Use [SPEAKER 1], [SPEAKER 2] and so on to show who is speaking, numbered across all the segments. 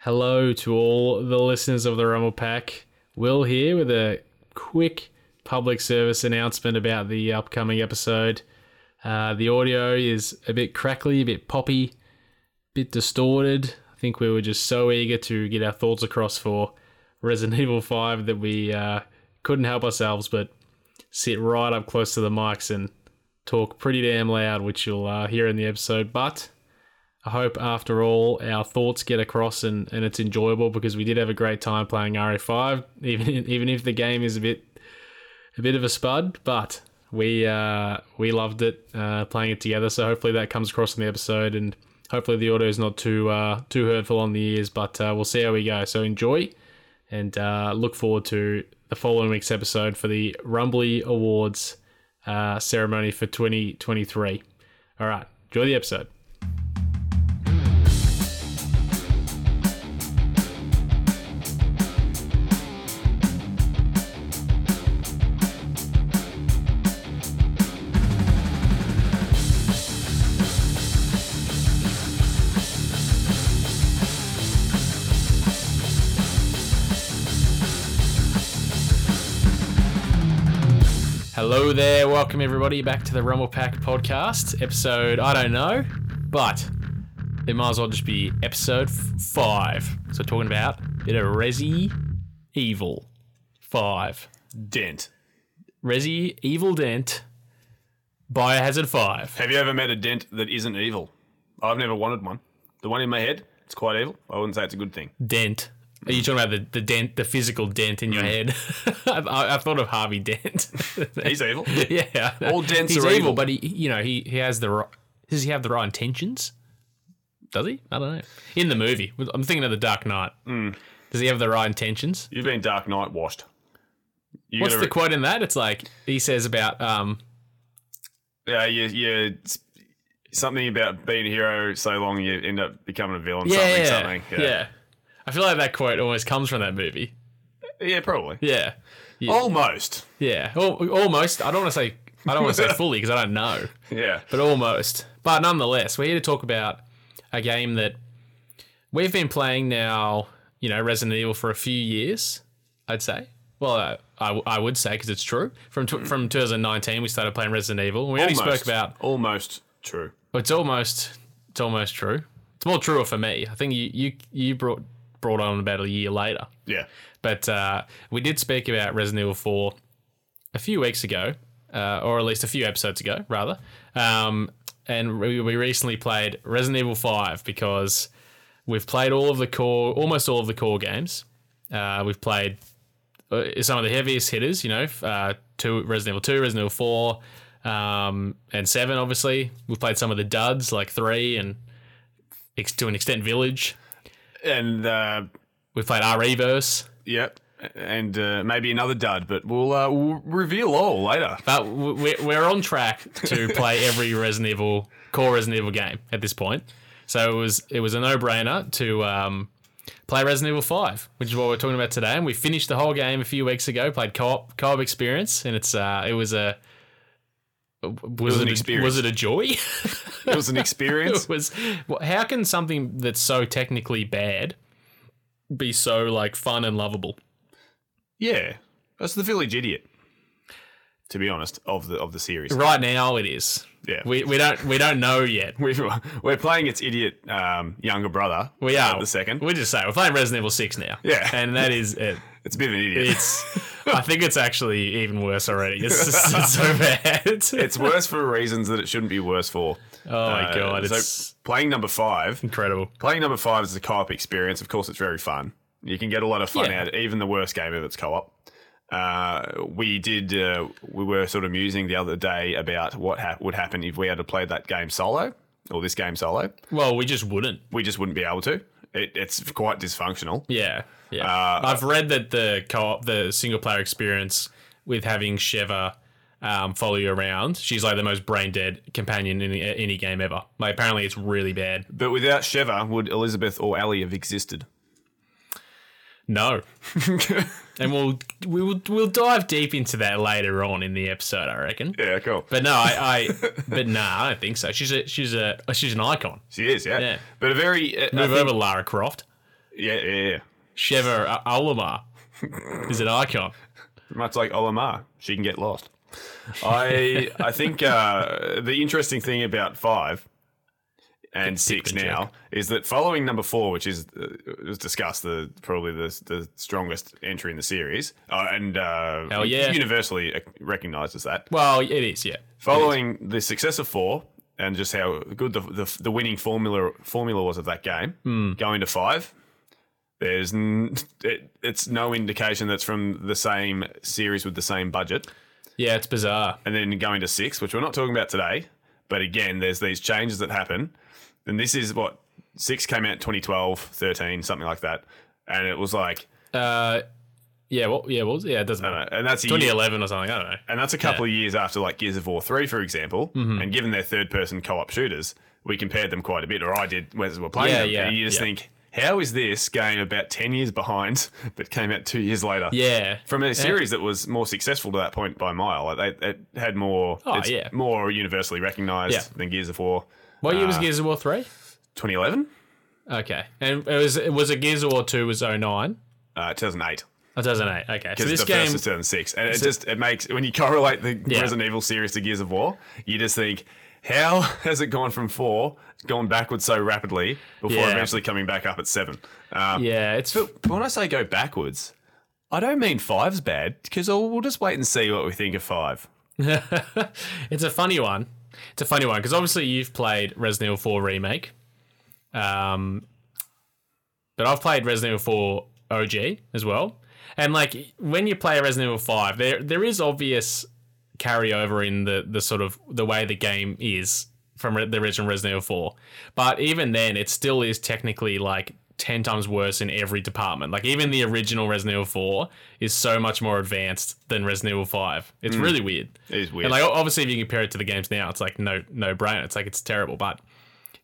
[SPEAKER 1] Hello to all the listeners of the Rumble Pack. Will here with a quick public service announcement about the upcoming episode. Uh, the audio is a bit crackly, a bit poppy, a bit distorted. I think we were just so eager to get our thoughts across for Resident Evil 5 that we uh, couldn't help ourselves but sit right up close to the mics and talk pretty damn loud, which you'll uh, hear in the episode. But I hope after all our thoughts get across and, and it's enjoyable because we did have a great time playing RE5, even even if the game is a bit a bit of a spud, but we uh, we loved it uh, playing it together. So hopefully that comes across in the episode, and hopefully the audio is not too uh, too hurtful on the ears. But uh, we'll see how we go. So enjoy, and uh, look forward to the following week's episode for the Rumbly Awards uh, ceremony for 2023. All right, enjoy the episode. Hello there, welcome everybody back to the Rumble Pack podcast, episode I don't know, but it might as well just be episode f- five. So talking about a bit of Resi Evil Five
[SPEAKER 2] Dent.
[SPEAKER 1] Resi Evil Dent Biohazard Five.
[SPEAKER 2] Have you ever met a dent that isn't evil? I've never wanted one. The one in my head, it's quite evil. I wouldn't say it's a good thing.
[SPEAKER 1] Dent. Are you talking about the, the dent, the physical dent in your
[SPEAKER 2] Mm.
[SPEAKER 1] head? I've, I- I've thought of Harvey Dent.
[SPEAKER 2] He's evil.
[SPEAKER 1] yeah,
[SPEAKER 2] All dents
[SPEAKER 1] He's
[SPEAKER 2] are
[SPEAKER 1] evil,
[SPEAKER 2] evil.
[SPEAKER 1] but he, you know, he he has the right. Does he have the right intentions? Does he? I don't know. In the movie, I'm thinking of the Dark Knight.
[SPEAKER 2] Mm.
[SPEAKER 1] Does he have the right intentions?
[SPEAKER 2] You've been Dark Knight washed. You
[SPEAKER 1] What's
[SPEAKER 2] gotta
[SPEAKER 1] the quote in that? It's like he says about um,
[SPEAKER 2] re- uh, you, you, it's something about being a hero so long you end up becoming a villain.
[SPEAKER 1] yeah,
[SPEAKER 2] something, something. Yeah,
[SPEAKER 1] yeah. I feel like that quote almost comes from that movie.
[SPEAKER 2] yeah. probably.
[SPEAKER 1] Yeah,
[SPEAKER 2] Almost.
[SPEAKER 1] yeah. Al- almost. I don't want to say. I don't want to say fully because I don't know.
[SPEAKER 2] Yeah.
[SPEAKER 1] but almost. But nonetheless, we're here to talk about a game that we've been playing now, you know, Resident Evil for a few years, I'd say. Well, uh, I, w- I would say because it's true. From tw from 2019, we started playing Resident Evil. We
[SPEAKER 2] almost.
[SPEAKER 1] only spoke about
[SPEAKER 2] Almost true.
[SPEAKER 1] well, it's almost it's almost true. It's more truer for me. I think you you you brought brought on about a year later.
[SPEAKER 2] Yeah.
[SPEAKER 1] But uh, we did speak about Resident Evil 4 a few weeks ago, uh, or at least a few episodes ago, rather. Um, and we, we recently played Resident Evil 5 because we've played all of the core, almost all of the core games. Uh, we've played uh, some of the heaviest hitters, you know, f- uh, two, Resident Evil 2, Resident Evil 4, um, and 7, obviously. We've played some of the duds, like 3 and ex- to an extent Village.
[SPEAKER 2] And uh,
[SPEAKER 1] We've played RE Verse.
[SPEAKER 2] yeah. And uh, maybe another dud, but we'll, uh, we'll reveal all later.
[SPEAKER 1] But w- we- we're on track to play every Resident Evil core Resident Evil game at this point. So it was it was a no brainer to um, play Resident Evil Five, which is what we're talking about today. And we finished the whole game a few weeks ago. Played co op co op experience, and it's uh, it was a was, it
[SPEAKER 2] an
[SPEAKER 1] a-
[SPEAKER 2] experience.
[SPEAKER 1] was it a joy?
[SPEAKER 2] It was an experience.
[SPEAKER 1] it was wh- how can something that's so technically bad be so like fun and lovable?
[SPEAKER 2] Yeah, that's the village idiot. To be honest, of the of the series,
[SPEAKER 1] Right now, it is.
[SPEAKER 2] yeah, we
[SPEAKER 1] We, we don't we don't know yet.
[SPEAKER 2] we're playing its idiot um, younger brother.
[SPEAKER 1] We
[SPEAKER 2] uh,
[SPEAKER 1] are
[SPEAKER 2] the second.
[SPEAKER 1] We just say we're playing Resident Evil Six now.
[SPEAKER 2] Yeah.
[SPEAKER 1] and that is it.
[SPEAKER 2] It's a bit of an idiot. It's,
[SPEAKER 1] It's. I think it's actually even worse already. It's, just, it's so bad. It's
[SPEAKER 2] worse for reasons that it shouldn't be worse for.
[SPEAKER 1] oh my
[SPEAKER 2] Uh,
[SPEAKER 1] god,
[SPEAKER 2] so
[SPEAKER 1] it's
[SPEAKER 2] playing number five.
[SPEAKER 1] incredible.
[SPEAKER 2] Playing number five is a co-op experience. Of course, it's very fun. You can get a lot of fun
[SPEAKER 1] Yeah.
[SPEAKER 2] out of even the worst game if it's co-op. Uh, we did. Uh, we were sort of musing the other day about what ha- would happen if we had to play that game solo or this game solo.
[SPEAKER 1] Well, we just wouldn't.
[SPEAKER 2] we just wouldn't be able to. It, it's quite dysfunctional.
[SPEAKER 1] Yeah, yeah.
[SPEAKER 2] Uh,
[SPEAKER 1] I've read that the co-op, the single player experience with having Sheva um, follow you around, she's like the most brain dead companion in any, any game ever. Like apparently, it's really bad.
[SPEAKER 2] But without Sheva, would Elizabeth or Ali have existed?
[SPEAKER 1] No. and we'll we will we'll dive deep into that later on in the episode, I reckon.
[SPEAKER 2] Yeah, cool.
[SPEAKER 1] But no, I, I but nah, I don't think so. She's a she's a she's an icon.
[SPEAKER 2] She is, yeah.
[SPEAKER 1] Yeah.
[SPEAKER 2] But a very uh, I
[SPEAKER 1] Move
[SPEAKER 2] think-
[SPEAKER 1] over Lara Croft.
[SPEAKER 2] Yeah, yeah, yeah.
[SPEAKER 1] Sheva uh, Olamar is an icon.
[SPEAKER 2] Much like Olamar, she can get lost. I I think uh, the interesting thing about five and six
[SPEAKER 1] the
[SPEAKER 2] now is that following number four, which is uh, was discussed, the probably the the strongest entry in the series, uh, and uh,
[SPEAKER 1] Hell yeah.
[SPEAKER 2] universally recognizes that.
[SPEAKER 1] Well, it is, yeah.
[SPEAKER 2] Following the success of four and just how good the the, the winning formula formula was of that game, going to five, there's n- it, it's no indication that's from the same series with the same budget
[SPEAKER 1] Yeah, it's bizarre.
[SPEAKER 2] and then going to six, which we're not talking about today. But again, there's these changes that happen. And this is what six came out 2012, 13, something like that. And it was like,
[SPEAKER 1] Uh, yeah, what? Yeah, what was? Yeah, it doesn't
[SPEAKER 2] I
[SPEAKER 1] matter.
[SPEAKER 2] don't know, and that's a year-
[SPEAKER 1] 2011 or something. I don't know.
[SPEAKER 2] and that's a couple of years after like Gears of War 3, for example.
[SPEAKER 1] Mm-hmm.
[SPEAKER 2] And given they're third person co op shooters, we compared them quite a bit, or I did as we were playing
[SPEAKER 1] Yeah,
[SPEAKER 2] them.
[SPEAKER 1] yeah,
[SPEAKER 2] and you just
[SPEAKER 1] yeah.
[SPEAKER 2] think, how is this game about 10 years behind that came out two years later?
[SPEAKER 1] Yeah,
[SPEAKER 2] from a series that was more successful to that point by a mile. Like they, it had more,
[SPEAKER 1] Oh,
[SPEAKER 2] it's
[SPEAKER 1] yeah.
[SPEAKER 2] more universally recognised
[SPEAKER 1] Yeah.
[SPEAKER 2] than Gears of War.
[SPEAKER 1] What year was Gears of War three?
[SPEAKER 2] 2011,
[SPEAKER 1] Uh, Okay, and it was it was a Gears of War two was 09?
[SPEAKER 2] uh, 2008.
[SPEAKER 1] Oh, 2008. Okay, so
[SPEAKER 2] Because
[SPEAKER 1] this
[SPEAKER 2] the
[SPEAKER 1] game
[SPEAKER 2] first was 2006, and it just it makes when you correlate the
[SPEAKER 1] Yeah.
[SPEAKER 2] Resident Evil series to Gears of War, you just think. How has it gone from four, gone backwards so rapidly, before
[SPEAKER 1] Yeah.
[SPEAKER 2] eventually coming back up at seven? Um,
[SPEAKER 1] Yeah, it's
[SPEAKER 2] But when I say go backwards, I don't mean five's bad, because we'll we'll just wait and see what we think of five.
[SPEAKER 1] it's a funny one. It's a funny one because obviously you've played Resident Evil 4 remake, um, but I've played Resident Evil 4 OG as well. And like when you play Resident Evil 5, there there is obvious carryover in the the sort of the way the game is from re- the original Resident Evil 4. But even then, it still is technically like. 10 times worse in every department. Like, even the original Resident Evil 4 is so much more advanced than Resident Evil 5. It's really weird.
[SPEAKER 2] It is weird.
[SPEAKER 1] And like o- obviously, if you compare it to the games now, it's like no no brainer. It's like it's terrible. But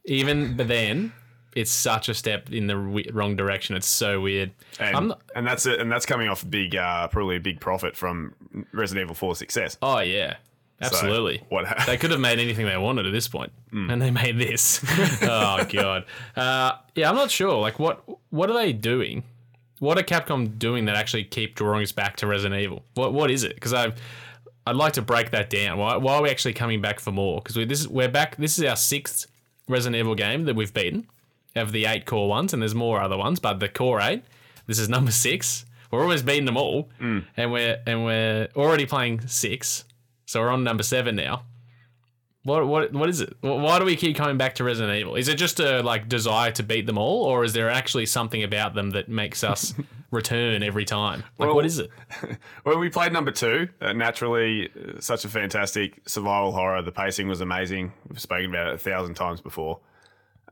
[SPEAKER 1] even but then, it's such a step in the w- wrong direction. It's so weird.
[SPEAKER 2] and,
[SPEAKER 1] I'm not-
[SPEAKER 2] and that's it, and that's coming off big, uh, probably a big profit from Resident Evil 4 's success.
[SPEAKER 1] oh yeah,
[SPEAKER 2] So,
[SPEAKER 1] absolutely.
[SPEAKER 2] what?
[SPEAKER 1] They could have made anything they wanted at this point, and they made this. oh god. Uh, yeah, I'm not sure. Like what what are they doing? What are Capcom doing that actually keep drawing us back to Resident Evil? What what is it? Because I've I'd like to break that down. Why, why are we actually coming back for more? Because we this is we're back. This is our sixth Resident Evil game that we've beaten of the eight core ones, and there's more other ones, but the core eight. This is number six. We're always beating them all,
[SPEAKER 2] Mm.
[SPEAKER 1] and we're and we're already playing six, so we're on number seven now. What what what is it? Wh- Why do we keep coming back to Resident Evil? Is it just a like desire to beat them all, or is there actually something about them that makes us return every time? Like
[SPEAKER 2] Well-
[SPEAKER 1] what is it?
[SPEAKER 2] When we played number two, uh, naturally, uh, such a fantastic survival horror. The pacing was amazing. We've spoken about it a thousand times before,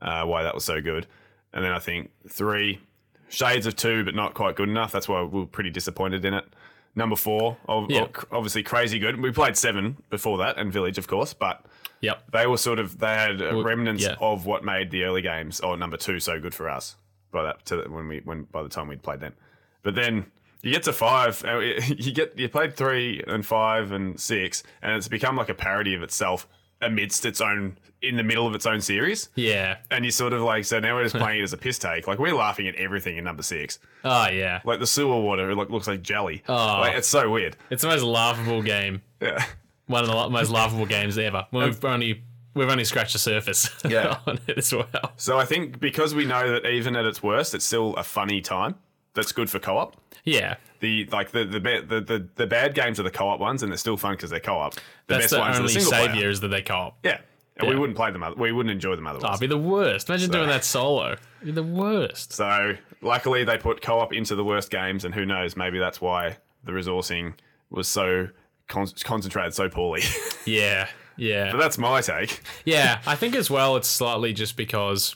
[SPEAKER 2] uh, why that was so good. And then I think three, shades of two, but not quite good enough. That's why we were pretty disappointed in it. Number four, ob-
[SPEAKER 1] Yeah.
[SPEAKER 2] obviously crazy good. We played seven before that, and Village, of course, but
[SPEAKER 1] Yep.
[SPEAKER 2] they were sort of they had uh, remnants
[SPEAKER 1] yeah.
[SPEAKER 2] of what made the early games or number two so good for us by that to when we when by the time we'd played them but then you get to five and it- you get you played three and five and six and it's become like a parody of itself amidst its own in the middle of its own series
[SPEAKER 1] Yeah.
[SPEAKER 2] and you sort of like so now we're just playing it as a piss take like we're laughing at everything in number six
[SPEAKER 1] Oh yeah.
[SPEAKER 2] like the sewer water it like, looks like jelly
[SPEAKER 1] Oh.
[SPEAKER 2] like it's so weird
[SPEAKER 1] It's the most laughable game.
[SPEAKER 2] yeah
[SPEAKER 1] One of the la- most laughable games ever. When we've only we've only scratched the surface
[SPEAKER 2] Yeah.
[SPEAKER 1] on it as well.
[SPEAKER 2] so i think because we know that even at its worst it's still a funny time that's good for co-op
[SPEAKER 1] Yeah.
[SPEAKER 2] the like the the ba- the, the, the bad games are the co-op ones, and they're still fun because they're co-op. The
[SPEAKER 1] That's
[SPEAKER 2] best
[SPEAKER 1] the
[SPEAKER 2] ones are the
[SPEAKER 1] only
[SPEAKER 2] single player.
[SPEAKER 1] savior is that they co-op.
[SPEAKER 2] Yeah, and
[SPEAKER 1] Yeah.
[SPEAKER 2] we
[SPEAKER 1] Oh,
[SPEAKER 2] wouldn't play them. Other, we wouldn't enjoy them
[SPEAKER 1] I'd
[SPEAKER 2] otherwise.
[SPEAKER 1] be the worst. Imagine doing that solo. You're the worst.
[SPEAKER 2] so luckily, they put co-op into the worst games, and who knows? Maybe that's why the resourcing was so con- concentrated so poorly.
[SPEAKER 1] Yeah. Yeah.
[SPEAKER 2] but that's my take.
[SPEAKER 1] Yeah, I think as well it's slightly just because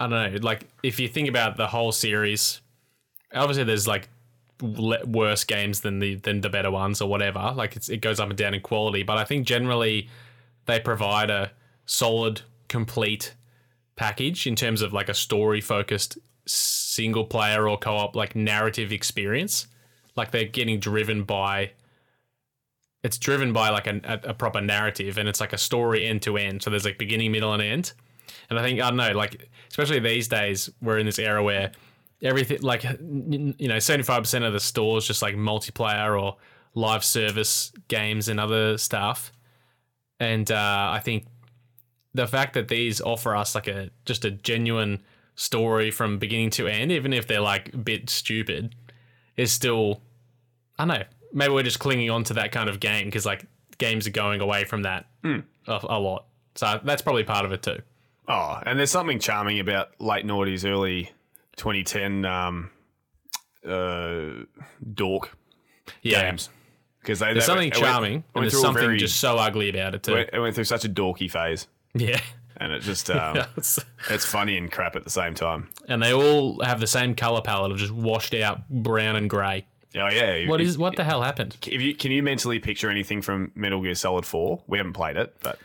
[SPEAKER 1] I don't know, like if you think about the whole series, obviously there's like le- worse games than the than the better ones or whatever. Like it's, it goes up and down in quality, but I think generally they provide a solid, complete package in terms of like a story focused single player or co-op like narrative experience. Like they're getting driven by it's driven by like a, a proper narrative and it's like a story end to end. So there's like beginning, middle, and end. And I think I don't know, like especially these days we're in this era where everything like n- you know 75% of the stores just like multiplayer or live service games and other stuff and uh, i think the fact that these offer us like a just a genuine story from beginning to end even if they're like a bit stupid is still i don't know maybe we're just clinging on to that kind of game because like games are going away from that
[SPEAKER 2] Hmm.
[SPEAKER 1] a, a lot so that's probably part of it too
[SPEAKER 2] Oh, and there's something charming about late noughties, early 2010 um, uh, dork
[SPEAKER 1] yeah
[SPEAKER 2] games because they
[SPEAKER 1] there's
[SPEAKER 2] they
[SPEAKER 1] something
[SPEAKER 2] went- it went-
[SPEAKER 1] charming
[SPEAKER 2] it
[SPEAKER 1] and
[SPEAKER 2] went
[SPEAKER 1] there's
[SPEAKER 2] through a
[SPEAKER 1] something
[SPEAKER 2] very-
[SPEAKER 1] just so ugly about it too
[SPEAKER 2] it went through such a dorky phase,
[SPEAKER 1] yeah
[SPEAKER 2] and it just um, it's funny and crap at the same time.
[SPEAKER 1] and they all have the same color palette of just washed out brown and gray.
[SPEAKER 2] Oh yeah,
[SPEAKER 1] What
[SPEAKER 2] if-
[SPEAKER 1] is what the hell happened?
[SPEAKER 2] If you can you mentally picture anything from Metal Gear Solid Four? We haven't played it, but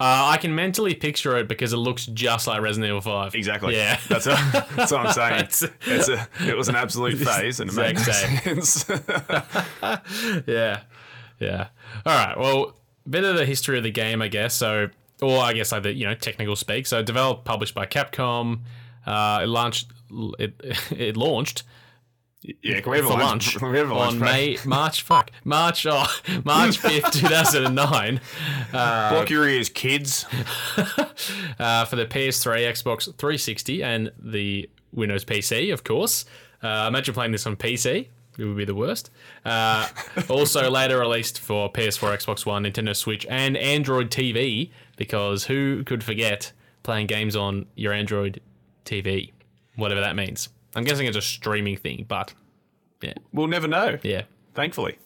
[SPEAKER 1] Uh, I can mentally picture it because it looks just like Resident Evil Five.
[SPEAKER 2] exactly.
[SPEAKER 1] Yeah.
[SPEAKER 2] that's, a, that's what I'm saying.
[SPEAKER 1] It's-
[SPEAKER 2] It's a, it was an absolute phase, and it
[SPEAKER 1] Exact
[SPEAKER 2] makes
[SPEAKER 1] same.
[SPEAKER 2] sense.
[SPEAKER 1] yeah, yeah. All right. Well, bit of the history of the game, I guess. So, or I guess like the you know technical speak. So, developed, published by Capcom. Uh, it launched. It it launched
[SPEAKER 2] yeah, can we have
[SPEAKER 1] for
[SPEAKER 2] a
[SPEAKER 1] lunch,
[SPEAKER 2] Can we have a lunch
[SPEAKER 1] on
[SPEAKER 2] break?
[SPEAKER 1] May March fuck March oh March fifth two thousand and nine.
[SPEAKER 2] Block your ears, kids.
[SPEAKER 1] uh, for the PS3, Xbox 360, and the Windows PC, of course. Uh, imagine playing this on PC. It would be the worst. Uh, also, later released for PS4, Xbox One, Nintendo Switch, and Android TV, because who could forget playing games on your Android TV, whatever that means? I'm guessing it's a streaming thing, but
[SPEAKER 2] We'll never know.
[SPEAKER 1] yeah.
[SPEAKER 2] Thankfully,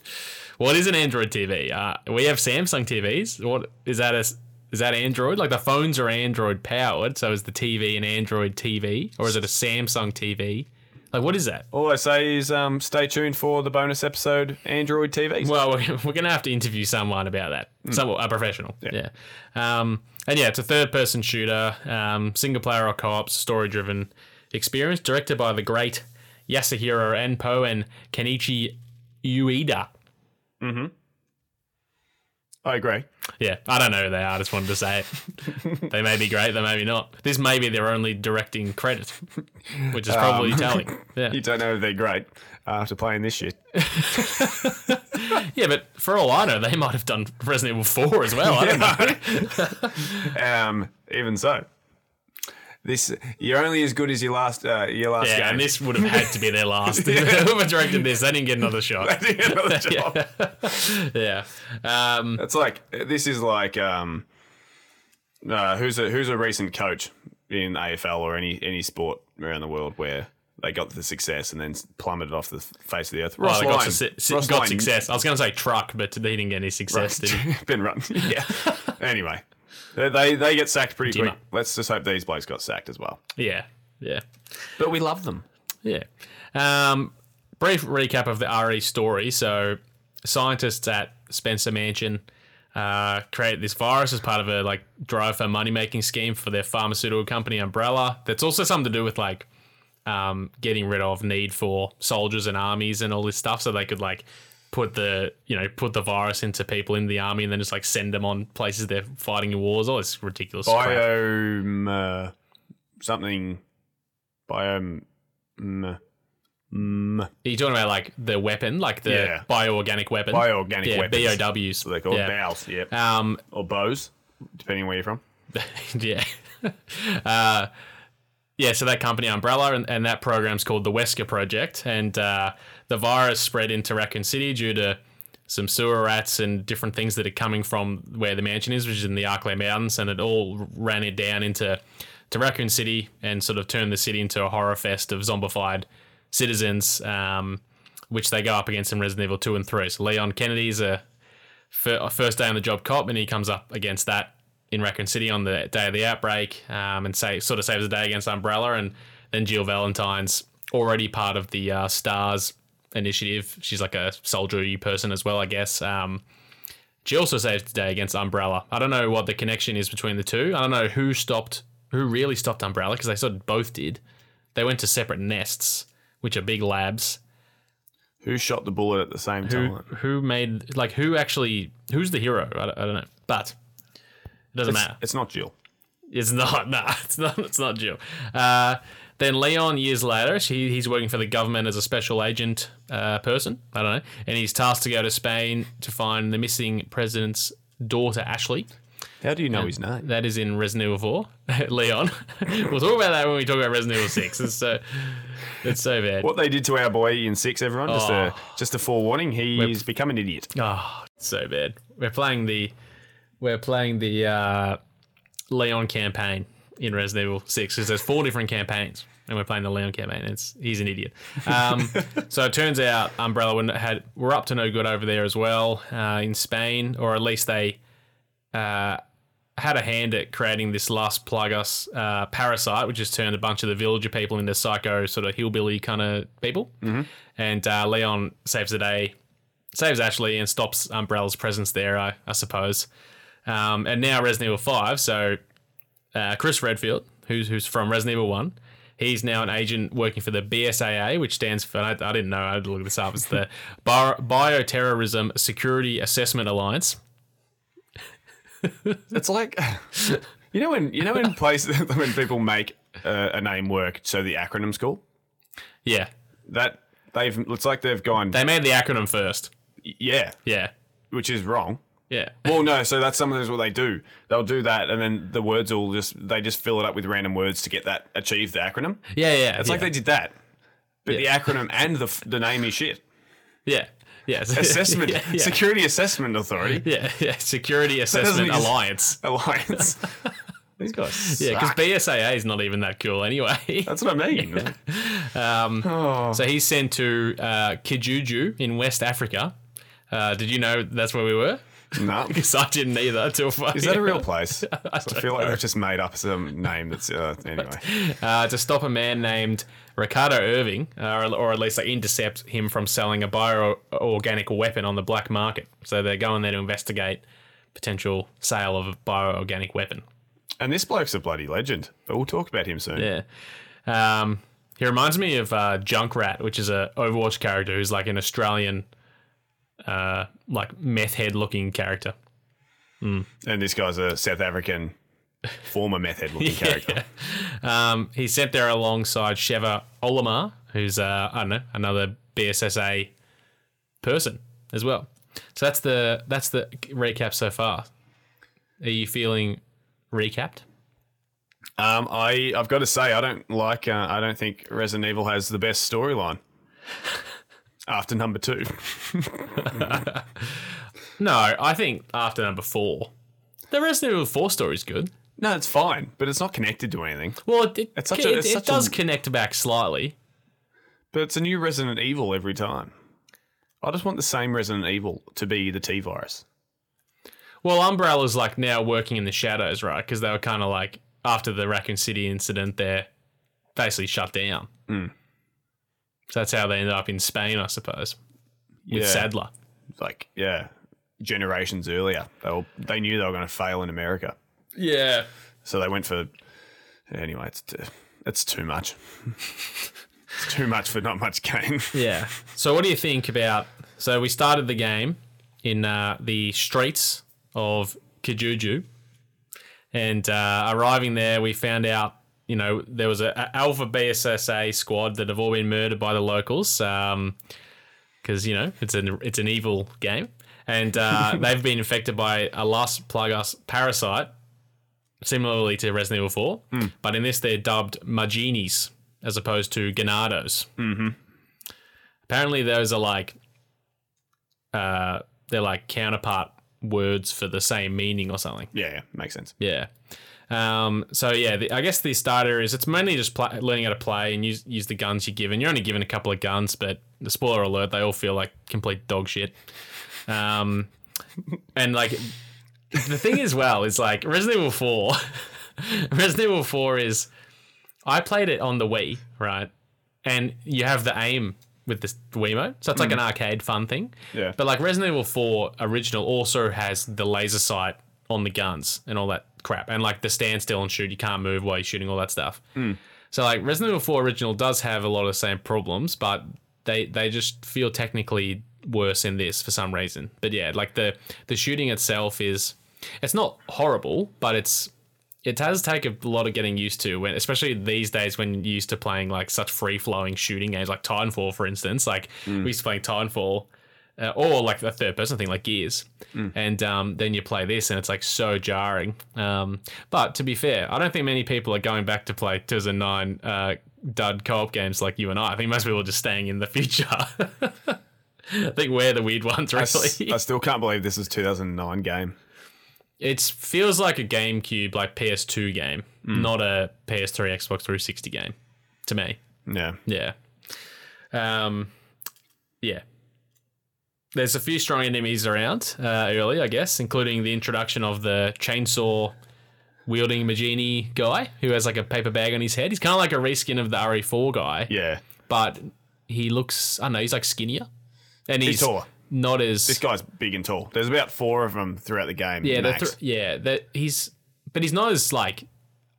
[SPEAKER 1] What is an Android TV? Uh, we have Samsung TVs. What is that? A, is that Android? Like the phones are Android powered, so is the TV an Android TV or is it a Samsung TV? Like what is that?
[SPEAKER 2] all I say is um, stay tuned for the bonus episode Android TV.
[SPEAKER 1] Well, we're, we're gonna have to interview someone about that. Some a professional. Yeah. Um, and yeah, it's a third-person shooter, um, single-player or co-op, story-driven experience, directed by the great Yasuhiro Enpo and Kenichi Ueda.
[SPEAKER 2] I agree.
[SPEAKER 1] Yeah, I don't know who they are. I just wanted to say it. they may be great, they may be not. This may be their only directing credit, which is probably telling. Yeah,
[SPEAKER 2] You don't know if they're great after playing this shit.
[SPEAKER 1] yeah, but for all I know, they might have done Resident Evil Four as well. I don't know.
[SPEAKER 2] Um, even so, this you're only as good as your last uh, your last
[SPEAKER 1] Yeah, and
[SPEAKER 2] game.
[SPEAKER 1] this would have had to be their last. Whoever directed this, they didn't get another shot.
[SPEAKER 2] Another job.
[SPEAKER 1] Yeah, um,
[SPEAKER 2] It's like this is like um, uh, who's a who's a recent coach in AFL or any any sport around the world where they got the success and then plummeted off the face of the earth.
[SPEAKER 1] well,
[SPEAKER 2] Ross
[SPEAKER 1] they got,
[SPEAKER 2] Lyon.
[SPEAKER 1] succe- su-
[SPEAKER 2] Ross
[SPEAKER 1] got
[SPEAKER 2] Lyon.
[SPEAKER 1] success. I was going to say truck, but they didn't get any success. Did he?
[SPEAKER 2] ben Rutton. Yeah. anyway, they, they they get sacked pretty
[SPEAKER 1] Dimmer.
[SPEAKER 2] quick. Let's just hope these blokes got sacked as well.
[SPEAKER 1] Yeah, yeah.
[SPEAKER 2] But we love them.
[SPEAKER 1] Yeah. Um, brief recap of the RE story. So, scientists at Spencer Mansion uh, create this virus as part of a like drive for money making scheme for their pharmaceutical company umbrella. That's also something to do with like um, getting rid of need for soldiers and armies and all this stuff, so they could like put the you know put the virus into people in the army and then just like send them on places they're fighting in wars. All this ridiculous. crap.
[SPEAKER 2] Biome uh, something. Biome. Mm, mm,
[SPEAKER 1] Are you talking about like the weapon, like the
[SPEAKER 2] Yeah.
[SPEAKER 1] bioorganic weapon?
[SPEAKER 2] Bioorganic
[SPEAKER 1] yeah,
[SPEAKER 2] weapons.
[SPEAKER 1] BOWs.
[SPEAKER 2] so they're called
[SPEAKER 1] yeah.
[SPEAKER 2] bows. Yep.
[SPEAKER 1] Um,
[SPEAKER 2] or bows, depending where you're from.
[SPEAKER 1] yeah. uh, yeah, so that company umbrella and, and that program's called the Wesker Project. And uh, the virus spread into Raccoon City due to some sewer rats and different things that are coming from where the mansion is, which is in the Arklay Mountains. And it all ran it down into to Raccoon City and sort of turned the city into a horror fest of zombified citizens, um, which they go up against in Resident Evil 2 and 3. So Leon Kennedy's a fir- first day on the job cop, and he comes up against that in Raccoon City on the day of the outbreak, um, and say sort of saves the day against Umbrella, and then Jill Valentine's already part of the uh, Stars initiative. She's like a soldiery person as well, I guess. Um, she also saved the day against Umbrella. I don't know what the connection is between the two. I don't know who stopped, who really stopped Umbrella because they sort of both did. They went to separate nests, which are big labs.
[SPEAKER 2] Who shot the bullet at the same
[SPEAKER 1] Who,
[SPEAKER 2] time?
[SPEAKER 1] who made like who actually who's the hero? I don't, I don't know, but it doesn't
[SPEAKER 2] It's,
[SPEAKER 1] matter.
[SPEAKER 2] it's not Jill.
[SPEAKER 1] It's not. Nah, it's not. It's not Jill. Uh, Then Leon, years later, she, he's working for the government as a special agent uh, person. I don't know. And he's tasked to go to Spain to find the missing president's daughter, Ashley.
[SPEAKER 2] How do you know his name?
[SPEAKER 1] That is in Resident Evil 4. Leon. we'll talk about that when we talk about Resident Evil 6. It's so, it's so bad.
[SPEAKER 2] What they did to our boy in six, everyone. Just a
[SPEAKER 1] Oh.
[SPEAKER 2] just a forewarning. He's become an idiot.
[SPEAKER 1] Oh, so bad. We're playing the we're playing the uh, Leon campaign in Resident Evil Six because there's four different campaigns, and we're playing the Leon campaign. And it's, he's an idiot. Um, so it turns out Umbrella were, had were up to no good over there as well uh, in Spain, or at least they uh, had a hand at creating this last plug us uh, parasite, which has turned a bunch of the villager people into psycho sort of hillbilly kind of people. Mm-hmm. And uh, Leon saves the day saves Ashley and stops Umbrella's presence there, I, I suppose. Um, and now Resident Evil 5, so uh, Chris Redfield, who's, who's from Resident Evil 1, he's now an agent working for the BSAA, which stands for, I, I didn't know, I had to look this up, it's the Bio- Bioterrorism Security Assessment Alliance.
[SPEAKER 2] It's like you know when you know when places when people make uh, a, a name work so the acronym's cool.
[SPEAKER 1] Yeah,
[SPEAKER 2] That they've it's like they've gone
[SPEAKER 1] they made the acronym first.
[SPEAKER 2] yeah,
[SPEAKER 1] Yeah,
[SPEAKER 2] which is wrong.
[SPEAKER 1] yeah.
[SPEAKER 2] Well, no. So that's sometimes what they do. They'll do that, and then the words all just they just fill it up with random words to get that achieve the acronym.
[SPEAKER 1] Yeah, yeah.
[SPEAKER 2] It's
[SPEAKER 1] yeah.
[SPEAKER 2] like they did that, but
[SPEAKER 1] Yeah.
[SPEAKER 2] the acronym and the f- the name is shit.
[SPEAKER 1] Yeah, yeah.
[SPEAKER 2] Assessment
[SPEAKER 1] Yeah, yeah.
[SPEAKER 2] Security Assessment Authority
[SPEAKER 1] yeah, yeah. Security Assessment
[SPEAKER 2] exist.
[SPEAKER 1] Alliance.
[SPEAKER 2] Alliance. These guys.
[SPEAKER 1] Yeah, because
[SPEAKER 2] suck.
[SPEAKER 1] BSAA is not even that cool anyway.
[SPEAKER 2] that's what I mean. Oh.
[SPEAKER 1] So he's sent to uh, Kijuju in West Africa. Uh, did you know that's where we were?
[SPEAKER 2] no.
[SPEAKER 1] Because I didn't either until
[SPEAKER 2] Is that a real place? I, feel like they've just made up some name that's uh, anyway.
[SPEAKER 1] uh, to stop a man named Ricardo Irving, uh, or, or at least like intercept him from selling a bioorganic weapon on the black market. So they're going there to investigate potential sale of a bioorganic weapon.
[SPEAKER 2] And this bloke's a bloody legend, but we'll talk about him soon.
[SPEAKER 1] Yeah. Um, he reminds me of uh, Junkrat, which is a Overwatch character who's like an Australian, uh, like meth head looking character.
[SPEAKER 2] And this guy's a South African former meth head looking character.
[SPEAKER 1] Um, he's sent there alongside Sheva Olamar, who's uh, I don't know another BSSA person as well. So that's the that's the recap so far. Are you feeling recapped?
[SPEAKER 2] Um, I I've got to say I don't like uh, I don't think Resident Evil has the best storyline. After number two,
[SPEAKER 1] No, I think after number four, the Resident Evil Four story is good.
[SPEAKER 2] no, it's fine, but it's not connected to anything.
[SPEAKER 1] Well, it, it,
[SPEAKER 2] It's such
[SPEAKER 1] it,
[SPEAKER 2] a- it's
[SPEAKER 1] it
[SPEAKER 2] such a-
[SPEAKER 1] does connect back slightly.
[SPEAKER 2] But it's a new Resident Evil every time. I just want the same Resident Evil to be the T virus.
[SPEAKER 1] Well, Umbrella's like now working in the shadows, right? Because they were kind of like after the Raccoon City incident, they're basically shut down. So that's how they ended up in Spain, I suppose, with
[SPEAKER 2] Yeah.
[SPEAKER 1] Sadler.
[SPEAKER 2] Like yeah, generations earlier, they were, they knew they were going to fail in America,
[SPEAKER 1] Yeah.
[SPEAKER 2] so they went for anyway. It's t- it's too much. it's too much for not much gain.
[SPEAKER 1] Yeah. So, what do you think about? So, we started the game in uh, the streets of Kijuju, and uh, arriving there, we found out you know there was a, a Alpha BSSA squad that have all been murdered by the locals. Um, because you know it's an it's an evil game, and uh, they've been infected by a last plug us parasite, similarly to Resident Evil Four, but in this they're dubbed Maginis as opposed to Ganados. Mm-hmm. Apparently, those are like uh, they're like counterpart words for the same meaning or something.
[SPEAKER 2] yeah, yeah, makes sense.
[SPEAKER 1] Yeah. Um, so yeah, the, I guess the starter is it's mainly just pla learning how to play and use use the guns you're given. You're only given a couple of guns, but the spoiler alert, they all feel like complete dog shit. Um, and like the thing as well is like Resident Evil Four. Resident Evil Four is I played it on the Wii, right? And you have the aim with the Wiimote, so it's like an arcade fun thing.
[SPEAKER 2] Yeah.
[SPEAKER 1] But like Resident Evil 4 original also has the laser sight on the guns and all that crap, and like the standstill and shoot, you can't move while you're shooting, all that stuff. So like Resident Evil 4 original does have a lot of the same problems, but they they just feel technically worse in this for some reason. But yeah, like the the shooting itself is it's not horrible, but it's it does take a lot of getting used to when especially these days when you're used to playing like such free flowing shooting games like Titanfall for instance like
[SPEAKER 2] Mm.
[SPEAKER 1] we used to playing Titanfall uh, or like a third person thing like Gears
[SPEAKER 2] Mm.
[SPEAKER 1] and um, then you play this and it's like so jarring um, but to be fair I don't think many people are going back to play 2009 uh, dud co-op games like you and I I think most people are just staying in the future I think we're the weird ones
[SPEAKER 2] I,
[SPEAKER 1] really
[SPEAKER 2] s- I still can't believe this is 2009 game.
[SPEAKER 1] it feels like a GameCube, like PS2 game,
[SPEAKER 2] Hmm.
[SPEAKER 1] not a PS3, Xbox 360 game to me.
[SPEAKER 2] Yeah.
[SPEAKER 1] Yeah. Um, yeah. There's a few strong enemies around uh, early, I guess, including the introduction of the chainsaw wielding Magini guy who has like a paper bag on his head. He's kind of like a reskin of the RE4 guy,
[SPEAKER 2] Yeah.
[SPEAKER 1] but he looks, I don't know, he's like skinnier. And he's,
[SPEAKER 2] He's taller.
[SPEAKER 1] not as.
[SPEAKER 2] This guy's big and tall. There's about four of them throughout the game.
[SPEAKER 1] Yeah, they're
[SPEAKER 2] max.
[SPEAKER 1] thr- yeah, that he's, but he's not as like.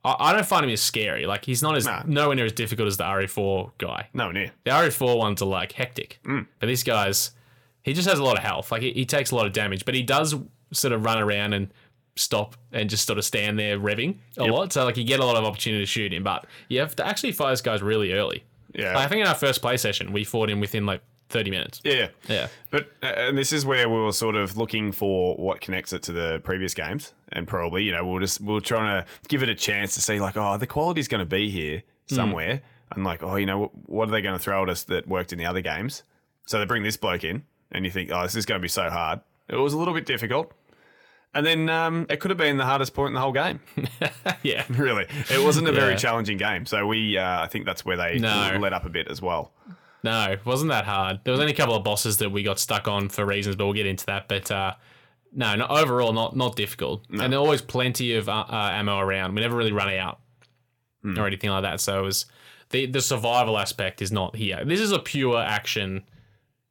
[SPEAKER 1] I, I don't find him as scary. Like he's not as
[SPEAKER 2] Nah.
[SPEAKER 1] nowhere near as difficult as the RE4 guy.
[SPEAKER 2] no near.
[SPEAKER 1] The RE4 ones are like hectic,
[SPEAKER 2] Mm.
[SPEAKER 1] but these guys, he just has a lot of health. Like he, he takes a lot of damage, but he does sort of run around and stop and just sort of stand there revving a lot. So like you get a lot of opportunity to shoot him, but you have to actually fight this guys really early.
[SPEAKER 2] Yeah.
[SPEAKER 1] Like, I think in our first play session, we fought him within like thirty minutes.
[SPEAKER 2] yeah. yeah.
[SPEAKER 1] Yeah.
[SPEAKER 2] But uh, and this is where we were sort of looking for what connects it to the previous games, and probably you know we'll just we're trying to give it a chance to see like oh the quality's going to be here
[SPEAKER 1] Hmm.
[SPEAKER 2] somewhere, and like oh you know wh- what are they going to throw at us that worked in the other games? So they bring this bloke in, and you think oh this is going to be so hard. It was a little bit difficult, and then um, it could have been the hardest point in the whole game.
[SPEAKER 1] yeah.
[SPEAKER 2] Really, it wasn't a very
[SPEAKER 1] Yeah.
[SPEAKER 2] challenging game. So we uh, I think that's where they
[SPEAKER 1] No.
[SPEAKER 2] let up a bit as well.
[SPEAKER 1] No, it wasn't that hard. There was only a couple of bosses that we got stuck on for reasons, but we'll get into that. But uh, no, no, overall, not not difficult. And there always plenty of uh, uh, ammo around. We never really run out or anything like that. So it was the the survival aspect is not here. This is a pure action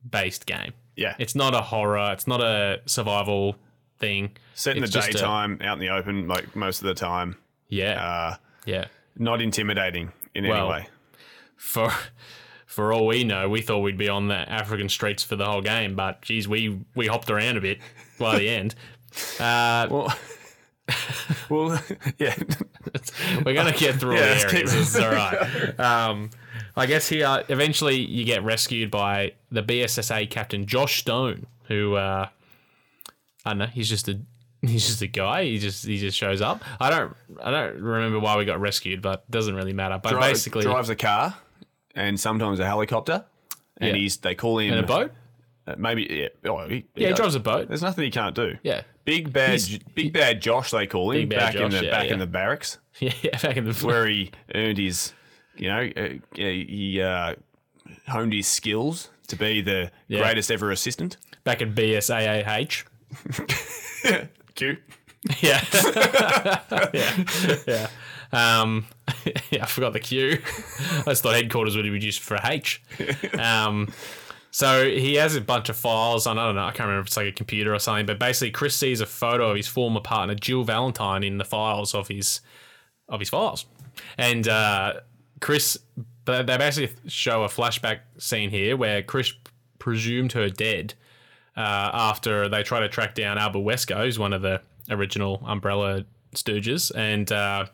[SPEAKER 1] based game.
[SPEAKER 2] Yeah,
[SPEAKER 1] It's not a horror. It's not a survival thing.
[SPEAKER 2] set in the
[SPEAKER 1] it's just a-
[SPEAKER 2] daytime, out in the open, like most of the time.
[SPEAKER 1] Yeah,
[SPEAKER 2] Uh,
[SPEAKER 1] yeah.
[SPEAKER 2] not intimidating in
[SPEAKER 1] Well-
[SPEAKER 2] any way.
[SPEAKER 1] for for all we know, we thought we'd be on the African streets for the whole game, but geez, we we hopped around a bit by the end. Uh,
[SPEAKER 2] Well, well, yeah,
[SPEAKER 1] we're gonna get through
[SPEAKER 2] Yeah,
[SPEAKER 1] all
[SPEAKER 2] let's
[SPEAKER 1] the
[SPEAKER 2] keep-
[SPEAKER 1] areas. It's all right. Um, I guess here eventually you get rescued by the BSSA captain Josh Stone, who uh, I don't know. He's just a he's just a guy. He just he just shows up. I don't I don't remember why we got rescued, but doesn't really matter. But
[SPEAKER 2] Dri-
[SPEAKER 1] basically,
[SPEAKER 2] drives a car and sometimes a helicopter, and
[SPEAKER 1] Yeah.
[SPEAKER 2] he's they call him
[SPEAKER 1] in a boat.
[SPEAKER 2] uh, maybe yeah, oh, he,
[SPEAKER 1] Yeah, he
[SPEAKER 2] does.
[SPEAKER 1] drives a boat.
[SPEAKER 2] There's nothing he can't do.
[SPEAKER 1] Yeah.
[SPEAKER 2] Big bad, J- big bad Josh they call
[SPEAKER 1] Big
[SPEAKER 2] him
[SPEAKER 1] Bad
[SPEAKER 2] back in
[SPEAKER 1] Josh,
[SPEAKER 2] the
[SPEAKER 1] yeah,
[SPEAKER 2] back in
[SPEAKER 1] yeah.
[SPEAKER 2] the barracks
[SPEAKER 1] Yeah, back in the
[SPEAKER 2] where he earned his, you know, uh, he uh, honed his skills to be the
[SPEAKER 1] Yeah.
[SPEAKER 2] greatest ever assistant.
[SPEAKER 1] back at BSAAH.
[SPEAKER 2] Cute.
[SPEAKER 1] Yeah. yeah. Yeah. Um, yeah, I forgot the Q. I just thought headquarters would be used for a H. Um, so he has a bunch of files on, I don't know, I can't remember if it's like a computer or something, but basically Chris sees a photo of his former partner, Jill Valentine, in the files of his of his files. And uh, Chris, they they basically show a flashback scene here where Chris presumed her dead uh, after they try to track down Albert Wesco, who's one of the original Umbrella Stooges, and uh,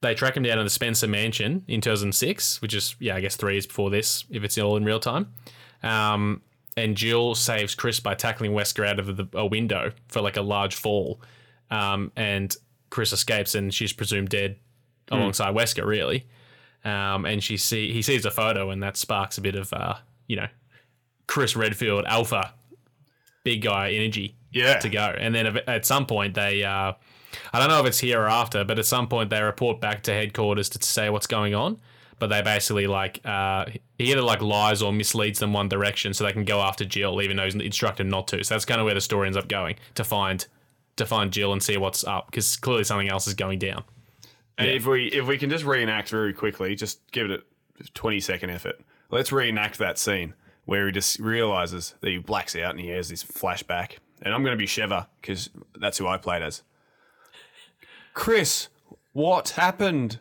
[SPEAKER 1] they track him down in the Spencer Mansion in 2006, which is yeah, I guess three years before this, if it's all in real time. Um, and Jill saves Chris by tackling Wesker out of the, a window for like a large fall, um, and Chris escapes, and she's presumed dead alongside Wesker, really. Um, and she see he sees a photo, and that sparks a bit of uh, you know Chris Redfield alpha big guy energy
[SPEAKER 2] Yeah.
[SPEAKER 1] to go. And then ev- at some point they, uh, I don't know if it's here or after, but at some point they report back to headquarters to say what's going on. But they basically like uh, he either like lies or misleads them one direction so they can go after Jill, even though he's instructed not to. So that's kind of where the story ends up going to find to find Jill and see what's up because clearly something else is going down.
[SPEAKER 2] And if we if we can just reenact very quickly, just give it a twenty second effort. Let's reenact that scene where he just realizes that he blacks out and he has this flashback. And I'm going to be Sheva because that's who I played as. Chris, what happened?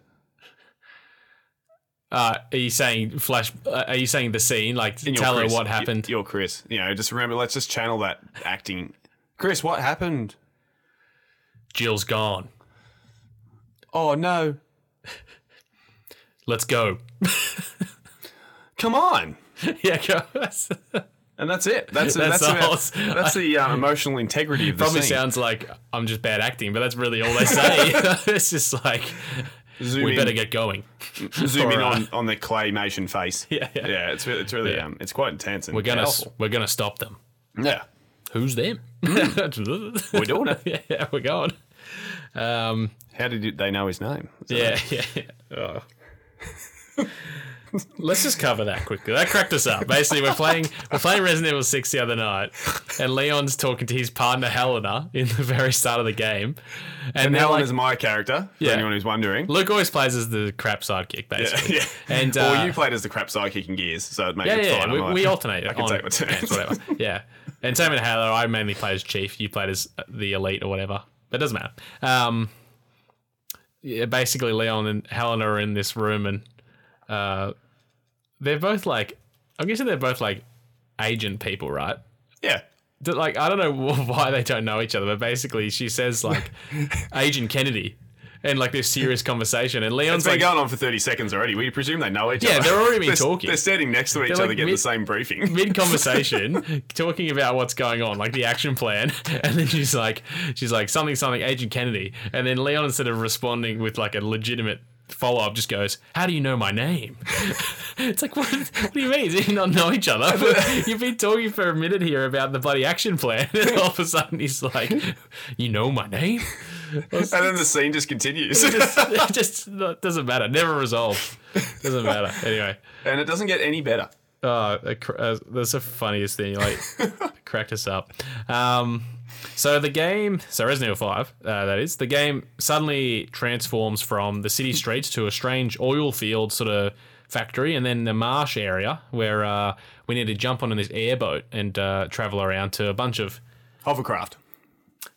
[SPEAKER 1] Uh, are you saying flash? Uh, are you saying the scene? Like
[SPEAKER 2] You're
[SPEAKER 1] tell
[SPEAKER 2] Chris.
[SPEAKER 1] her what
[SPEAKER 2] Y-
[SPEAKER 1] happened.
[SPEAKER 2] You're Chris. You know, just remember. Let's just channel that acting. Chris, what happened?
[SPEAKER 1] Jill's gone.
[SPEAKER 2] Oh no!
[SPEAKER 1] Let's go.
[SPEAKER 2] Come on!
[SPEAKER 1] yeah, go. That's-
[SPEAKER 2] And that's it. That's
[SPEAKER 1] That's
[SPEAKER 2] that's,
[SPEAKER 1] the
[SPEAKER 2] about- that's,
[SPEAKER 1] whole-
[SPEAKER 2] the um, emotional integrity of the
[SPEAKER 1] probably
[SPEAKER 2] scene.
[SPEAKER 1] sounds like I'm just bad acting, but that's really all they say. it's just like
[SPEAKER 2] zoom
[SPEAKER 1] we
[SPEAKER 2] in,
[SPEAKER 1] better get going.
[SPEAKER 2] zoom in
[SPEAKER 1] or, uh,
[SPEAKER 2] on, on the claymation face.
[SPEAKER 1] Yeah, yeah.
[SPEAKER 2] It's really, it's really
[SPEAKER 1] Yeah.
[SPEAKER 2] um, it's quite intense. And
[SPEAKER 1] We're gonna
[SPEAKER 2] powerful.
[SPEAKER 1] we're gonna stop them.
[SPEAKER 2] yeah.
[SPEAKER 1] Who's them? we're
[SPEAKER 2] doing
[SPEAKER 1] it. yeah, we're going. Um,
[SPEAKER 2] How did you, they know his name? Is that-
[SPEAKER 1] yeah, yeah. yeah. Oh. Let's just cover that quickly. That cracked us up. Basically, we're playing we're playing Resident Evil Six the other night, and Leon's talking to his partner Helena in the very start of the game, and,
[SPEAKER 2] And
[SPEAKER 1] they're
[SPEAKER 2] Helen
[SPEAKER 1] like,
[SPEAKER 2] is my character. For
[SPEAKER 1] Yeah.
[SPEAKER 2] anyone who's wondering.
[SPEAKER 1] Luke always plays as the crap sidekick, basically.
[SPEAKER 2] yeah.
[SPEAKER 1] And uh,
[SPEAKER 2] well, you played as the crap sidekick in Gears, so it makes
[SPEAKER 1] yeah,
[SPEAKER 2] it
[SPEAKER 1] yeah,
[SPEAKER 2] fine.
[SPEAKER 1] we,
[SPEAKER 2] I'm like-
[SPEAKER 1] we alternate. I
[SPEAKER 2] can take my turn.
[SPEAKER 1] whatever. yeah. And same in Halo. I mainly played as Chief. You played as uh, the Elite or whatever. But it doesn't matter. Um, yeah, basically, Leon and Helena are in this room, and uh, they're both like, I'm guessing they're both like agent people, right?
[SPEAKER 2] yeah.
[SPEAKER 1] that, like I don't know wh- why they don't know each other, but basically she says like Agent Kennedy, and like this serious conversation, and Leon's
[SPEAKER 2] It's been
[SPEAKER 1] like,
[SPEAKER 2] going on for 30 seconds already. We presume they know each
[SPEAKER 1] Yeah,
[SPEAKER 2] other.
[SPEAKER 1] they're already been
[SPEAKER 2] They're s-
[SPEAKER 1] talking.
[SPEAKER 2] They're standing next to each
[SPEAKER 1] They're
[SPEAKER 2] other
[SPEAKER 1] like
[SPEAKER 2] getting
[SPEAKER 1] mid-
[SPEAKER 2] the same briefing.
[SPEAKER 1] mid conversation talking about what's going on, like the action plan, and then she's like, she's like something something Agent Kennedy, and then Leon instead of responding with like a legitimate follow up, just goes, "How do you know my name?" it's like, what, what do you mean? Do you not know each other? You've been talking for a minute here about the bloody action plan, and all of a sudden he's like, "You know my name."
[SPEAKER 2] and then the scene just continues.
[SPEAKER 1] It just, it just not- doesn't matter. Never resolved. Doesn't matter. Anyway,
[SPEAKER 2] and it doesn't get any better.
[SPEAKER 1] uh, it cr- uh, that's the funniest thing. Like, cracked us up. Um, so the game, so Resident Evil Five, uh, that is the game, suddenly transforms from the city streets to a strange oil field sort of factory, and then the marsh area where uh, we need to jump on this airboat and uh, travel around to a bunch of
[SPEAKER 2] Hovercraft.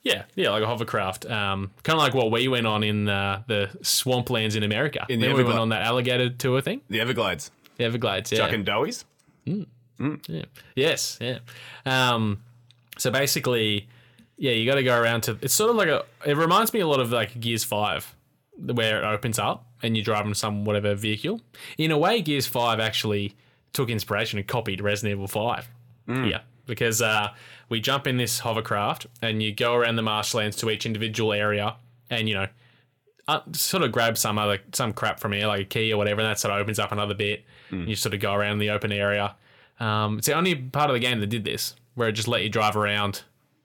[SPEAKER 1] yeah, yeah, like a hovercraft. Um, kind of like what we went on in uh, the swamplands in America.
[SPEAKER 2] the
[SPEAKER 1] then we went
[SPEAKER 2] Everglades.
[SPEAKER 1] on that alligator tour thing,
[SPEAKER 2] The Everglades.
[SPEAKER 1] the Everglades. Yeah,
[SPEAKER 2] Duck and Dowies.
[SPEAKER 1] yeah. yes, yeah. Um, so basically, yeah, you got to go around to. It's sort of like a. It reminds me a lot of like Gears Five, where it opens up and you're driving some whatever vehicle. In a way, Gears Five actually took inspiration and copied Resident Evil Five. Yeah, because uh, we jump in this hovercraft and you go around the marshlands to each individual area, and you know. Uh, sort of grab some other some crap from here, like a key or whatever, and that sort of opens up another bit. You sort of go around the open area. Um, it's the only part of the game that did this, where it just let you drive around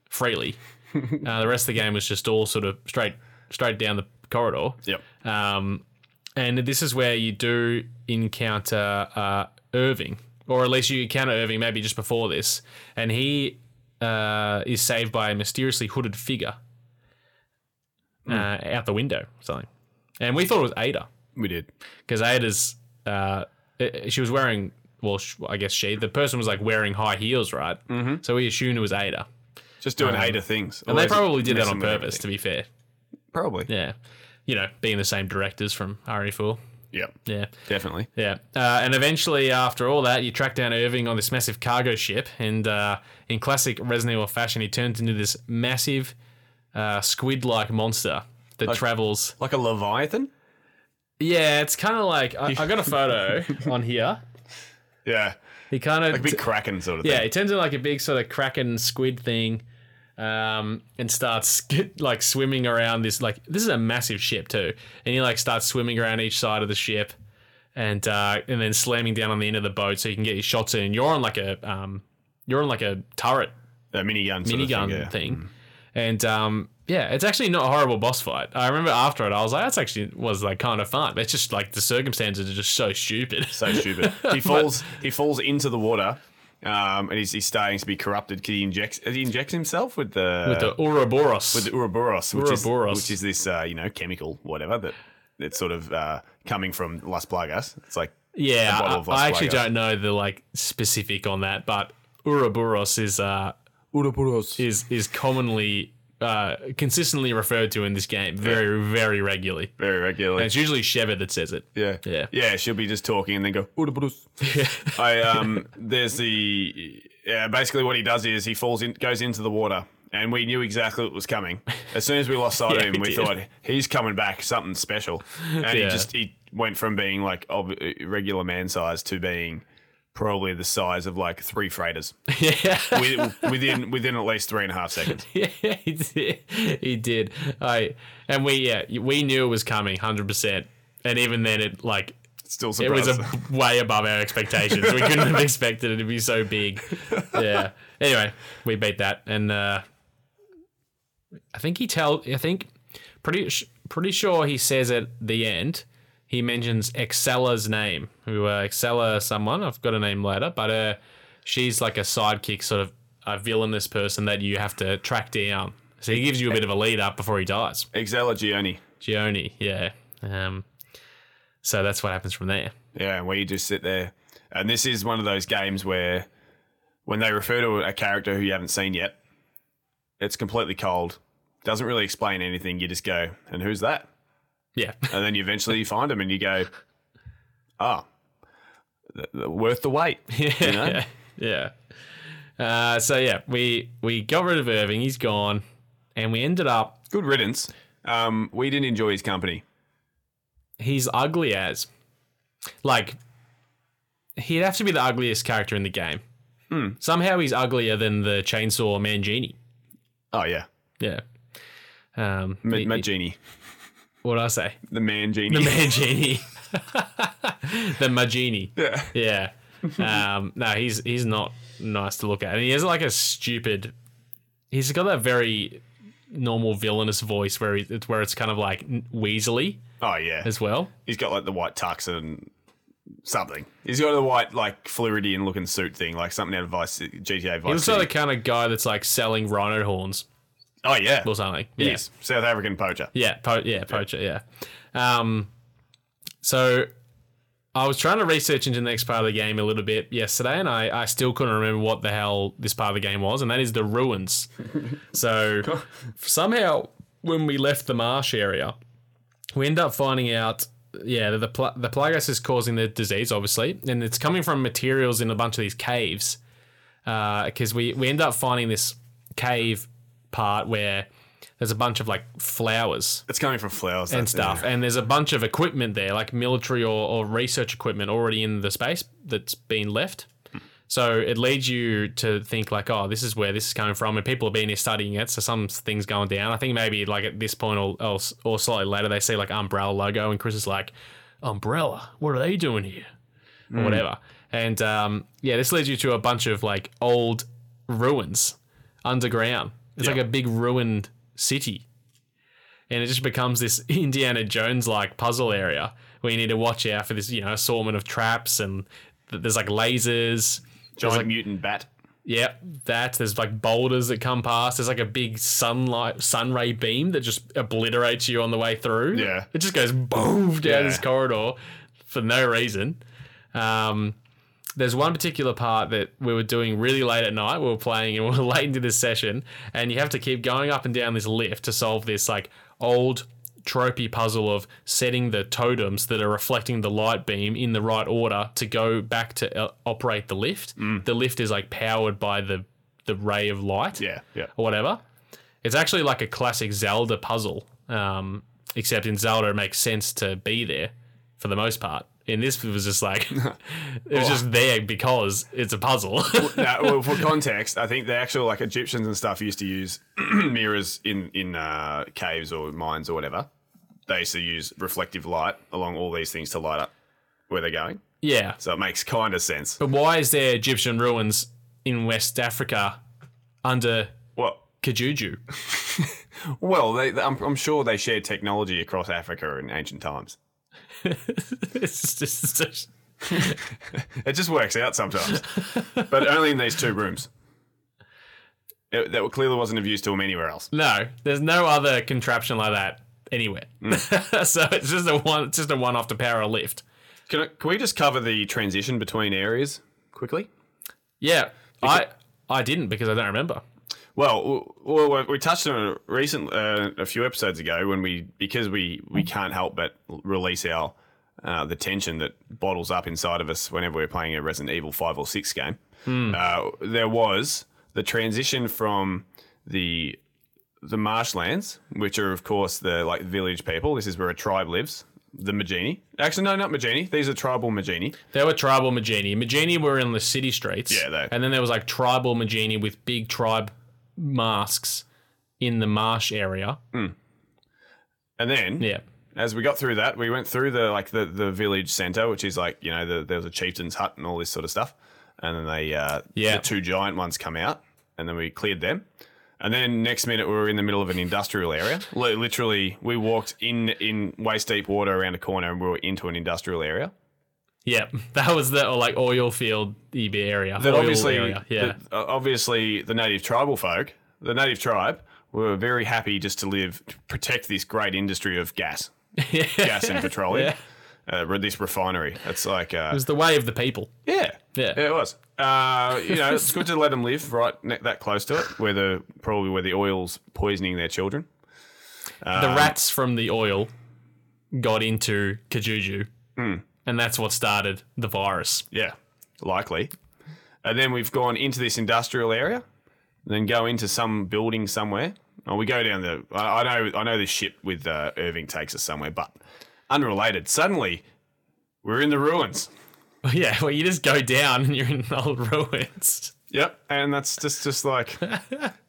[SPEAKER 1] freely. Uh, the rest of the game was just all sort of straight straight down the corridor.
[SPEAKER 2] Yep.
[SPEAKER 1] Um, and this is where you do encounter uh, Irving, or at least you encounter Irving maybe just before this, and he uh, is saved by a mysteriously hooded figure uh, out the window, or something. And we thought it was Ada
[SPEAKER 2] We did.
[SPEAKER 1] because Ada's uh, eh, she was wearing well, sh- I guess she the person was like wearing high heels, right? Mm-hmm. So we assumed it was Ada,
[SPEAKER 2] Just doing hater things.
[SPEAKER 1] Um, and they probably did that on purpose. To be fair,
[SPEAKER 2] Probably.
[SPEAKER 1] yeah, you know, being the same directors from RE4,
[SPEAKER 2] Yep.
[SPEAKER 1] yeah.
[SPEAKER 2] Definitely.
[SPEAKER 1] Yeah, uh, and eventually, after all that, you track down Irving on this massive cargo ship, and uh, in classic Resident Evil fashion, he turns into this massive uh, squid-like monster that travels.
[SPEAKER 2] Like a Leviathan?
[SPEAKER 1] Yeah, it's kind of like I, I got a photo on here.
[SPEAKER 2] Yeah.
[SPEAKER 1] He kind of
[SPEAKER 2] Like a big kraken sort of
[SPEAKER 1] Yeah,
[SPEAKER 2] thing.
[SPEAKER 1] it turns into like a big sort of kraken squid thing, um, and starts like swimming around this like this is a massive ship too, and he like starts swimming around each side of the ship, and uh, and then slamming down on the end of the boat so you can get your shots in. You're on like a um, you're on like a turret
[SPEAKER 2] A minigun sort of
[SPEAKER 1] minigun
[SPEAKER 2] thing. yeah. Hmm.
[SPEAKER 1] thing, and um, yeah, it's actually not a horrible boss fight. I remember after it, I was like, that's actually was like kind of fun. It's just like the circumstances are just so stupid.
[SPEAKER 2] So stupid. He falls he falls into the water. Um, and he's, he's starting to be corrupted because he injects he injects himself with the
[SPEAKER 1] With the Ouroboros.
[SPEAKER 2] uh, the Ouroboros, which
[SPEAKER 1] Ouroboros.
[SPEAKER 2] is which is this uh, you know chemical whatever that that's sort of uh, coming from Las Plagas. It's like
[SPEAKER 1] Yeah,
[SPEAKER 2] a bottle
[SPEAKER 1] I,
[SPEAKER 2] of
[SPEAKER 1] I
[SPEAKER 2] Las
[SPEAKER 1] actually
[SPEAKER 2] Plagas.
[SPEAKER 1] don't know the like specific on that, but Ouroboros is uh
[SPEAKER 2] Ouroboros.
[SPEAKER 1] is is commonly uh consistently referred to in this game very very regularly.
[SPEAKER 2] very regularly.
[SPEAKER 1] And it's usually Sheva that says it.
[SPEAKER 2] yeah,
[SPEAKER 1] Yeah.
[SPEAKER 2] yeah. She'll be just talking and then go Ouroboros. I um, there's the yeah, basically what he does is he falls in, goes into the water and we knew exactly what was coming. As soon as we lost sight
[SPEAKER 1] Yeah,
[SPEAKER 2] of him,
[SPEAKER 1] we
[SPEAKER 2] we
[SPEAKER 1] did.
[SPEAKER 2] thought he's coming back, something special. And he
[SPEAKER 1] Yeah.
[SPEAKER 2] just he went from being like ob- regular man size to being probably the size of like three freighters
[SPEAKER 1] yeah.
[SPEAKER 2] Wi- within within at least three and a half seconds.
[SPEAKER 1] yeah, he did. He did. I and we yeah we knew it was coming, hundred percent. And even then, it like
[SPEAKER 2] Still
[SPEAKER 1] it
[SPEAKER 2] surprised.
[SPEAKER 1] was a, way above our expectations. we couldn't have expected it to be so big. Yeah. Anyway, we beat that, and uh, I think he tell. I think pretty sh- pretty sure he says at the end. He mentions Excella's name, who uh, Excella someone I've got a name later, but uh, she's like a sidekick, sort of a villainous person that you have to track down. So he gives you a bit of a lead up before he dies.
[SPEAKER 2] Exela Gioni.
[SPEAKER 1] Gioni, yeah. Um, so that's what happens from there.
[SPEAKER 2] Yeah, where you just sit there. And this is one of those games where when they refer to a character who you haven't seen yet, it's completely cold. Doesn't really explain anything. You just go, and who's that?
[SPEAKER 1] Yeah.
[SPEAKER 2] And then you eventually you find him and you go, ah, th- th- worth the wait.
[SPEAKER 1] Yeah,
[SPEAKER 2] You know?
[SPEAKER 1] yeah. Uh, so yeah, we we got rid of Irving. He's gone, and we ended up.
[SPEAKER 2] Good riddance. Um, we didn't enjoy his company.
[SPEAKER 1] He's ugly as, like, he'd have to be the ugliest character in the game.
[SPEAKER 2] Hmm.
[SPEAKER 1] Somehow he's uglier than the Chainsaw Man genie.
[SPEAKER 2] Oh, yeah.
[SPEAKER 1] Yeah. Um,
[SPEAKER 2] Ma-
[SPEAKER 1] he-
[SPEAKER 2] Ma-
[SPEAKER 1] he-
[SPEAKER 2] genie.
[SPEAKER 1] what did I say?
[SPEAKER 2] The man genie.
[SPEAKER 1] The Man genie. the Magini.
[SPEAKER 2] yeah.
[SPEAKER 1] Yeah. Um, no, he's he's not nice to look at, and he has like a stupid. He's got that very normal villainous voice where he, it's where it's kind of like weaselly
[SPEAKER 2] Oh, yeah.
[SPEAKER 1] as well.
[SPEAKER 2] He's got like the white tux and something. He's got the white, like, Floridian looking suit thing, like something out of Vice GTA Vice
[SPEAKER 1] He's also
[SPEAKER 2] City.
[SPEAKER 1] the kind of guy that's like selling rhino horns
[SPEAKER 2] Oh yeah,
[SPEAKER 1] or something. Yeah.
[SPEAKER 2] yes, South African poacher.
[SPEAKER 1] Yeah, po- yeah, poacher, yeah. Um, so I was trying to research into the next part of the game a little bit yesterday, and I, I still couldn't remember what the hell this part of the game was, and that is the ruins. so somehow, when we left the marsh area, we end up finding out. Yeah, that the pl- the plagas is causing the disease, obviously, and it's coming from materials in a bunch of these caves. Because we we end up finding this cave part where there's a bunch of like flowers
[SPEAKER 2] It's coming from flowers
[SPEAKER 1] and stuff. And there's a bunch of equipment there, like military or, or research equipment already in the space that's been left. So it leads you to think like, oh, this is where this is coming from, and people have been here studying it. So some things going down. I think maybe like at this point or or, or slightly later, they see like umbrella logo, and Chris is like, umbrella, what are they doing here, or whatever. And um, yeah, this leads you to a bunch of like old ruins underground. It's
[SPEAKER 2] Yeah.
[SPEAKER 1] like a big ruined city and it just becomes this Indiana Jones like puzzle area where you need to watch out for this, you know, assortment of traps and th- there's like lasers.
[SPEAKER 2] Giant
[SPEAKER 1] There's like,
[SPEAKER 2] mutant bat.
[SPEAKER 1] yeah, that. There's like boulders that come past. There's like a big sunlight, sun ray beam that just obliterates you on the way through.
[SPEAKER 2] Yeah.
[SPEAKER 1] It just goes boom down
[SPEAKER 2] Yeah.
[SPEAKER 1] this corridor for no reason. Um, there's one particular part that we were doing really late at night. We were playing and we were late into this session, and you have to keep going up and down this lift to solve this like old tropey puzzle of setting the totems that are reflecting the light beam in the right order to go back to uh, operate the lift. The lift is like powered by the the ray of light
[SPEAKER 2] Yeah, yeah.
[SPEAKER 1] or whatever. It's actually like a classic Zelda puzzle, um, except in Zelda it makes sense to be there for the most part. In this, it was just like it was just there because it's a puzzle.
[SPEAKER 2] now, well, for context, I think the actual like Egyptians and stuff used to use mirrors in in uh, caves or mines or whatever. They used to use reflective light along all these things to light up where they're going.
[SPEAKER 1] yeah,
[SPEAKER 2] So it makes kind of sense.
[SPEAKER 1] but why is there Egyptian ruins in West Africa under
[SPEAKER 2] Well,
[SPEAKER 1] Kajuju?
[SPEAKER 2] well, they, I'm, I'm sure they shared technology across Africa in ancient times.
[SPEAKER 1] it's just it's
[SPEAKER 2] It just works out sometimes, but only in these two rooms. It, that clearly wasn't of use to them anywhere else.
[SPEAKER 1] No, there's no other contraption like that anywhere. so it's just a one, it's just a one-off to power a lift.
[SPEAKER 2] Can, I, can we just cover the transition between areas quickly?
[SPEAKER 1] Yeah, I I didn't because I don't remember.
[SPEAKER 2] Well, w- well, we- we touched on it recent uh, a few episodes ago when we because we we can't help but release our uh, the tension that bottles up inside of us whenever we're playing a Resident Evil five or six game. Uh, there was the transition from the the marshlands, which are of course the like village people. This is where a tribe lives. The Magini. Actually, no, not Magini. These are tribal Magini.
[SPEAKER 1] There were tribal Magini. Magini were in the city streets.
[SPEAKER 2] Yeah, they-
[SPEAKER 1] And then there was like tribal Magini with big tribe masks in the marsh area.
[SPEAKER 2] Mm. And then
[SPEAKER 1] Yeah.
[SPEAKER 2] as we got through that, we went through the like the, the village center, which is like you know the, there was a chieftain's hut and all this sort of stuff, and then they uh,
[SPEAKER 1] Yeah.
[SPEAKER 2] the two giant ones come out, and then we cleared them, and then next minute we were in the middle of an industrial area. Li- Literally, we walked in in waist deep water around a corner, and we were into an industrial area.
[SPEAKER 1] Yeah. That was the or like oil field EB area.
[SPEAKER 2] That
[SPEAKER 1] Oil
[SPEAKER 2] obviously,
[SPEAKER 1] area. Yeah.
[SPEAKER 2] that, uh, obviously the native tribal folk, the native tribe, were very happy just to live to protect this great industry of gas, gas and petroleum. Uh, re- this refinery. It's like uh,
[SPEAKER 1] it was the way of the people.
[SPEAKER 2] Yeah.
[SPEAKER 1] Yeah.
[SPEAKER 2] it was. Uh, you know, it's good to let them live right ne- that close to it, where the probably where the oil's poisoning their children. Um,
[SPEAKER 1] the rats from the oil got into Kajuju.
[SPEAKER 2] Hmm.
[SPEAKER 1] And that's what started the virus.
[SPEAKER 2] Yeah, likely. And then we've gone into this industrial area, then go into some building somewhere. Oh, we go down the. I, I know. I know this ship with uh, Irving takes us somewhere, but unrelated. Suddenly, we're in the ruins.
[SPEAKER 1] Yeah, well, you just go down and you're in old ruins.
[SPEAKER 2] Yep, and that's just just like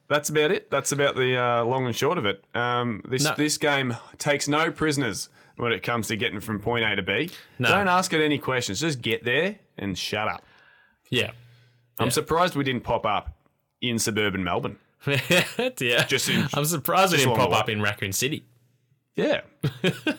[SPEAKER 2] that's about it. That's about the uh, long and short of it. Um, this
[SPEAKER 1] No.
[SPEAKER 2] this game takes no prisoners when it comes to getting from point A to B.
[SPEAKER 1] No.
[SPEAKER 2] Don't ask it any questions. Just get there and shut up.
[SPEAKER 1] Yeah.
[SPEAKER 2] I'm surprised we didn't pop up in suburban Melbourne.
[SPEAKER 1] yeah.
[SPEAKER 2] Just in-
[SPEAKER 1] I'm surprised it didn't
[SPEAKER 2] along the
[SPEAKER 1] pop
[SPEAKER 2] way.
[SPEAKER 1] up in Raccoon City.
[SPEAKER 2] Yeah,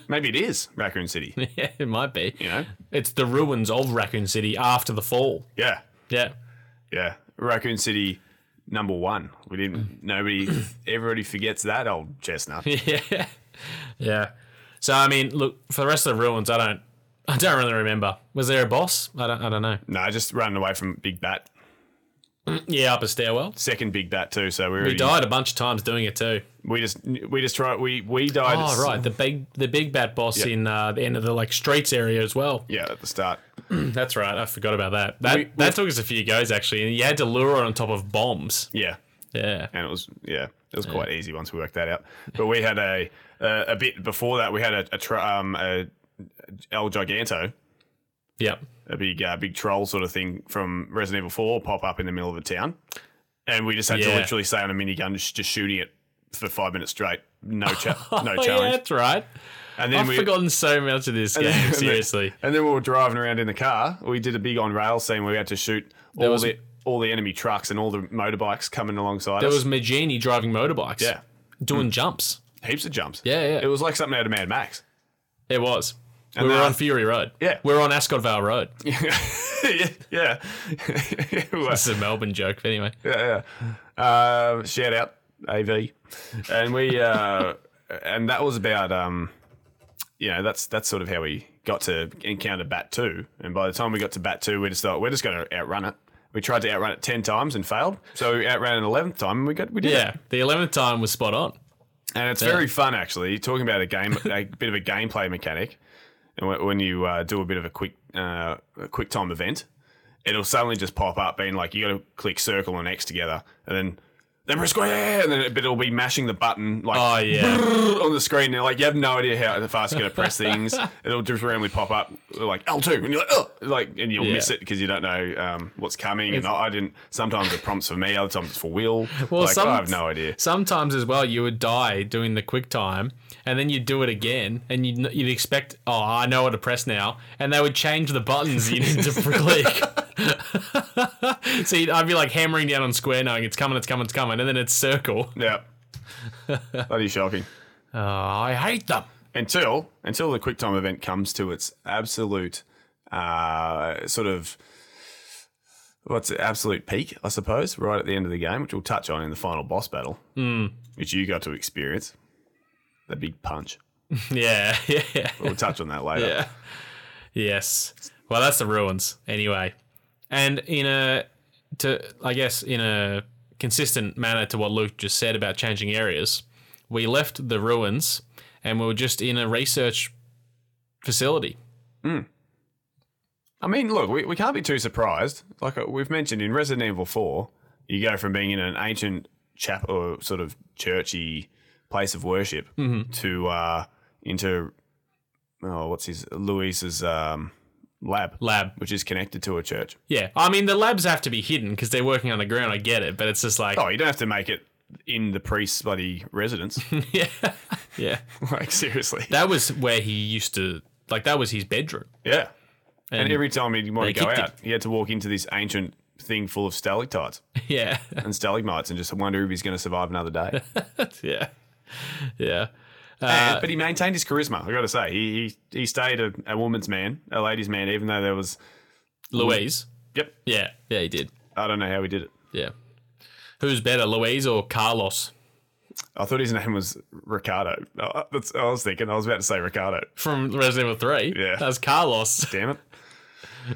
[SPEAKER 2] maybe it is Raccoon City.
[SPEAKER 1] Yeah, it might be.
[SPEAKER 2] You know?
[SPEAKER 1] It's the ruins of Raccoon City after the fall.
[SPEAKER 2] Yeah,
[SPEAKER 1] Yeah.
[SPEAKER 2] yeah, Raccoon City number one. We didn't. Nobody. Everybody forgets that old chestnut.
[SPEAKER 1] Yeah. Yeah. So I mean, look, for the rest of the ruins, I don't I don't really remember. Was there a boss? I don't I don't know.
[SPEAKER 2] No, just running away from Big Bat.
[SPEAKER 1] Yeah, up a stairwell.
[SPEAKER 2] Second Big Bat too. So we
[SPEAKER 1] We
[SPEAKER 2] already-
[SPEAKER 1] died a bunch of times doing it too.
[SPEAKER 2] We just we just try we we died. at s-
[SPEAKER 1] Oh right, the big the big bad boss in uh, the end of the like streets area as well.
[SPEAKER 2] Yeah, at the start.
[SPEAKER 1] That's right, I forgot about that. That
[SPEAKER 2] We- we-
[SPEAKER 1] that took us a few goes actually, and you had to lure it on top of bombs.
[SPEAKER 2] Yeah,
[SPEAKER 1] Yeah,
[SPEAKER 2] and it was yeah, it was quite easy once we worked that out. But we had a uh, a bit before that. We had a, a tr- um a El Giganto,
[SPEAKER 1] yep.
[SPEAKER 2] a big uh, big troll sort of thing from Resident Evil Four, pop up in the middle of a town, and we just had to
[SPEAKER 1] Yeah.
[SPEAKER 2] literally stay on a minigun, just, just shooting it for five minutes straight. No, cha- no
[SPEAKER 1] Oh, yeah,
[SPEAKER 2] challenge.
[SPEAKER 1] that's right.
[SPEAKER 2] And then
[SPEAKER 1] I've
[SPEAKER 2] we
[SPEAKER 1] forgotten so much of this
[SPEAKER 2] then-
[SPEAKER 1] game.
[SPEAKER 2] and then-
[SPEAKER 1] Seriously,
[SPEAKER 2] And then we were driving around in the car. We did a big on rail scene where we had to shoot all
[SPEAKER 1] was-
[SPEAKER 2] the all the enemy trucks and all the motorbikes coming alongside
[SPEAKER 1] there
[SPEAKER 2] us.
[SPEAKER 1] was Magini driving motorbikes.
[SPEAKER 2] yeah, Hmm.
[SPEAKER 1] doing jumps.
[SPEAKER 2] heaps of jumps.
[SPEAKER 1] Yeah, yeah.
[SPEAKER 2] It was like something out of Mad Max.
[SPEAKER 1] It was. we were
[SPEAKER 2] then-
[SPEAKER 1] on Fury Road.
[SPEAKER 2] Yeah.
[SPEAKER 1] we were on Ascot Vale Road.
[SPEAKER 2] yeah, yeah, yeah.
[SPEAKER 1] This is a Melbourne joke, but anyway.
[SPEAKER 2] yeah. Uh, shout out AV, and we uh, and that was about um, you know that's that's sort of how we got to encounter Bat Two, and by the time we got to Bat Two, we just thought we're just going to outrun it. We tried to outrun it ten times and failed, so we outran it an eleventh time, and we got we did it.
[SPEAKER 1] Yeah, the eleventh time was spot on.
[SPEAKER 2] And it's very fun, actually, talking about a game, a bit of a gameplay mechanic. And when- when you uh, do a bit of a quick, uh, a quick time event, it'll suddenly just pop up, being like, you got to click circle and X together, and then then press square, and then it, but it'll be mashing the button like
[SPEAKER 1] Oh yeah,
[SPEAKER 2] on the screen. They're like, you have no idea how fast you're going to press things. It'll just randomly pop up like L two, and you're like, oh, like, and you'll
[SPEAKER 1] Yeah.
[SPEAKER 2] miss it because you don't know um, what's coming. and I, I didn't. Sometimes it prompts for me, other times it's for Will.
[SPEAKER 1] Well,
[SPEAKER 2] like,
[SPEAKER 1] some-
[SPEAKER 2] I have no idea.
[SPEAKER 1] sometimes as well you would die doing the quick time and then you'd do it again and you'd, you'd expect oh i know what to press now and they would change the buttons you need to click so you'd, i'd be like hammering down on square knowing it's coming it's coming it's coming and then it's circle
[SPEAKER 2] Yeah, bloody shocking.
[SPEAKER 1] oh, i hate them
[SPEAKER 2] until until the QuickTime event comes to its absolute uh, sort of what's it, absolute peak, I suppose, right at the end of the game, which we'll touch on in the final boss battle, which you got to experience. The big punch.
[SPEAKER 1] yeah yeah
[SPEAKER 2] We'll touch on that later.
[SPEAKER 1] Yeah. Yes. Well, that's the ruins anyway. And in a to I guess in a consistent manner to what Luke just said about changing areas, we left the ruins and we were just in a research facility.
[SPEAKER 2] I mean, look, we, we can't be too surprised. Like uh, we've mentioned in Resident Evil 4, you go from being in an ancient chap or sort of churchy place of worship
[SPEAKER 1] Mm-hmm.
[SPEAKER 2] to uh, into oh what's his Luis's um, lab,
[SPEAKER 1] Lab.
[SPEAKER 2] which is connected to a church.
[SPEAKER 1] Yeah. I mean, the labs have to be hidden because they're working underground. I get it, but it's just like,
[SPEAKER 2] Oh, you don't have to make it in the priest's bloody residence.
[SPEAKER 1] yeah, yeah.
[SPEAKER 2] like seriously,
[SPEAKER 1] That was where he used to like. That was his bedroom.
[SPEAKER 2] yeah. And,
[SPEAKER 1] And-
[SPEAKER 2] every time he wanted to
[SPEAKER 1] they
[SPEAKER 2] go
[SPEAKER 1] kicked
[SPEAKER 2] out, he had to walk into this ancient thing full of stalactites
[SPEAKER 1] Yeah,
[SPEAKER 2] and stalagmites, and just wonder if he's going to survive another day.
[SPEAKER 1] yeah, yeah. Uh,
[SPEAKER 2] And- Uh, but he maintained his charisma. I got to say, he he, he stayed a, a woman's man, a ladies' man, even though there was.
[SPEAKER 1] Louise.
[SPEAKER 2] Yep,
[SPEAKER 1] Yeah, yeah, he did.
[SPEAKER 2] I don't know how he did it.
[SPEAKER 1] Yeah. Who's better, Louise or Carlos
[SPEAKER 2] I thought his name was Ricardo. Oh, that's I was thinking. I was about to say Ricardo.
[SPEAKER 1] from Resident Evil Three?
[SPEAKER 2] Yeah.
[SPEAKER 1] that's Carlos,
[SPEAKER 2] Damn it,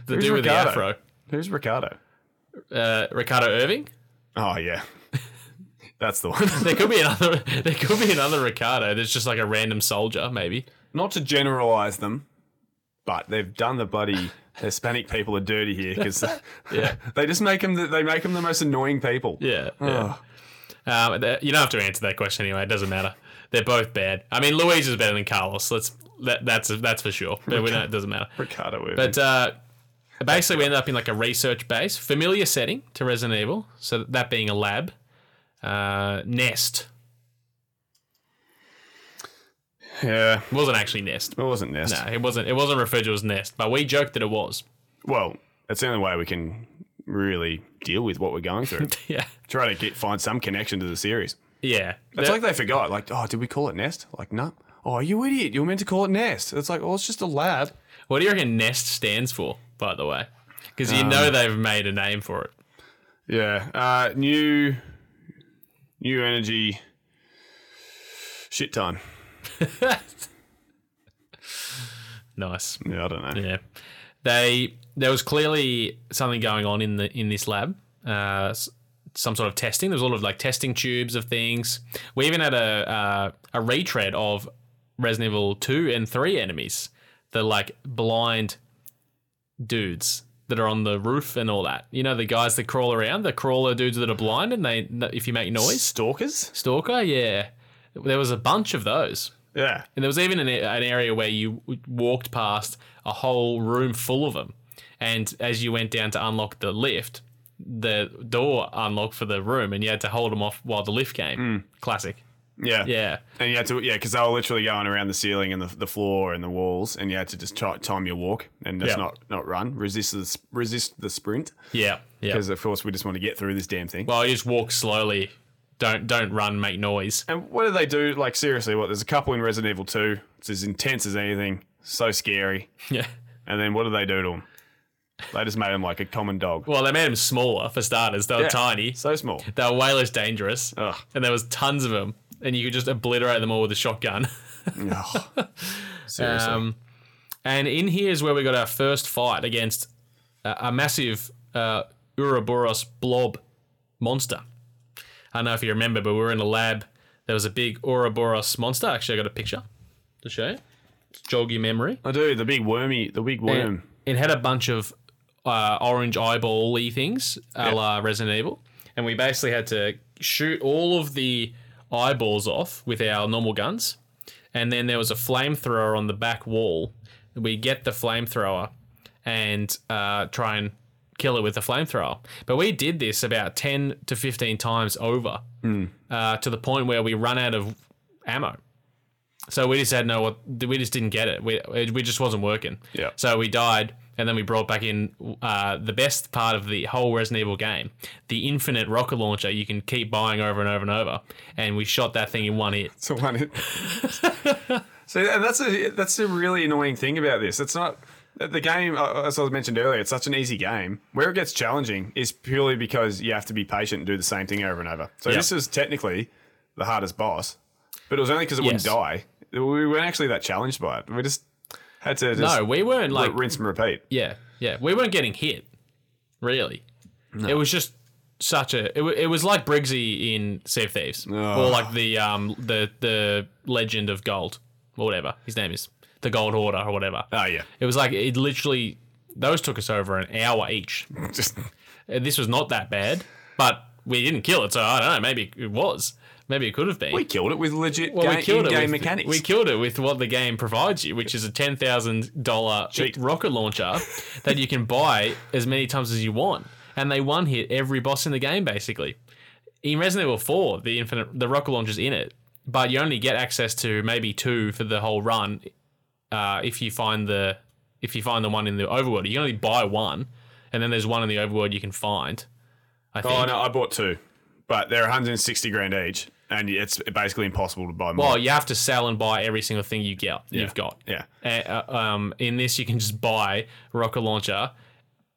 [SPEAKER 1] the
[SPEAKER 2] Who's
[SPEAKER 1] dude with the
[SPEAKER 2] Ricardo?
[SPEAKER 1] afro.
[SPEAKER 2] who's Ricardo?
[SPEAKER 1] Uh, Ricardo Irving.
[SPEAKER 2] Oh yeah, that's the one.
[SPEAKER 1] There could be another. There could be another Ricardo. That's just like a random soldier, maybe.
[SPEAKER 2] Not to generalize them, but they've done the bloody Hispanic people are dirty here because
[SPEAKER 1] Yeah.
[SPEAKER 2] they just make them. The, they make them the most annoying people.
[SPEAKER 1] Yeah. yeah. Um, th- you don't have to answer that question anyway. It doesn't matter. They're both bad. I mean, Luis is better than Carlos. Let's that, that's that's for sure. But we don't, it doesn't matter.
[SPEAKER 2] Ricardo. Irving.
[SPEAKER 1] But uh, basically, we ended up in like a research base, familiar setting to Resident Evil. So that being a lab, uh, nest
[SPEAKER 2] yeah,
[SPEAKER 1] it wasn't actually nest.
[SPEAKER 2] it wasn't this.
[SPEAKER 1] No, it wasn't. It wasn't referred to as nest, but we joked that it was.
[SPEAKER 2] Well, that's the only way we can really deal with what we're going through.
[SPEAKER 1] Yeah,
[SPEAKER 2] Try to get find some connection to the series.
[SPEAKER 1] yeah.
[SPEAKER 2] It's
[SPEAKER 1] That-
[SPEAKER 2] like they forgot. Like, oh, did we call it Nest? Like, no. Oh, you idiot! You were meant to call it Nest. It's like, oh, it's just a lab.
[SPEAKER 1] what do you reckon nest stands for? By the way, because you know they've made a name for it.
[SPEAKER 2] Yeah. Uh, new, new energy. Shit time.
[SPEAKER 1] Nice.
[SPEAKER 2] Yeah, I don't know.
[SPEAKER 1] Yeah, they there was clearly something going on in the in this lab. Uh, s- some sort of testing. There was a lot of like testing tubes of things. We even had a uh, a retread of Resident Evil two and three enemies. The like blind dudes that are on the roof and all that. You know the guys that crawl around, the crawler dudes that are blind, and they if you make noise,
[SPEAKER 2] Stalkers.
[SPEAKER 1] stalker. Yeah, there was a bunch of those.
[SPEAKER 2] Yeah.
[SPEAKER 1] And there was even an, an area where you w- walked past a whole room full of them. And as you went down to unlock the lift, the door unlocked for the room and you had to hold them off while the lift came.
[SPEAKER 2] Hmm.
[SPEAKER 1] Classic.
[SPEAKER 2] Yeah.
[SPEAKER 1] Yeah.
[SPEAKER 2] And you had to, yeah, because they were literally going around the ceiling and the, the floor and the walls, and you had to just try, time your walk and just
[SPEAKER 1] Yeah.
[SPEAKER 2] not not run, resist the s- resist the sprint,
[SPEAKER 1] Yeah. Yeah.
[SPEAKER 2] because of course we just want to get through this damn thing.
[SPEAKER 1] Well, you just walk slowly. Don't don't run, make noise.
[SPEAKER 2] And what do they do? Like seriously, what? There's a couple in Resident Evil Two. It's as intense as anything. So scary.
[SPEAKER 1] Yeah.
[SPEAKER 2] And then what do they do to them? They just made him like a common dog.
[SPEAKER 1] Well, they made them smaller for starters. They were
[SPEAKER 2] Yeah.
[SPEAKER 1] tiny.
[SPEAKER 2] So small.
[SPEAKER 1] They were way less dangerous.
[SPEAKER 2] Ugh.
[SPEAKER 1] And there was tons of them. And you could just obliterate them all with a shotgun.
[SPEAKER 2] Ugh. Seriously.
[SPEAKER 1] Um, and in here is where we got our first fight against a, a massive uh, Uroboros blob monster. I don't know if you remember, but we were in a lab. There was a big Ouroboros monster. Actually, I got a picture to show you. Jog your memory.
[SPEAKER 2] I do the big wormy, the big worm.
[SPEAKER 1] It had a bunch of uh, orange eyeball-y things, a la Resident Evil. And we basically had to shoot all of the eyeballs off with our normal guns. And then there was a flamethrower on the back wall. We get the flamethrower and uh, try and kill it with the flamethrower. But we did this about 10 to 15 times over
[SPEAKER 2] Hmm.
[SPEAKER 1] uh, to the point where we run out of ammo. So we just had no what we just didn't get it. We it, we just wasn't working.
[SPEAKER 2] Yeah.
[SPEAKER 1] So we died, and then we brought back in uh, the best part of the whole Resident Evil game, the infinite rocket launcher. You can keep buying over and over and over, and we shot that thing in one hit.
[SPEAKER 2] It's the one. so and that's a that's a really annoying thing about this. It's not the game uh, as I mentioned earlier. It's such an easy game. Where it gets challenging is purely because you have to be patient and do the same thing over and over. So
[SPEAKER 1] Yeah.
[SPEAKER 2] this is technically the hardest boss, but it was only because it
[SPEAKER 1] Yes.
[SPEAKER 2] wouldn't die. We weren't actually that challenged by it. We just had to just
[SPEAKER 1] No, we weren't like
[SPEAKER 2] rinse and repeat.
[SPEAKER 1] yeah yeah we weren't getting hit, really. It was just such a it, wa- it was like Briggsy in Sea of Thieves or like the um the the Legend of Gold or whatever his name is the Gold Hoarder or whatever.
[SPEAKER 2] Oh yeah,
[SPEAKER 1] It was like it literally those took us over an hour each. Uh,
[SPEAKER 2] just
[SPEAKER 1] And This was not that bad, but we didn't kill it, so I don't know. Maybe it was. Maybe it could have been.
[SPEAKER 2] We killed it with legit
[SPEAKER 1] well,
[SPEAKER 2] game,
[SPEAKER 1] we killed it
[SPEAKER 2] in-game
[SPEAKER 1] with,
[SPEAKER 2] mechanics.
[SPEAKER 1] We killed it with what the game provides you, which is a ten thousand dollar
[SPEAKER 2] Cheap.
[SPEAKER 1] rocket launcher that you can buy as many times as you want, and they one hit every boss in the game basically. In Resident Evil Four, the infinite the rocket launcher's in it, but you only get access to maybe two for the whole run. Uh, if you find the if you find the one in the overworld, you can only buy one, and then there's one in the overworld you can find. I think.
[SPEAKER 2] oh no, I bought two, but they're 160 grand each, and it's basically impossible to buy more.
[SPEAKER 1] Well, Oh, you have to sell and buy every single thing you get. You've got.
[SPEAKER 2] yeah,
[SPEAKER 1] Uh, um, in this, you can just buy rocket launcher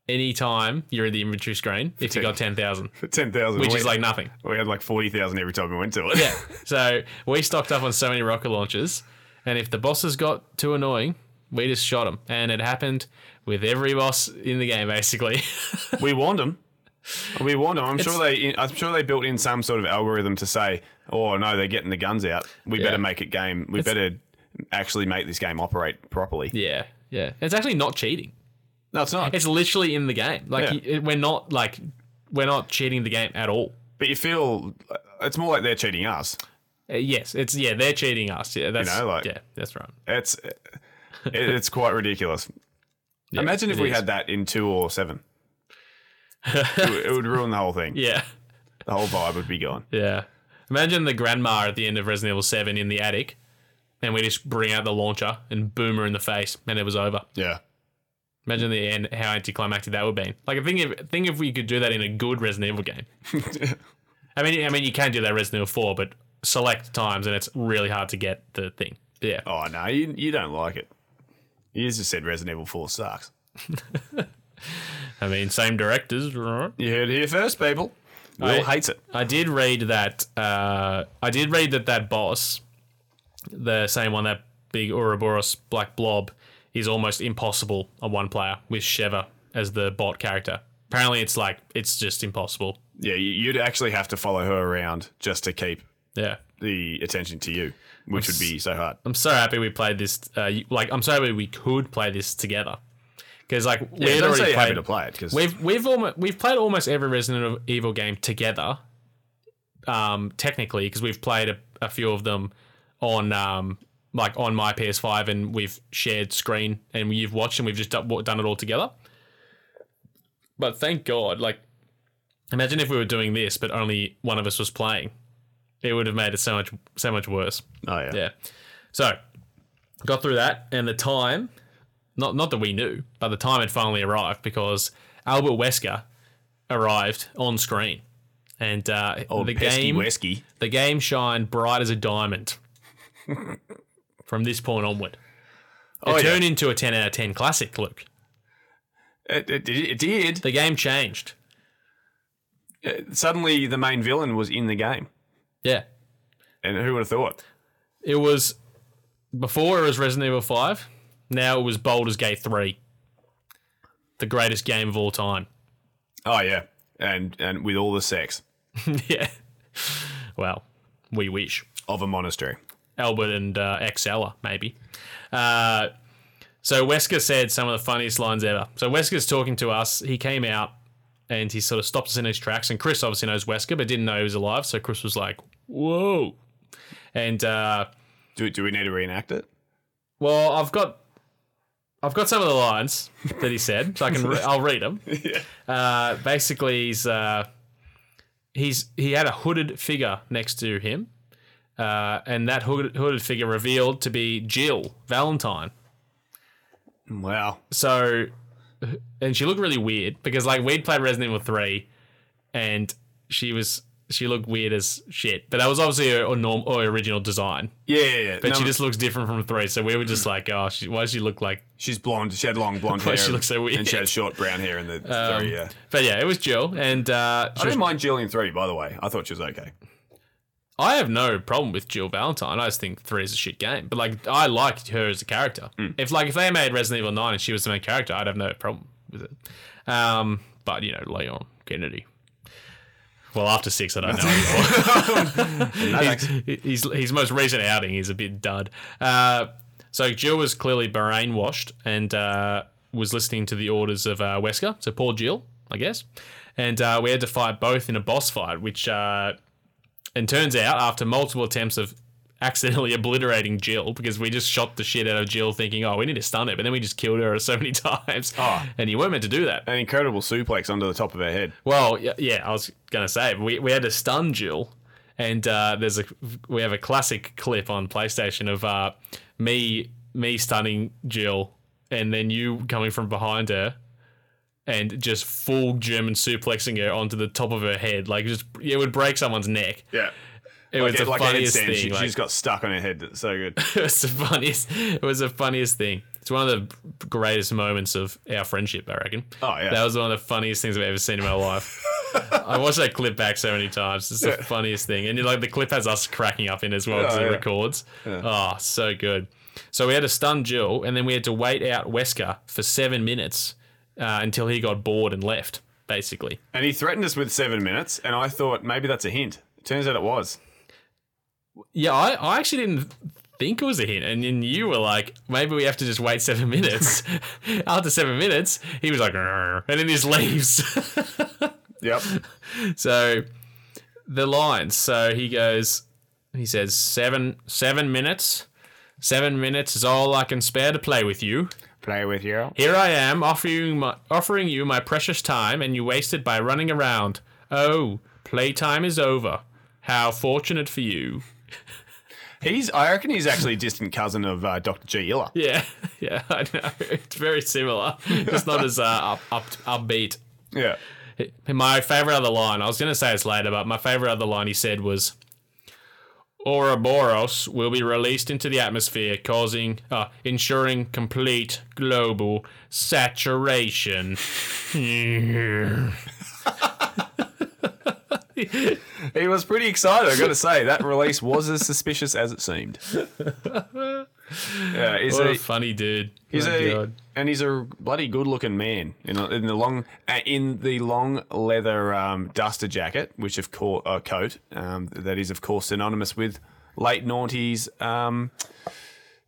[SPEAKER 1] anytime you're in the inventory screen if you got 10,000,
[SPEAKER 2] ten thousand,
[SPEAKER 1] which is like nothing.
[SPEAKER 2] we had like forty thousand every time we went to it.
[SPEAKER 1] Yeah. So we stocked up on so many rocket launchers. And if the bosses got too annoying, we just shot them. And it happened with every boss in the game, basically.
[SPEAKER 2] we warned them. We warned them. I'm sure they. I'm sure they built in some sort of algorithm to say, "Oh no, they're getting the guns out. We better make it game. We better actually make this game operate properly."
[SPEAKER 1] yeah. Yeah. It's actually not cheating.
[SPEAKER 2] No, it's not.
[SPEAKER 1] It's literally in the game. Like,
[SPEAKER 2] Yeah.
[SPEAKER 1] you- it- we're not like, we're not cheating the game at all.
[SPEAKER 2] but you feel it's more like they're cheating us.
[SPEAKER 1] Uh, yes. It's, yeah, they're cheating us. Yeah. That's,
[SPEAKER 2] know, like-
[SPEAKER 1] yeah, that's right.
[SPEAKER 2] It's it, it's quite ridiculous.
[SPEAKER 1] Yeah,
[SPEAKER 2] Imagine if
[SPEAKER 1] it
[SPEAKER 2] we
[SPEAKER 1] is.
[SPEAKER 2] had that in two or seven. it, would- it would ruin the whole thing.
[SPEAKER 1] Yeah.
[SPEAKER 2] The whole vibe would be gone.
[SPEAKER 1] Yeah. Imagine the grandma at the end of Resident Evil 7 in the attic, and we just bring out the launcher and boom her in the face, and it was over.
[SPEAKER 2] Yeah.
[SPEAKER 1] Imagine the end, how anticlimactic that would be. Like, think if, think if we could do that in a good Resident Evil game. I mean, I mean, you can do that in Resident Evil 4, but select times, and it's really hard to get the thing. Yeah.
[SPEAKER 2] Oh no, you you don't like it. You just said Resident Evil Four sucks.
[SPEAKER 1] I mean, same directors, right?
[SPEAKER 2] You heard it here first, people. Will
[SPEAKER 1] I-
[SPEAKER 2] hates it.
[SPEAKER 1] I did read that. Uh, I did read that that boss, the same one, that big Ouroboros black blob, is almost impossible on one player with Sheva as the bot character. Apparently, it's like it's just impossible.
[SPEAKER 2] Yeah, you- you'd actually have to follow her around just to keep
[SPEAKER 1] Yeah,
[SPEAKER 2] the attention to you, which would be so hard.
[SPEAKER 1] I'm so happy we played this. Uh, you- like, I'm so happy we could play this together because like we
[SPEAKER 2] Yeah,
[SPEAKER 1] had
[SPEAKER 2] don't say
[SPEAKER 1] already
[SPEAKER 2] you're happy to
[SPEAKER 1] played.
[SPEAKER 2] play it because
[SPEAKER 1] We've we've almost we've played almost every Resident Evil game together. Um, technically, because we've played a, a few of them on um like on my PS5, and we've shared screen, and you've watched, and we've just done done it all together. But thank God, like imagine if we were doing this, but only one of us was playing, it would have made it so much so much worse.
[SPEAKER 2] oh yeah.
[SPEAKER 1] Yeah. So got through that, and the time, not not that we knew, but the time had finally arrived because Albert Wesker arrived on screen, and uh,
[SPEAKER 2] Old
[SPEAKER 1] the
[SPEAKER 2] Oh, pesky
[SPEAKER 1] game
[SPEAKER 2] whiskey.
[SPEAKER 1] the game shined bright as a diamond. From this point onward, it
[SPEAKER 2] Oh yeah,
[SPEAKER 1] turned into a ten out of ten classic. Luke,
[SPEAKER 2] it, it, did- it did.
[SPEAKER 1] the game changed.
[SPEAKER 2] Uh, Suddenly, the main villain was in the game,
[SPEAKER 1] Yeah,
[SPEAKER 2] and who would have thought?
[SPEAKER 1] it was before it was Resident Evil Five. Now it was Baldur's Gate Three, the greatest game of all time.
[SPEAKER 2] Oh yeah, and and with all the sex
[SPEAKER 1] yeah. Well, we wish.
[SPEAKER 2] of a monastery.
[SPEAKER 1] Albert and uh, Excella, maybe. Uh, so Wesker said some of the funniest lines ever. So Wesker's talking to us. He came out and he sort of stopped us in his tracks. And Chris obviously knows Wesker, but didn't know he was alive. So Chris was like, whoa. And, uh,
[SPEAKER 2] Do do we need to reenact it?
[SPEAKER 1] well, I've got. I've got some of the lines that he said, so I can re- I'll read them. Uh, basically, he's uh, he's he had a hooded figure next to him, uh, and that hooded, hooded figure revealed to be Jill Valentine.
[SPEAKER 2] Wow.
[SPEAKER 1] So, and she looked really weird because like we'd played Resident Evil three, and she was she looked weird as shit. But that was obviously her, or norm or original design.
[SPEAKER 2] Yeah, yeah, yeah.
[SPEAKER 1] But
[SPEAKER 2] No,
[SPEAKER 1] she just looks different from three. So we were just like, oh, she, why does she look like?
[SPEAKER 2] she's blonde. She had long blonde
[SPEAKER 1] Why
[SPEAKER 2] hair.
[SPEAKER 1] she
[SPEAKER 2] and-
[SPEAKER 1] looks so weird.
[SPEAKER 2] And she had short brown hair in the three. Yeah.
[SPEAKER 1] But yeah, it was Jill, and uh,
[SPEAKER 2] Um, I
[SPEAKER 1] she was
[SPEAKER 2] didn't mind Jillian three, by the way. I thought she was okay.
[SPEAKER 1] I have no problem with Jill Valentine. I just think three is a shit game. But like, I liked her as a character. If like if they made Resident Evil Nine and she was the main character, I'd have no problem with it. Um, but you know, Leon Kennedy. Well, after six, I don't know. anymore.
[SPEAKER 2] No, thanks.
[SPEAKER 1] His- his, his most recent outing is a bit dud. Uh, so Jill was clearly brainwashed and uh, was listening to the orders of uh, Wesker. So poor Jill. I guess. And uh, we had to fight both in a boss fight, which, uh, and turns out, after multiple attempts of accidentally obliterating Jill, because we just shot the shit out of Jill thinking, oh, we need to stun her, but then we just killed her so many times.
[SPEAKER 2] Oh.
[SPEAKER 1] And you weren't meant to do that.
[SPEAKER 2] An incredible suplex under the top of her head.
[SPEAKER 1] Well, y- yeah, I was gonna say we, we had to stun Jill, and uh, there's a we have a classic clip on PlayStation of uh, me me stunning Jill, and then you coming from behind her, and just full German suplexing her onto the top of her head, like just it would break someone's neck.
[SPEAKER 2] Yeah.
[SPEAKER 1] It was
[SPEAKER 2] Like,
[SPEAKER 1] the
[SPEAKER 2] like a
[SPEAKER 1] funniest
[SPEAKER 2] headstand.
[SPEAKER 1] thing.
[SPEAKER 2] She,
[SPEAKER 1] like-
[SPEAKER 2] she's got stuck on her head. That's so good.
[SPEAKER 1] it was the funniest. It was the funniest thing. It's one of the greatest moments of our friendship, I reckon.
[SPEAKER 2] Oh, yeah.
[SPEAKER 1] that was one of the funniest things I've ever seen in my life. I watched that clip back so many times. It's the funniest thing, and like the clip has us cracking up in as well because
[SPEAKER 2] Oh,
[SPEAKER 1] it
[SPEAKER 2] yeah.
[SPEAKER 1] records. Oh, so good. So we had to stun Jill, and then we had to wait out Wesker for seven minutes uh, until he got bored and left. Basically,
[SPEAKER 2] And he threatened us with seven minutes, and I thought maybe that's a hint. Turns out it was.
[SPEAKER 1] yeah, I, I actually didn't think it was a hint, and then you were like, maybe we have to just wait seven minutes. After seven minutes, he was like, "Grr," and then he just leaves.
[SPEAKER 2] Yep.
[SPEAKER 1] so the lines. So he goes, he says, seven seven minutes. Seven minutes is all I can spare to play with you.
[SPEAKER 2] Play with you.
[SPEAKER 1] Here I am offering my, offering you my precious time, and you waste it by running around. Oh, playtime is over. How fortunate for you.
[SPEAKER 2] He's. I reckon he's actually a distant cousin of uh, Doctor G. Iller.
[SPEAKER 1] Yeah, yeah, I know. It's very similar. It's not as uh, up, up, upbeat.
[SPEAKER 2] Yeah.
[SPEAKER 1] My favorite other line, I was going to say this later, but my favorite other line he said was Ouroboros will be released into the atmosphere, causing, uh, ensuring complete global saturation.
[SPEAKER 2] He was pretty excited. I got to say that release was as suspicious as it seemed. Yeah, he's
[SPEAKER 1] What
[SPEAKER 2] a,
[SPEAKER 1] a funny dude.
[SPEAKER 2] he's
[SPEAKER 1] Oh My
[SPEAKER 2] a
[SPEAKER 1] God.
[SPEAKER 2] and he's a bloody good-looking man in, a, in the long uh, in the long leather um, duster jacket, which of course uh, coat um, that is of course synonymous with late noughties. Um,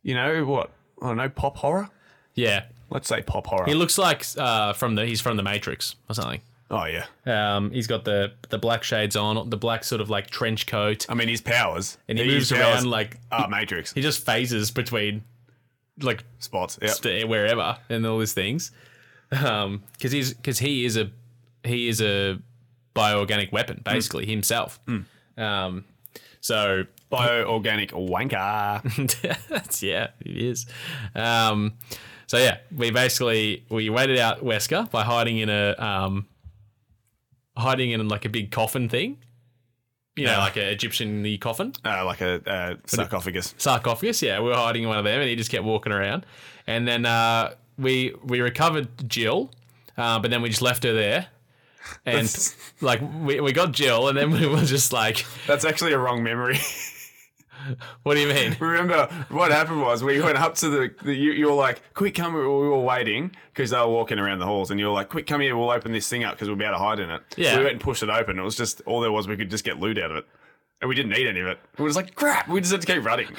[SPEAKER 2] you know what? I don't know pop horror.
[SPEAKER 1] Yeah.
[SPEAKER 2] Let's say pop horror.
[SPEAKER 1] He looks like uh, from the he's from the Matrix or something.
[SPEAKER 2] oh yeah.
[SPEAKER 1] Um, he's got the the black shades on, the black sort of like trench coat,
[SPEAKER 2] I mean his powers
[SPEAKER 1] and he moves
[SPEAKER 2] his powers
[SPEAKER 1] around like
[SPEAKER 2] are Matrix
[SPEAKER 1] he just phases between like
[SPEAKER 2] spots. Yep.
[SPEAKER 1] st- wherever and all these things um because he's because he is a he is a bioorganic weapon basically himself um so
[SPEAKER 2] Bio organic wanker.
[SPEAKER 1] that's- yeah it is um so yeah we basically we waited out wesker by hiding in a um hiding in like a big coffin thing you know like an egyptian coffin
[SPEAKER 2] Uh, like a uh, sarcophagus.
[SPEAKER 1] sarcophagus. Yeah, we were hiding in one of them, and he just kept walking around. And then uh, we we recovered Jill, uh, but then we just left her there. And
[SPEAKER 2] That's-
[SPEAKER 1] like we, we got Jill, and then we were just like,
[SPEAKER 2] That's actually a wrong memory.
[SPEAKER 1] "What do you mean?"
[SPEAKER 2] Remember what happened was we went up to the, the you, you were like, "Quick, come!" We were waiting because they were walking around the halls, and you were like, "Quick, come here! We'll open this thing up because we'll be able to hide in it."
[SPEAKER 1] Yeah.
[SPEAKER 2] So we went and pushed it open. It was just all there was. We could just get loot out of it, and we didn't need any of it. It was like crap. We just had to keep running.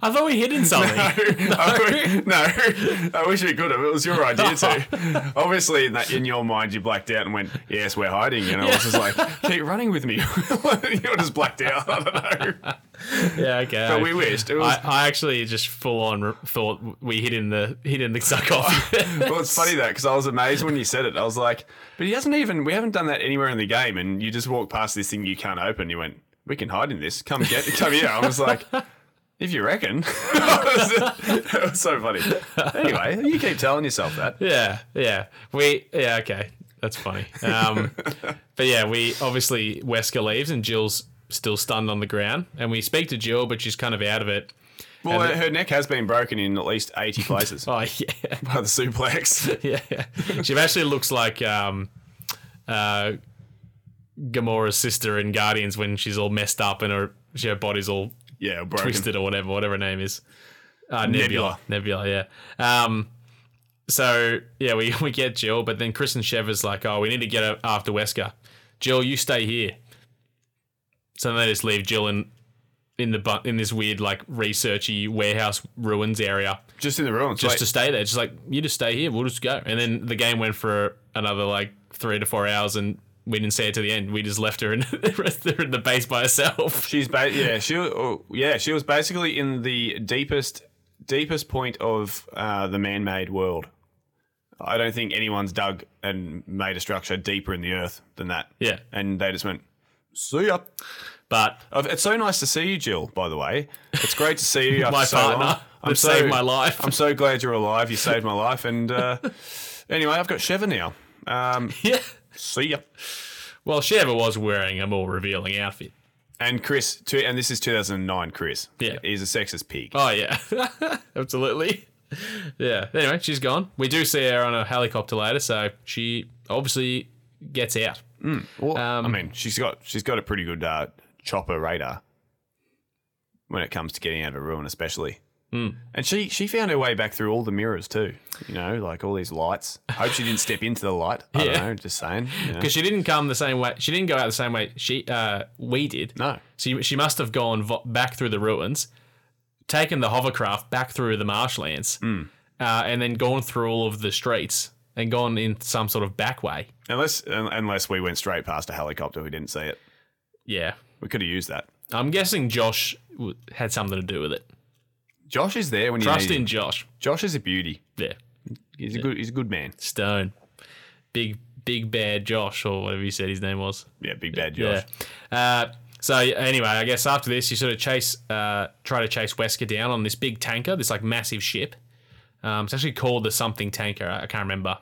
[SPEAKER 1] I thought we hid in something.
[SPEAKER 2] I, no, I wish we could have. It was your idea too. Obviously, in, that, in your mind, you blacked out and went, "Yes, we're hiding," and I was just like, "Keep running with me." you were just blacked out. I don't know.
[SPEAKER 1] Yeah, okay.
[SPEAKER 2] But we wished. It was
[SPEAKER 1] I, I actually just full on re- thought we hid in the hid in the sarcophagus.
[SPEAKER 2] Well, it's funny that because I was amazed when you said it. I was like, but he hasn't even. We haven't done that anywhere in the game, and you just walk past this thing you can't open. You went, we can hide in this. Come get, come here. I was like, if you reckon. it was so funny. Anyway, you keep telling yourself that.
[SPEAKER 1] Yeah, yeah. We yeah, okay. That's funny. Um, but yeah, we obviously Wesker leaves and Jill's still stunned on the ground, and we speak to Jill, but she's kind of out of it.
[SPEAKER 2] Well, her neck has been broken in at least eighty places by
[SPEAKER 1] Oh yeah,
[SPEAKER 2] the suplex.
[SPEAKER 1] yeah. She actually looks like um, uh, Gamora's sister in Guardians when she's all messed up and her her body's all
[SPEAKER 2] Yeah, broken.
[SPEAKER 1] twisted or whatever, whatever her name is. Uh, Nebula. Nebula, yeah. Um, so, yeah, we, we get Jill, but then Chris and Chev is like, oh, we need to get a- after Wesker. Jill, you stay here. So they just leave Jill in in the bu- in this weird like researchy warehouse ruins area
[SPEAKER 2] Just in the ruins.
[SPEAKER 1] just
[SPEAKER 2] Wait,
[SPEAKER 1] to stay there. Just like you just stay here, we'll just go. And then the game went for another like three to four hours, and we didn't see her to the end. We just left her in, left her in the base by herself.
[SPEAKER 2] She's ba- yeah, she oh, yeah, she was basically in the deepest deepest point of uh, the man-made world. I don't think anyone's dug and made a structure deeper in the earth than that.
[SPEAKER 1] Yeah,
[SPEAKER 2] And they just went, "See ya."
[SPEAKER 1] but
[SPEAKER 2] Oh, It's so nice to see you, Jill. By the way, it's great to see you.
[SPEAKER 1] my
[SPEAKER 2] after so
[SPEAKER 1] partner
[SPEAKER 2] long.
[SPEAKER 1] that saved my life.
[SPEAKER 2] I'm so glad you're alive. You saved my life. And uh, anyway, I've got Sheva now. Um,
[SPEAKER 1] yeah.
[SPEAKER 2] see ya.
[SPEAKER 1] Well, Sheva was wearing a more revealing outfit.
[SPEAKER 2] And Chris, two, and this is 2009. Chris,
[SPEAKER 1] Yeah.
[SPEAKER 2] he's a sexist pig.
[SPEAKER 1] Oh yeah, absolutely. Yeah. Anyway, she's gone. We do see her on a helicopter later, so she obviously gets out.
[SPEAKER 2] Well,
[SPEAKER 1] Um,
[SPEAKER 2] I mean, she's got she's got a pretty good uh, chopper radar when it comes to getting out of a ruin, especially.
[SPEAKER 1] Hmm.
[SPEAKER 2] And she she found her way back through all the mirrors too. You know, like all these lights. I hope she didn't step into the light. I
[SPEAKER 1] Yeah.
[SPEAKER 2] don't know. Just saying. you know.
[SPEAKER 1] because she didn't come the same way. She didn't go out the same way she uh, we did.
[SPEAKER 2] No.
[SPEAKER 1] She she must have gone vo- back through the ruins, taken the hovercraft back through the marshlands,
[SPEAKER 2] Hmm.
[SPEAKER 1] uh, and then gone through all of the streets and gone in some sort of back way.
[SPEAKER 2] Unless un- unless we went straight past a helicopter, we didn't see it.
[SPEAKER 1] Yeah,
[SPEAKER 2] We could have used that.
[SPEAKER 1] I'm guessing Josh w- had something to do with it.
[SPEAKER 2] Josh is there when you
[SPEAKER 1] Trust
[SPEAKER 2] need
[SPEAKER 1] in
[SPEAKER 2] him.
[SPEAKER 1] Josh.
[SPEAKER 2] Josh is a beauty.
[SPEAKER 1] Yeah,
[SPEAKER 2] He's a good he's a good man.
[SPEAKER 1] Stone, big big bad Josh or whatever you said his name was.
[SPEAKER 2] Yeah, big bad Josh.
[SPEAKER 1] Yeah. Uh, so anyway, I guess after this, you sort of chase, uh, try to chase Wesker down on this big tanker, this like massive ship. Um, it's actually called the something tanker. I I can't remember,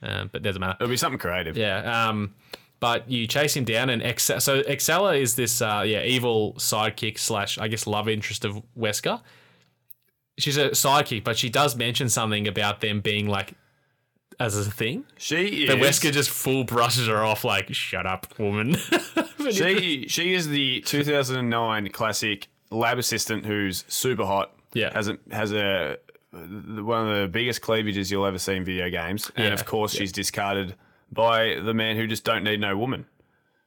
[SPEAKER 1] uh, but doesn't matter.
[SPEAKER 2] It'll be something creative.
[SPEAKER 1] Yeah. Um, but you chase him down, and Ex- so Excella is this uh, yeah evil sidekick slash I guess love interest of Wesker. She's a sidekick, but she does mention something about them being like as a thing.
[SPEAKER 2] She is
[SPEAKER 1] But Wesker just full brushes her off, like "Shut up, woman." But
[SPEAKER 2] She she is the 2009 classic lab assistant who's super hot.
[SPEAKER 1] Yeah.
[SPEAKER 2] has a, has a the- one of the biggest cleavages you'll ever see in video games, and
[SPEAKER 1] Yeah.
[SPEAKER 2] of course she's discarded by the man who just don't need no woman.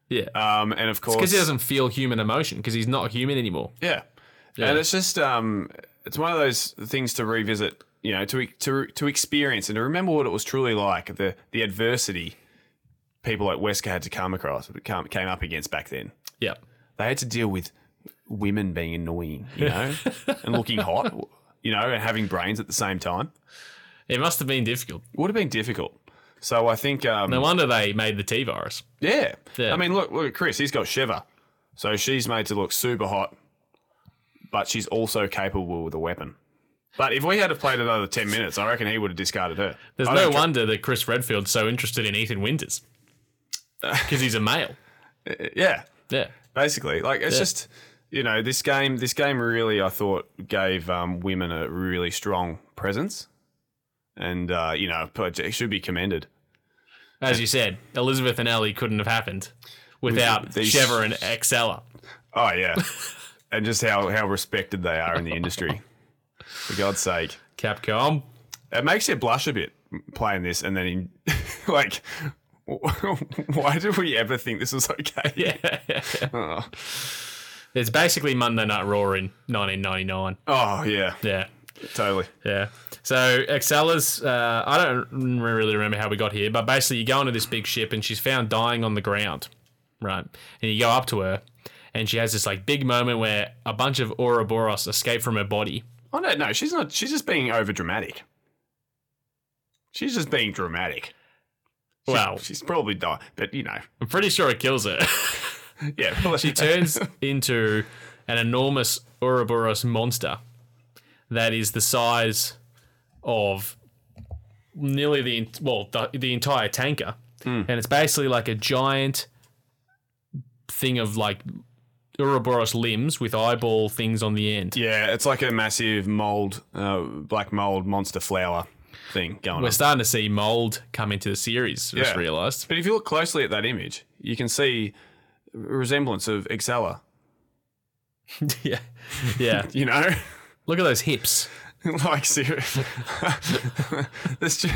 [SPEAKER 1] yeah,
[SPEAKER 2] Um, and of course,
[SPEAKER 1] because he doesn't feel human emotion because he's not human anymore.
[SPEAKER 2] yeah. and it's just um, it's one of those things to revisit, you know, to to to experience and to remember what it was truly like the the adversity people like Wesker had to come across, come- came up against back then.
[SPEAKER 1] Yeah,
[SPEAKER 2] they had to deal with women being annoying, you know, and looking hot, you know, and having brains at the same time.
[SPEAKER 1] it must have been difficult.
[SPEAKER 2] It would have been difficult. So I think, um,
[SPEAKER 1] No wonder they made the T virus.
[SPEAKER 2] yeah.
[SPEAKER 1] Yeah.
[SPEAKER 2] I mean, look, look at Chris. He's got Shiver, so she's made to look super hot, but she's also capable with a weapon. But if we had have played another ten minutes, I reckon he would have discarded her.
[SPEAKER 1] There's
[SPEAKER 2] I
[SPEAKER 1] no
[SPEAKER 2] don't tr-
[SPEAKER 1] wonder that Chris Redfield's so interested in Ethan Winters because he's a male.
[SPEAKER 2] Yeah,
[SPEAKER 1] Yeah,
[SPEAKER 2] basically. Like it's just you know this game. This game really, I thought, gave um, women a really strong presence, and uh, you know it should be commended.
[SPEAKER 1] as you said, Elizabeth and Ellie couldn't have happened without
[SPEAKER 2] With these-
[SPEAKER 1] Sheva and Excella.
[SPEAKER 2] Oh yeah, and just how how respected they are in the industry. For God's sake,
[SPEAKER 1] Capcom.
[SPEAKER 2] it makes you blush a bit playing this, and then in, like. Why did we ever think this was okay?
[SPEAKER 1] Yeah,
[SPEAKER 2] Oh,
[SPEAKER 1] it's basically Monday Night Raw in 1999.
[SPEAKER 2] Oh, yeah,
[SPEAKER 1] Yeah.
[SPEAKER 2] totally.
[SPEAKER 1] Yeah. So Excella's, uh, I don't r- really remember how we got here, but basically you go into this big ship and she's found dying on the ground, right? And you go up to her and she has this like big moment where a bunch of Ouroboros escape from her body.
[SPEAKER 2] Oh no, no, she's not. She's just being over dramatic. She's just being dramatic. She's-
[SPEAKER 1] Well,
[SPEAKER 2] she's probably died, but you know,
[SPEAKER 1] I'm pretty sure it kills her.
[SPEAKER 2] yeah. well,
[SPEAKER 1] she turns into an enormous Ouroboros monster that is the size of nearly the en- well the, the entire tanker,
[SPEAKER 2] Hmm.
[SPEAKER 1] and it's basically like a giant thing of like Ouroboros limbs with eyeball things on the end.
[SPEAKER 2] yeah, it's like a massive mold, uh, black mold monster flower thing going
[SPEAKER 1] We're
[SPEAKER 2] on.
[SPEAKER 1] starting to see mold come into the series. Just
[SPEAKER 2] Yeah.
[SPEAKER 1] realised.
[SPEAKER 2] But if you look closely at that image, you can see a resemblance of Excella.
[SPEAKER 1] yeah, yeah.
[SPEAKER 2] You know,
[SPEAKER 1] Look at those hips.
[SPEAKER 2] like seriously, This ju-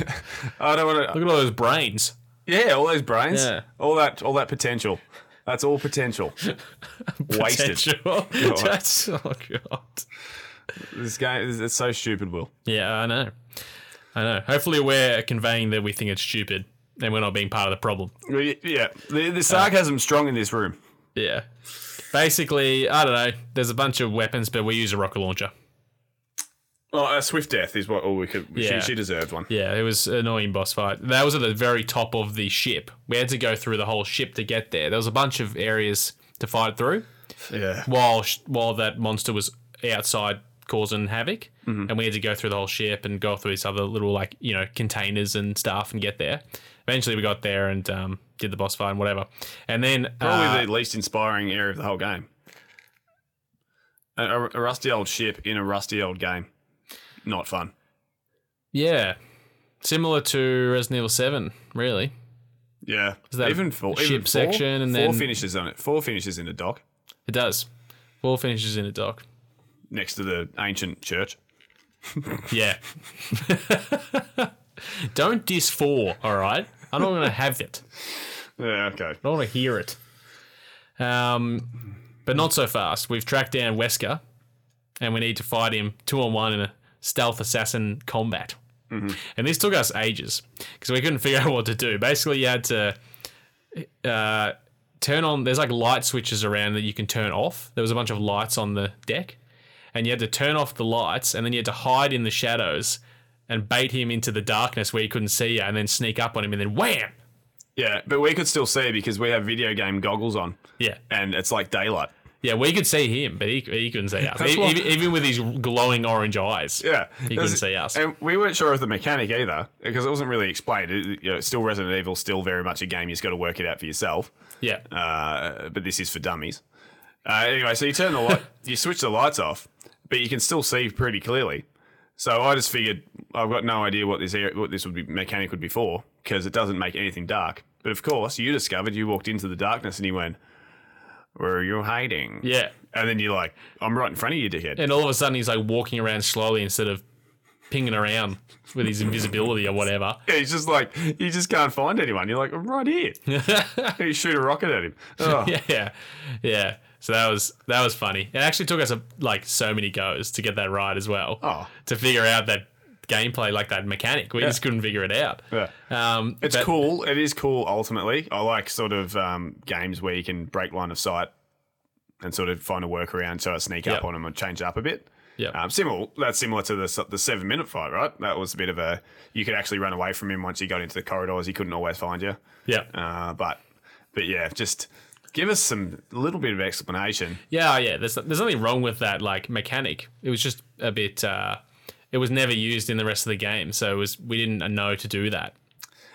[SPEAKER 2] I don't want to.
[SPEAKER 1] Look at all those brains.
[SPEAKER 2] Yeah, all those brains,
[SPEAKER 1] Yeah.
[SPEAKER 2] all that, all that potential. That's all potential. Wasted.
[SPEAKER 1] Potential. That's, oh god.
[SPEAKER 2] This game is it's so stupid, Will.
[SPEAKER 1] Yeah, I know. I know. Hopefully, we're conveying that we think it's stupid and we're not being part of the problem.
[SPEAKER 2] Yeah, the, the sarcasm's strong in this room.
[SPEAKER 1] Yeah. Basically, I don't know. There's a bunch of weapons, but we use a rocket launcher.
[SPEAKER 2] Oh, a swift death is what all we could.
[SPEAKER 1] Yeah.
[SPEAKER 2] She, she deserved one.
[SPEAKER 1] Yeah, it was an annoying boss fight. That was at the very top of the ship. We had to go through the whole ship to get there. There was a bunch of areas to fight through
[SPEAKER 2] Yeah.
[SPEAKER 1] while sh- while that monster was outside causing havoc,
[SPEAKER 2] Mm-hmm.
[SPEAKER 1] and we had to go through the whole ship and go through these other little like you know containers and stuff and get there. Eventually, we got there and um, did the boss fight and whatever. And then
[SPEAKER 2] Probably
[SPEAKER 1] uh,
[SPEAKER 2] the least inspiring area of the whole game. A, a- a rusty old ship in a rusty old game. Not fun.
[SPEAKER 1] yeah, similar to Resident Evil Seven, really.
[SPEAKER 2] Yeah.
[SPEAKER 1] that
[SPEAKER 2] even four, even
[SPEAKER 1] ship
[SPEAKER 2] four-
[SPEAKER 1] section and
[SPEAKER 2] four
[SPEAKER 1] then-
[SPEAKER 2] finishes on it. Four finishes in the dock
[SPEAKER 1] It does. Four finishes in a dock.
[SPEAKER 2] next to the ancient church.
[SPEAKER 1] Yeah. Don't diss four, all right? I'm not going to have it.
[SPEAKER 2] Yeah. Okay.
[SPEAKER 1] I don't want to hear it. Um, but not so fast. We've tracked down Wesker, and we need to fight him two on one in a stealth assassin combat. And this took us ages because we couldn't figure out what to do. Basically, you had to uh, turn on. There's like light switches around that you can turn off. There was a bunch of lights on the deck, and you had to turn off the lights, and then you had to hide in the shadows and bait him into the darkness where he couldn't see you, and then sneak up on him, and then wham!
[SPEAKER 2] Yeah, but we could still see because we have video game goggles on,
[SPEAKER 1] Yeah.
[SPEAKER 2] and it's like daylight.
[SPEAKER 1] Yeah, we could see him, but he, he couldn't see us.
[SPEAKER 2] That's
[SPEAKER 1] E-
[SPEAKER 2] why-
[SPEAKER 1] even, even with his glowing orange eyes.
[SPEAKER 2] Yeah,
[SPEAKER 1] He couldn't see us.
[SPEAKER 2] and we weren't sure of the mechanic either because it wasn't really explained. It, you know, it's still Resident Evil, still very much a game you just got to work it out for yourself.
[SPEAKER 1] Yeah.
[SPEAKER 2] Uh, but this is for dummies. Uh, anyway, so you turn the light, you switch the lights off, but you can still see pretty clearly. So I just figured I've got no idea what this area, what this would be mechanic would be for because it doesn't make anything dark. But of course, you discovered you walked into the darkness and you went, "Where are you hiding?"
[SPEAKER 1] Yeah.
[SPEAKER 2] and then you're like, "I'm right in front of you, dickhead."
[SPEAKER 1] And all of a sudden, he's like walking around slowly instead of pinging around with his invisibility or whatever.
[SPEAKER 2] Yeah, he's just like, you just can't find anyone. You're like, I'm right here. you shoot a rocket at him. Oh,
[SPEAKER 1] Yeah. Yeah. So that was that was funny. It actually took us a, like so many goes to get that right as well.
[SPEAKER 2] Oh.
[SPEAKER 1] To figure out that gameplay, like that mechanic. We just couldn't figure it out.
[SPEAKER 2] Yeah.
[SPEAKER 1] Um,
[SPEAKER 2] It's
[SPEAKER 1] but-
[SPEAKER 2] cool. It is cool, ultimately. I like sort of um, games where you can break line of sight and sort of find a workaround so I sneak
[SPEAKER 1] Yep.
[SPEAKER 2] up on them and change it up a bit.
[SPEAKER 1] Yeah.
[SPEAKER 2] Um, similar, that's similar to the, s- the seven minute fight, right? That was a bit of a, you could actually run away from him once you got into the corridors. He couldn't always find you.
[SPEAKER 1] yeah.
[SPEAKER 2] Uh, but, but yeah, just give us some little bit of explanation.
[SPEAKER 1] Yeah, yeah. There's there's nothing wrong with that like mechanic. It was just a bit. Uh, it was never used in the rest of the game, so it was we didn't know to do that.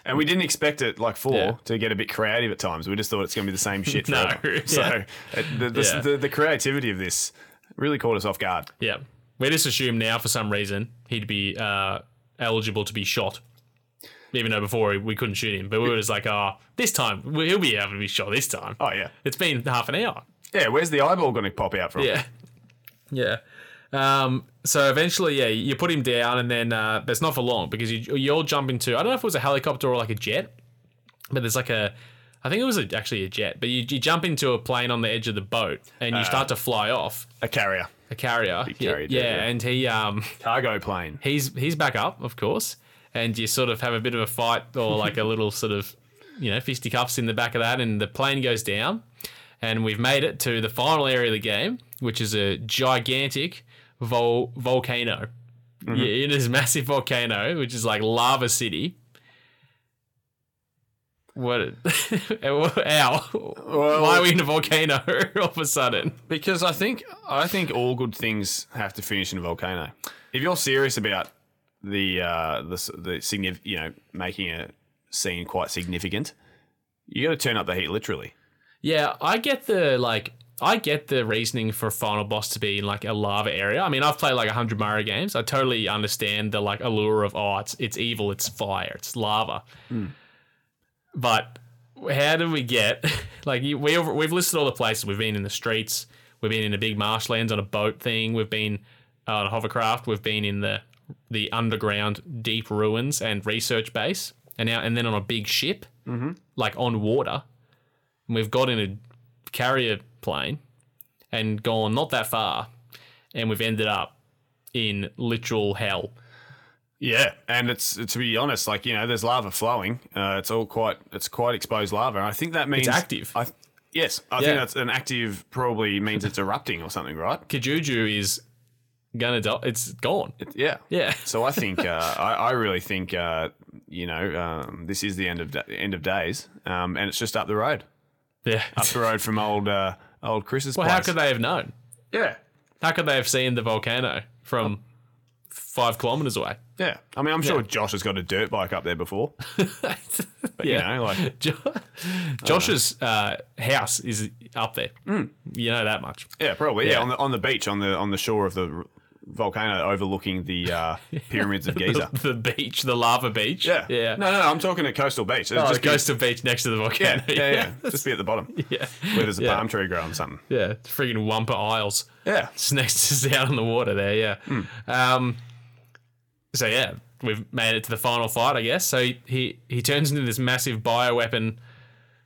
[SPEAKER 2] And we didn't expect it, like four,
[SPEAKER 1] Yeah.
[SPEAKER 2] to get a bit creative at times. We just thought it's going to be the same shit.
[SPEAKER 1] No,
[SPEAKER 2] forever.
[SPEAKER 1] yeah.
[SPEAKER 2] So uh, the, the,
[SPEAKER 1] Yeah.
[SPEAKER 2] the, the creativity of this really caught us off guard.
[SPEAKER 1] Yeah, we just assumed now for some reason he'd be uh, eligible to be shot, even though before we couldn't shoot him. But we were just like, oh, this time we- he'll be able to be shot this time.
[SPEAKER 2] Oh, yeah.
[SPEAKER 1] It's been half an hour.
[SPEAKER 2] Yeah, where's the eyeball going to pop out from?
[SPEAKER 1] Yeah. Yeah. Um, so eventually, yeah, you put him down, and then uh, that's not for long because you you all jump into. I don't know if it was a helicopter or like a jet, but there's like a. I think it was a, actually a jet, but you, you jump into a plane on the edge of the boat and you start to fly off
[SPEAKER 2] A carrier.
[SPEAKER 1] a carrier. Yeah,
[SPEAKER 2] carrier,
[SPEAKER 1] yeah,
[SPEAKER 2] yeah.
[SPEAKER 1] and he um
[SPEAKER 2] Cargo plane.
[SPEAKER 1] he's he's back up, of course, and you sort of have a bit of a fight or like a little sort of you know fisticuffs in the back of that, and the plane goes down, and we've made it to the final area of the game, which is a gigantic vol- volcano. Yeah, it is a massive volcano, which is like lava city. What? Ow!
[SPEAKER 2] Well-
[SPEAKER 1] Why are we in a volcano all of a sudden?
[SPEAKER 2] Because I think I think all good things have to finish in a volcano. If you're serious about the uh, the s- the signif- you know making a scene quite significant, you got to turn up the heat literally.
[SPEAKER 1] Yeah, I get the like I get the reasoning for final boss to be in like a lava area. I mean, I've played like 100 Mario games. I totally understand the like allure of oh, it's it's evil, it's fire, it's lava. But how do we get like you- we over- we've listed all the places we've been in the streets, we've been in the big marshlands on a boat thing, we've been uh, on a hovercraft, we've been in the the underground deep ruins and research base, and now and then on a big ship, like on water and we've got in a carrier plane and gone not that far, and we've ended up in literal hell.
[SPEAKER 2] Yeah, and it's to be honest, like you know, there's lava flowing. Uh, it's all quite it's quite exposed lava, and I think that means
[SPEAKER 1] active.
[SPEAKER 2] I, yes, I
[SPEAKER 1] Yeah.
[SPEAKER 2] think that's an active. Probably means it's erupting or something, right?
[SPEAKER 1] Kajuju is gonna die. It's gone.
[SPEAKER 2] It- yeah,
[SPEAKER 1] Yeah.
[SPEAKER 2] So I think uh, I, I really think uh, you know um, this is the end of da- end of days, um, and it's just up the road,
[SPEAKER 1] Yeah.
[SPEAKER 2] up the road from old uh, old Chris's
[SPEAKER 1] Well,
[SPEAKER 2] place.
[SPEAKER 1] how could they have known?
[SPEAKER 2] Yeah,
[SPEAKER 1] How could they have seen the volcano from five kilometers away?
[SPEAKER 2] yeah. I mean, I'm sure Josh has got a dirt bike up there before, but you know, like
[SPEAKER 1] Jo- Josh's uh, house is up there.
[SPEAKER 2] Mm.
[SPEAKER 1] You know that much.
[SPEAKER 2] Yeah, probably. Yeah,
[SPEAKER 1] Yeah.
[SPEAKER 2] on the on the beach, on the on the shore of the r- volcano overlooking the uh, pyramids of
[SPEAKER 1] The,
[SPEAKER 2] Giza.
[SPEAKER 1] the beach, the lava beach.
[SPEAKER 2] Yeah,
[SPEAKER 1] yeah.
[SPEAKER 2] No, no, no I'm talking at coastal beach. It'll
[SPEAKER 1] oh,
[SPEAKER 2] just
[SPEAKER 1] just
[SPEAKER 2] be-
[SPEAKER 1] goes to beach next to the volcano.
[SPEAKER 2] yeah, yeah, yeah. just be at the bottom
[SPEAKER 1] yeah,
[SPEAKER 2] where there's a
[SPEAKER 1] Yeah.
[SPEAKER 2] palm tree growing or something.
[SPEAKER 1] yeah. It's Friggin' Wumpa Isles.
[SPEAKER 2] Yeah,
[SPEAKER 1] It's next is out on the water there. Yeah. Um. So yeah, we've made it to the final fight, I guess. So he he, he turns into this massive bioweapon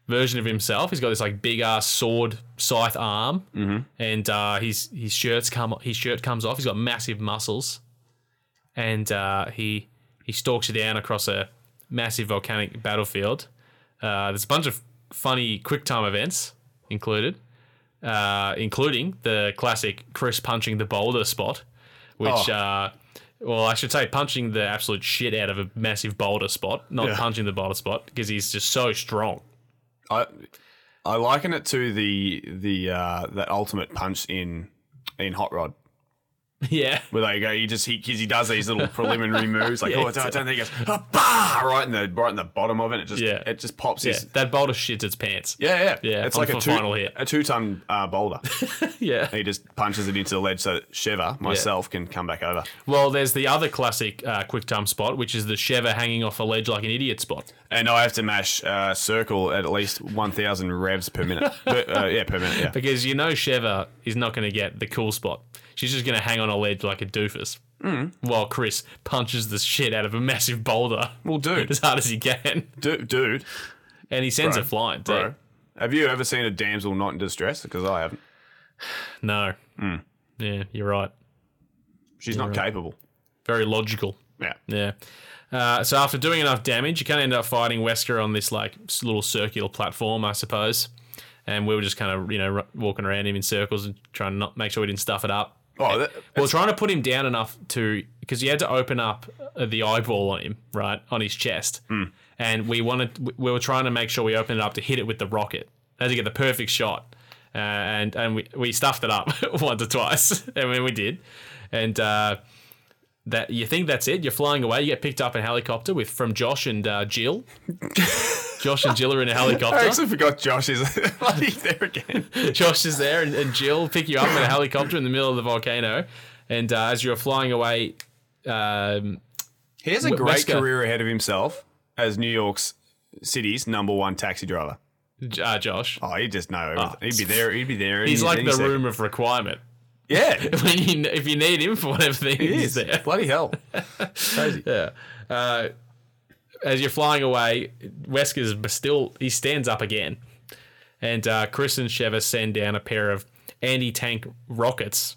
[SPEAKER 1] version of himself. He's got this like big ass sword scythe arm, and uh, his his shirts come his shirt comes off. He's got massive muscles, and uh, he he stalks you down across a massive volcanic battlefield. Uh, there's a bunch of funny quick time events included, uh, including the classic Chris punching the boulder spot, which.
[SPEAKER 2] Oh.
[SPEAKER 1] Uh, well, I should say punching the absolute shit out of a massive boulder spot, not
[SPEAKER 2] Yeah.
[SPEAKER 1] punching the boulder spot because he's just so strong.
[SPEAKER 2] I I liken it to the the uh, that ultimate punch in in Hot Rod.
[SPEAKER 1] Yeah.
[SPEAKER 2] Where they go, he just he, 'cause he does these little preliminary moves like,
[SPEAKER 1] Yeah,
[SPEAKER 2] oh, I don't, I don't think it's ah, bah, right in the right in the bottom of it. It just
[SPEAKER 1] Yeah.
[SPEAKER 2] it just pops
[SPEAKER 1] Yeah,
[SPEAKER 2] his
[SPEAKER 1] that boulder shits its pants.
[SPEAKER 2] yeah yeah
[SPEAKER 1] Yeah,
[SPEAKER 2] It's
[SPEAKER 1] on
[SPEAKER 2] like a
[SPEAKER 1] for
[SPEAKER 2] two
[SPEAKER 1] final hit.
[SPEAKER 2] a two ton uh, boulder.
[SPEAKER 1] Yeah.
[SPEAKER 2] He just punches it into the ledge so that Sheva, myself, can come back over.
[SPEAKER 1] Well, there's the other classic uh, quick time spot, which is the Sheva hanging off a ledge like an idiot spot.
[SPEAKER 2] And I have to mash uh, circle at least 1,000 revs per minute. per, uh, yeah, per minute, yeah.
[SPEAKER 1] Because you know Sheva is not going to get the cool spot. She's just going to hang on a ledge like a doofus. Mm. While Chris punches the shit out of a massive boulder
[SPEAKER 2] Well, dude,
[SPEAKER 1] as hard as he can.
[SPEAKER 2] du- dude,
[SPEAKER 1] And he sends
[SPEAKER 2] Bro.
[SPEAKER 1] it flying, too.
[SPEAKER 2] bro, have you ever seen a damsel not in distress? Because I haven't.
[SPEAKER 1] No. Yeah, you're right.
[SPEAKER 2] She's not capable.
[SPEAKER 1] Very logical.
[SPEAKER 2] Yeah.
[SPEAKER 1] Yeah. Uh, so after doing enough damage, you kind of end up fighting Wesker on this like s- little circular platform, I suppose. And we were just kind of you know r- walking around him in circles and trying to not make sure we didn't stuff it up.
[SPEAKER 2] Oh, that,
[SPEAKER 1] Well, trying to put him down enough to because you had to open up uh, the eyeball on him, right, on his chest. And we wanted we- we were trying to make sure we opened it up to hit it with the rocket. Had to get the perfect shot, uh, and and we, we stuffed it up once or twice. I mean, we did, and. Uh, that you think that's it. You're flying away. You get picked up in a helicopter with from Josh and uh, Jill. Josh and Jill are in a
[SPEAKER 2] I
[SPEAKER 1] helicopter.
[SPEAKER 2] actually forgot Josh is bloody there again.
[SPEAKER 1] Josh is there, and, and Jill pick you up in a helicopter in the middle of the volcano. And uh, as you're flying away, um,
[SPEAKER 2] He has a
[SPEAKER 1] W-
[SPEAKER 2] great
[SPEAKER 1] Wesker.
[SPEAKER 2] career ahead of himself as New York's city's number one taxi driver.
[SPEAKER 1] J- uh, Josh,
[SPEAKER 2] Oh, he'd just know everything. he'd be there. He'd be there.
[SPEAKER 1] Ah, he's
[SPEAKER 2] any-
[SPEAKER 1] like
[SPEAKER 2] any
[SPEAKER 1] the
[SPEAKER 2] second.
[SPEAKER 1] room of requirement.
[SPEAKER 2] Yeah.
[SPEAKER 1] When you, if you need him for whatever thing,
[SPEAKER 2] He
[SPEAKER 1] he's
[SPEAKER 2] is.
[SPEAKER 1] there.
[SPEAKER 2] Bloody hell. Crazy.
[SPEAKER 1] Yeah. Uh, as you're flying away, Wesker's b- still he stands up again, and uh, Chris and Sheva send down a pair of anti-tank rockets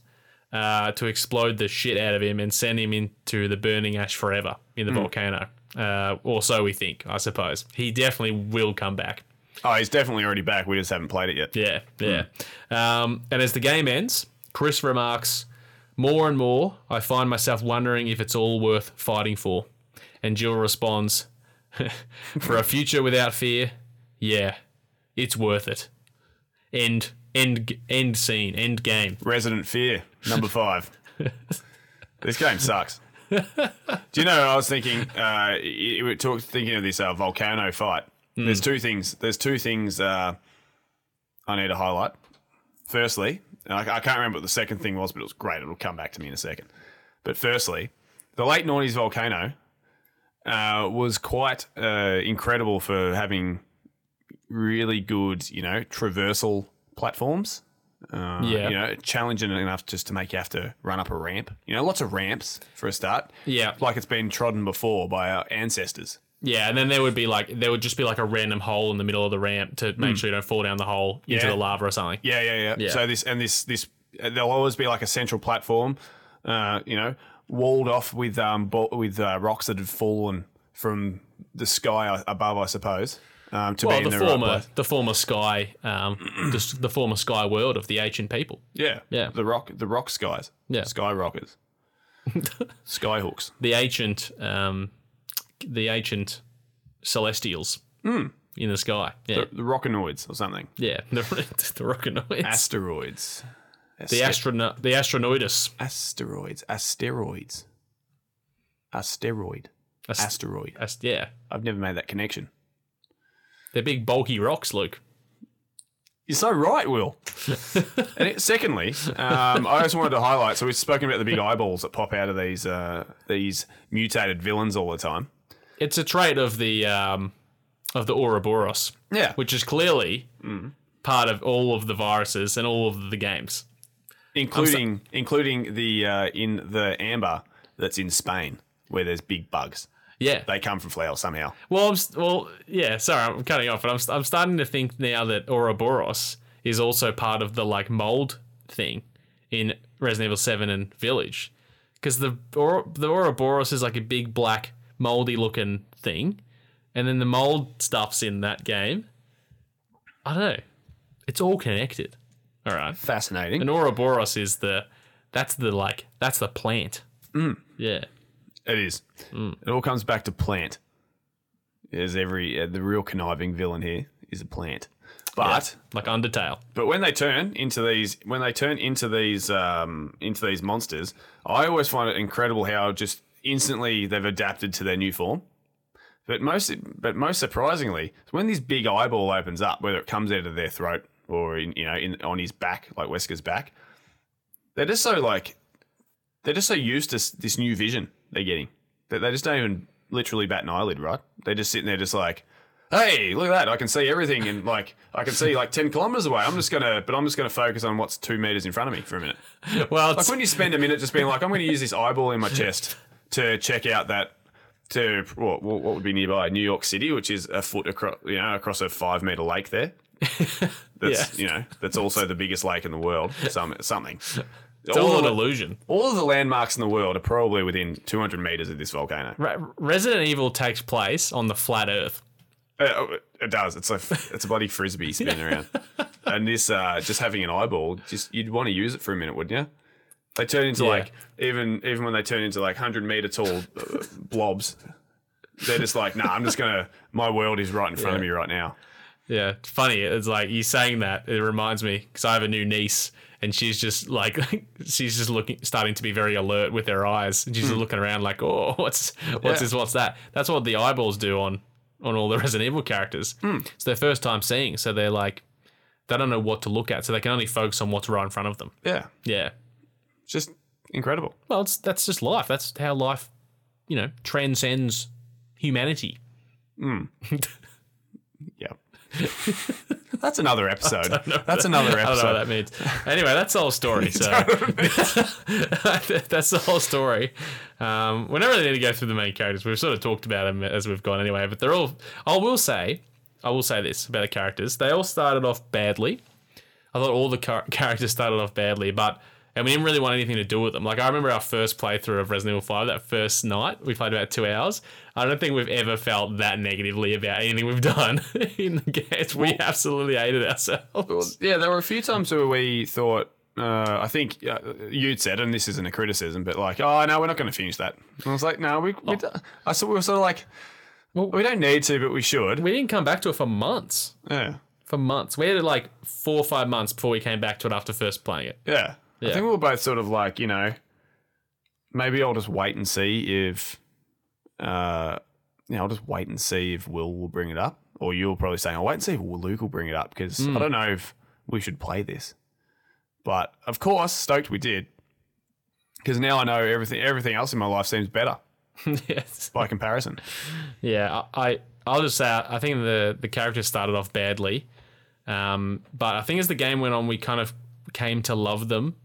[SPEAKER 1] uh, to explode the shit out of him and send him into the burning ash forever in the volcano. Uh, or so we think, I suppose. He definitely will come back.
[SPEAKER 2] Oh, he's definitely already back. We just haven't played it yet.
[SPEAKER 1] Yeah, yeah.
[SPEAKER 2] Hmm.
[SPEAKER 1] Um, and as the game ends, Chris remarks, More and more, I find myself wondering if it's all worth fighting for. And Jill responds, For a future without fear, yeah, it's worth it. End, end, end scene, end game.
[SPEAKER 2] Resident Fear, number five. this game sucks. Do you know? I was thinking. Uh, you were talk, thinking of this uh, volcano fight. There's two things. There's two things uh, I need to highlight. Firstly, and I, I can't remember what the second thing was, but it was great. It'll come back to me in a second. But firstly, the late '90s volcano uh, was quite uh, incredible for having really good, you know, traversal platforms. Uh,
[SPEAKER 1] Yeah.
[SPEAKER 2] You know, challenging enough just to make you have to run up a ramp. You know, lots of ramps for a start.
[SPEAKER 1] Yeah.
[SPEAKER 2] Like it's been trodden before by our ancestors.
[SPEAKER 1] Yeah, and then there would be like, there would just be like a random hole in the middle of the ramp to make sure you don't fall down the hole into
[SPEAKER 2] Hmm. Yeah.
[SPEAKER 1] the lava or something.
[SPEAKER 2] Yeah, yeah, yeah.
[SPEAKER 1] Yeah.
[SPEAKER 2] So this and this this uh, there'll always be like a central platform. Uh, you know, walled off with um bo- with uh, rocks that had fallen from the sky uh, above, I suppose. Um, to
[SPEAKER 1] Well,
[SPEAKER 2] be in
[SPEAKER 1] the,
[SPEAKER 2] the, right
[SPEAKER 1] former,
[SPEAKER 2] place.
[SPEAKER 1] the former sky, um, the, s- the former sky world of the ancient people,
[SPEAKER 2] yeah,
[SPEAKER 1] Yeah.
[SPEAKER 2] the rock, the rock skies,
[SPEAKER 1] Yeah.
[SPEAKER 2] sky rockers, sky hooks.
[SPEAKER 1] the ancient, um, the ancient celestials in the sky. Yeah,
[SPEAKER 2] the, the rockanoids or something.
[SPEAKER 1] yeah, Hmm. the, the rockanoids,
[SPEAKER 2] Asteroids.
[SPEAKER 1] the
[SPEAKER 2] Aster-
[SPEAKER 1] astrono- the astronoidus,
[SPEAKER 2] asteroids. Asteroids. Asteroid.
[SPEAKER 1] Ast-
[SPEAKER 2] Asteroid.
[SPEAKER 1] ast- yeah,
[SPEAKER 2] I've never made that connection.
[SPEAKER 1] they're big bulky rocks, Luke.
[SPEAKER 2] You're so right, Will. and it, secondly, um, I just wanted to highlight. So we've spoken about the big eyeballs that pop out of these uh, these mutated villains all the time.
[SPEAKER 1] It's a trait of the um, of the Ouroboros,
[SPEAKER 2] Yeah,
[SPEAKER 1] which is clearly part of all of the viruses and all of the games.
[SPEAKER 2] including including the uh, in the amber that's in Spain where there's big bugs.
[SPEAKER 1] Yeah.
[SPEAKER 2] They come from flowers somehow.
[SPEAKER 1] Well, I'm s well, yeah. Sorry, I'm cutting you off, but I'm, st- I'm starting to think now that Ouroboros is also part of the like mold thing in Resident Evil Seven and Village, because the or- the Ouroboros is like a big black moldy looking thing, and then the mold stuff's in that game. I don't know. It's all connected. All right.
[SPEAKER 2] Fascinating.
[SPEAKER 1] And Ouroboros is the that's the like that's the plant.
[SPEAKER 2] Mm.
[SPEAKER 1] Yeah.
[SPEAKER 2] It is. It all comes back to plant. There's every uh, the real conniving villain here is a plant, but
[SPEAKER 1] Like Undertale.
[SPEAKER 2] but when they turn into these when they turn into these um, into these monsters, I always find it incredible how just instantly they've adapted to their new form. But most but most surprisingly, when this big eyeball opens up, whether it comes out of their throat or in, you know in, on his back, like Wesker's back, they're just so like they're just so used to s- this new vision they're getting that they just don't even literally bat an eyelid, right? They're just sitting there, just like, hey, look at that, I can see everything, and like I can see like ten kilometers away. I'm just gonna, but I'm just gonna focus on what's two meters in front of me for a minute.
[SPEAKER 1] Well, it's-
[SPEAKER 2] Like when you spend a minute just being like, I'm gonna use this eyeball in my chest to check out that. To what, what what would be nearby New York City, which is a foot across, you know, across a five meter lake there. That's
[SPEAKER 1] Yeah.
[SPEAKER 2] you know, that's also the biggest lake in the world. Some something.
[SPEAKER 1] it's all an
[SPEAKER 2] the-
[SPEAKER 1] illusion.
[SPEAKER 2] all of the landmarks in the world are probably within 200 meters of this volcano.
[SPEAKER 1] Re- Resident Evil takes place on the flat Earth.
[SPEAKER 2] Uh, it does. It's a it's a bloody frisbee spinning around. And this uh, just having an eyeball, just you'd want to use it for a minute, wouldn't you? They turn into
[SPEAKER 1] Yeah.
[SPEAKER 2] like even even when they turn into like 100 meter tall uh, blobs, they're just like, nah, I'm just gonna. My world is right in front of me right now.
[SPEAKER 1] Yeah, it's funny. It's like you saying that. It reminds me because I have a new niece, and she's just like she's just looking, starting to be very alert with her eyes, and she's just looking around like, oh, what's what's
[SPEAKER 2] Yeah.
[SPEAKER 1] this? What's that? That's what the eyeballs do on on all the Resident Evil characters. It's their first time seeing, so they're like they don't know what to look at, so they can only focus on what's right in front of them.
[SPEAKER 2] Yeah,
[SPEAKER 1] Yeah.
[SPEAKER 2] it's just incredible.
[SPEAKER 1] Well, it's that's just life. That's how life, you know, transcends humanity.
[SPEAKER 2] Yeah. That's another episode. That's another
[SPEAKER 1] I don't know
[SPEAKER 2] episode.
[SPEAKER 1] what that means. Anyway, that's the whole story. So that's the whole story. Um, we're not really going to go through the main characters. We've sort of talked about them as we've gone anyway. But they're all. I will say, I will say this about the characters. They all started off badly. I thought all the char- characters started off badly, but and we didn't really want anything to do with them. Like I remember our first playthrough of Resident Evil Five. That first night, we played about two hours. I don't think we've ever felt that negatively about anything we've done in the games. We absolutely hated ourselves.
[SPEAKER 2] Yeah, there were a few times where we thought. Uh, I think uh, you'd said, and this isn't a criticism, but like, oh no, we're not going to finish that. And I was like, no, we. we do- I saw we were sort of like, well, we don't need to, but we should.
[SPEAKER 1] We didn't come back to it for months.
[SPEAKER 2] yeah,
[SPEAKER 1] For months. We had it like four or five months before we came back to it after first playing it.
[SPEAKER 2] yeah, I
[SPEAKER 1] Yeah.
[SPEAKER 2] think we were both sort of like, you know, maybe I'll just wait and see if, uh, you know, I'll just wait and see if Will will bring it up, or you're probably saying, I'll wait and see if Luke will bring it up because
[SPEAKER 1] Hmm.
[SPEAKER 2] I don't know if we should play this. But of course, stoked we did, because now I know everything. Everything else in my life seems better.
[SPEAKER 1] yes.
[SPEAKER 2] by comparison.
[SPEAKER 1] Yeah, I, I I'll just say I I think the the character started off badly, um, but I think as the game went on, we kind of came to love them,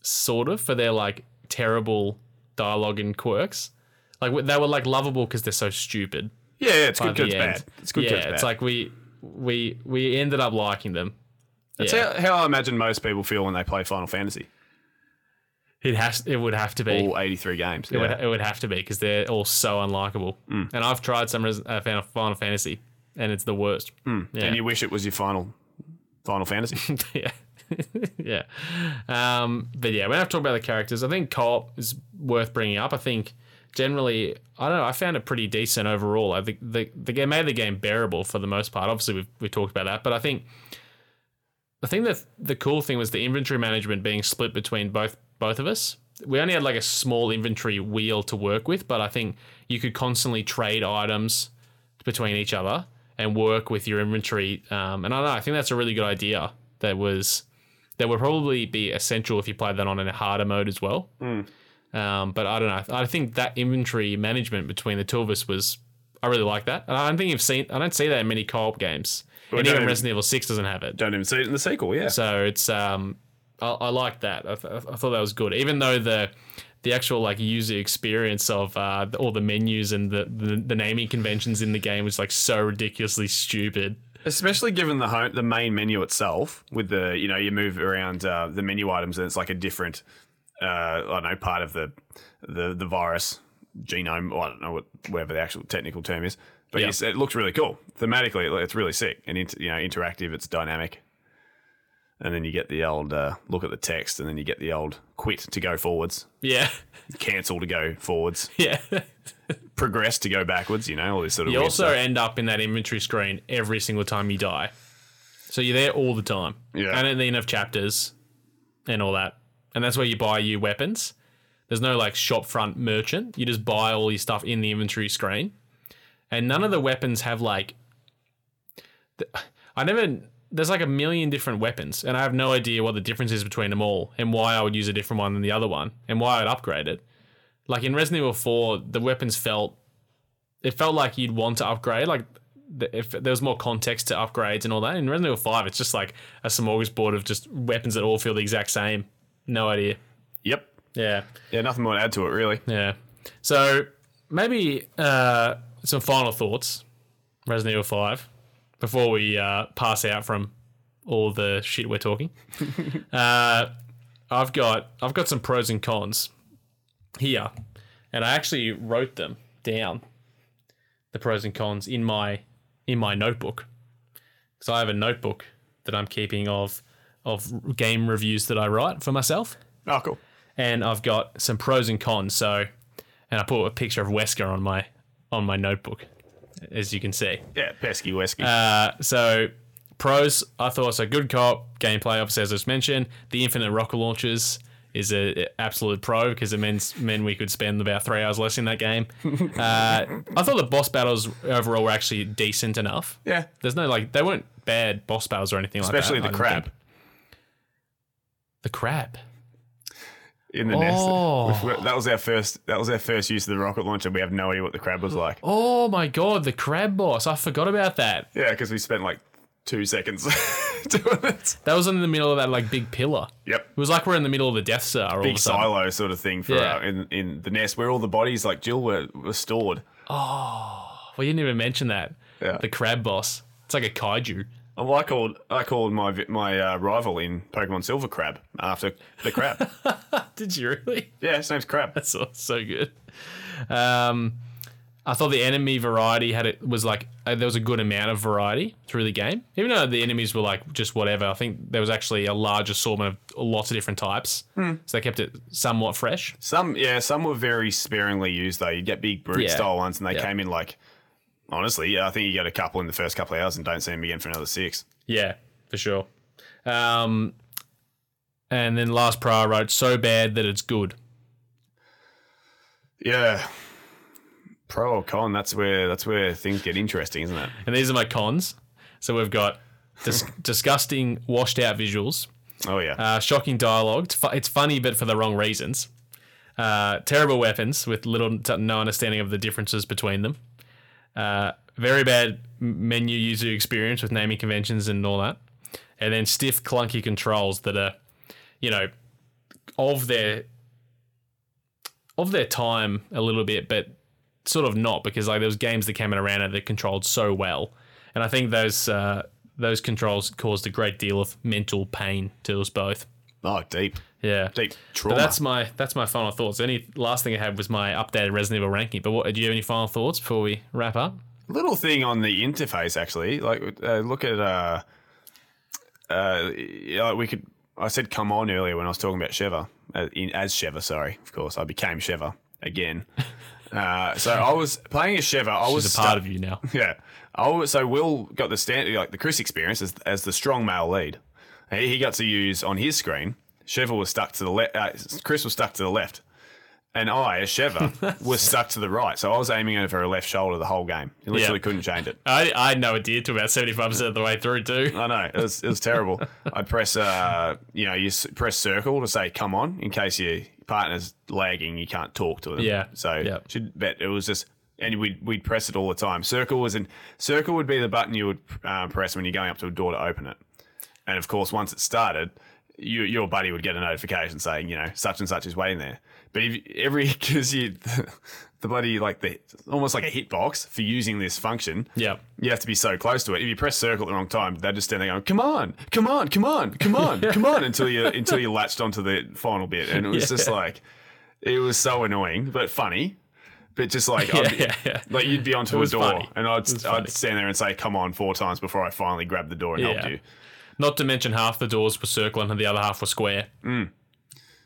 [SPEAKER 1] sort of for their like terrible dialogue and quirks. Like we- they were like lovable because they're so stupid.
[SPEAKER 2] Yeah, yeah it's
[SPEAKER 1] by
[SPEAKER 2] good
[SPEAKER 1] the
[SPEAKER 2] because it's
[SPEAKER 1] end.
[SPEAKER 2] bad. It's good
[SPEAKER 1] yeah,
[SPEAKER 2] because it's bad.
[SPEAKER 1] it's like we we we ended up liking them.
[SPEAKER 2] That's
[SPEAKER 1] yeah.
[SPEAKER 2] how, how I imagine most people feel when they play Final Fantasy.
[SPEAKER 1] It has. It would have to be.
[SPEAKER 2] all 83 games.
[SPEAKER 1] It,
[SPEAKER 2] Yeah. Mm.
[SPEAKER 1] would, it would have to be because they're all so unlikable. And I've tried some Res- uh, Final Final Fantasy, and it's the worst. Yeah.
[SPEAKER 2] Mm. And you wish it was your final Final Fantasy.
[SPEAKER 1] yeah. yeah. Um, but yeah, we don't have to talk about the characters. I think co-op is worth bringing up. I think generally, I don't know, I found it pretty decent overall. I think the, the game made the game bearable for the most part. Obviously, we've, we talked about that, but I think I think that the cool thing was the inventory management being split between both both of us. We only had like a small inventory wheel to work with, but I think you could constantly trade items between each other and work with your inventory. Um, and I don't know, I think that's a really good idea. That was that would probably be essential if you played that on in a harder mode as well. Um, but I don't know. I think that inventory management between the two of us was. I really like that. And I don't think you've seen. I don't see that in many co-op games. and
[SPEAKER 2] don't
[SPEAKER 1] even
[SPEAKER 2] even-
[SPEAKER 1] Resident Evil Six doesn't have it.
[SPEAKER 2] Don't even see it in the sequel. Yeah.
[SPEAKER 1] So it's um, I, I like that. I, th- I thought that was good, even though the the actual like user experience of uh, all the menus and the, the the naming conventions in the game was like so ridiculously stupid.
[SPEAKER 2] Especially given the home, the main menu itself, with the you know you move around uh, the menu items and it's like a different, uh, I don't know, part of the the the virus genome. Or I don't know what whatever the actual technical term is, but
[SPEAKER 1] Yeah.
[SPEAKER 2] yes, it looks really cool thematically. It, it's really sick and int- you know interactive. It's dynamic, and then you get the old uh, look at the text, and then you get the old quit to go forwards,
[SPEAKER 1] Yeah,
[SPEAKER 2] cancel to go forwards,
[SPEAKER 1] yeah.
[SPEAKER 2] progress to go backwards. You know all this sort of.
[SPEAKER 1] You
[SPEAKER 2] weird
[SPEAKER 1] also
[SPEAKER 2] stuff.
[SPEAKER 1] end up in that inventory screen every single time you die, so you're there all the time.
[SPEAKER 2] Yeah.
[SPEAKER 1] and at the end of chapters, and all that, and that's where you buy your weapons. There's no like shop front merchant. You just buy all your stuff in the inventory screen. And none of the weapons have like th- I never there's like a million different weapons and I have no idea what the difference is between them all and why I would use a different one than the other one and why I'd upgrade it. Like in Resident Evil 4, the weapons felt it felt like you'd want to upgrade like th- if there was more context to upgrades and all that. In Resident Evil 5, it's just like a smorgasbord of just weapons that all feel the exact same. No idea.
[SPEAKER 2] yep.
[SPEAKER 1] Yeah.
[SPEAKER 2] Yeah, nothing more to add to it really.
[SPEAKER 1] Yeah. So maybe uh, some final thoughts, Resident Evil Five, before we uh, pass out from all the shit we're talking. uh, I've got I've got some pros and cons here, and I actually wrote them down, the pros and cons in my in my notebook, because I have a notebook that I'm keeping of of game reviews that I write for myself
[SPEAKER 2] Oh, cool.
[SPEAKER 1] and I've got some pros and cons. So, and I put a picture of Wesker on my on my notebook, as you can see.
[SPEAKER 2] Yeah, pesky whiskey.
[SPEAKER 1] Uh, so, pros I thought so good cop gameplay, obviously as I just mentioned. The infinite rocket launchers is a, a absolute pro because it means meant we could spend about three hours less in that game. Uh, I thought the boss battles overall were actually decent enough.
[SPEAKER 2] yeah,
[SPEAKER 1] There's no like they weren't bad boss battles or anything
[SPEAKER 2] especially
[SPEAKER 1] like that.
[SPEAKER 2] the
[SPEAKER 1] I don't think.
[SPEAKER 2] crab
[SPEAKER 1] The crab.
[SPEAKER 2] in the
[SPEAKER 1] Oh.
[SPEAKER 2] nest. We forgot- That was our first. That was our first use of the rocket launcher. We have no idea what the crab was like. Yeah, 'cause
[SPEAKER 1] Oh my god, the crab boss! I forgot about that.
[SPEAKER 2] Yeah, because we spent like two seconds doing it.
[SPEAKER 1] That was in the middle of that like big pillar.
[SPEAKER 2] Yep.
[SPEAKER 1] It was like we're in the middle of the Death Star. All
[SPEAKER 2] Big
[SPEAKER 1] of a sudden.
[SPEAKER 2] silo sort of thing for
[SPEAKER 1] Yeah.
[SPEAKER 2] our, in in the nest where all the bodies like Jill were, were stored.
[SPEAKER 1] Well, you didn't even mention that.
[SPEAKER 2] Yeah.
[SPEAKER 1] The crab boss. It's like a kaiju.
[SPEAKER 2] Well, I called I called my vi- my uh, rival in Pokemon Silver Crab after the crab.
[SPEAKER 1] Did you really?
[SPEAKER 2] yeah, his name's Crab.
[SPEAKER 1] That's so, so good. Um, I thought the enemy variety had it was like uh, there was a good amount of variety through the game. Even though the enemies were like just whatever, I think there was actually a large assortment of lots of different types. So they kept it somewhat fresh.
[SPEAKER 2] Some yeah, some were very sparingly used though. You'd get big brute
[SPEAKER 1] Yeah.
[SPEAKER 2] style ones, and they
[SPEAKER 1] Yeah.
[SPEAKER 2] came in like honestly, I think you get a couple in the first couple of hours and don't see them again for another six.
[SPEAKER 1] Yeah, for sure. Um, and then last pro I wrote so bad that it's good.
[SPEAKER 2] Yeah. Pro or con, that's where that's where things get interesting, isn't it?
[SPEAKER 1] And these are my cons. So we've got dis- disgusting, washed out visuals,
[SPEAKER 2] Oh yeah.
[SPEAKER 1] uh, shocking dialogue. It's, fu- it's funny, but for the wrong reasons. Uh, terrible weapons with little to no understanding of the differences between them. Uh, very bad m- menu user experience with naming conventions and all that. And then stiff, clunky controls that are, you know, of their of their time a little bit, but sort of not because like there was games that came out around it that controlled so well, and I think those uh, those controls caused a great deal of mental pain to us both.
[SPEAKER 2] Oh, deep,
[SPEAKER 1] Yeah.
[SPEAKER 2] deep trauma.
[SPEAKER 1] But that's my that's my final thoughts. Any last thing I had was my updated Resident Evil ranking. But what do you have any final thoughts before we wrap up?
[SPEAKER 2] little thing on the interface actually like uh, look at uh uh yeah, like we could i said come on earlier when i was talking about sheva uh, in, as sheva sorry of course i became sheva again uh so i was playing as sheva i was
[SPEAKER 1] It's a part of you now.
[SPEAKER 2] yeah i was, so will got the stand like the chris experience as, as the strong male lead he, he got to use on his screen sheva was stuck to the left uh, chris was stuck to the left and I, as Sheva, was stuck to the right. So I was aiming over her left shoulder the whole game. You literally
[SPEAKER 1] Yeah.
[SPEAKER 2] couldn't change it.
[SPEAKER 1] I I know it did to about seventy five percent of the way through too.
[SPEAKER 2] I know it was it was terrible. I'd press uh you know you s- press circle to say come on in case your partner's lagging you can't talk to them.
[SPEAKER 1] Yeah.
[SPEAKER 2] So
[SPEAKER 1] Yeah.
[SPEAKER 2] should bet it was just and we'd we'd press it all the time. Circle was in circle would be the button you would uh, press when you're going up to a door to open it. And of course, once it started, you, your buddy would get a notification saying, you know, such and such is waiting there. But if every because you the, bloody like the almost like a hitbox for using this function,
[SPEAKER 1] Yeah.
[SPEAKER 2] you have to be so close to it. If you press circle at the wrong time, they just stand there going, "Come on, come on, come on, come on, come on," until you until you latched onto the final bit, and it was just like it was so annoying but funny. But just like I'd be-
[SPEAKER 1] Yeah, yeah, yeah.
[SPEAKER 2] like you'd be onto a
[SPEAKER 1] was
[SPEAKER 2] door,
[SPEAKER 1] funny.
[SPEAKER 2] and I'd
[SPEAKER 1] funny.
[SPEAKER 2] I'd stand there and say, "Come on," four times before I finally grabbed the door and helped
[SPEAKER 1] Yeah.
[SPEAKER 2] you.
[SPEAKER 1] Not to mention half the doors were circle and the other half were square.
[SPEAKER 2] Mm.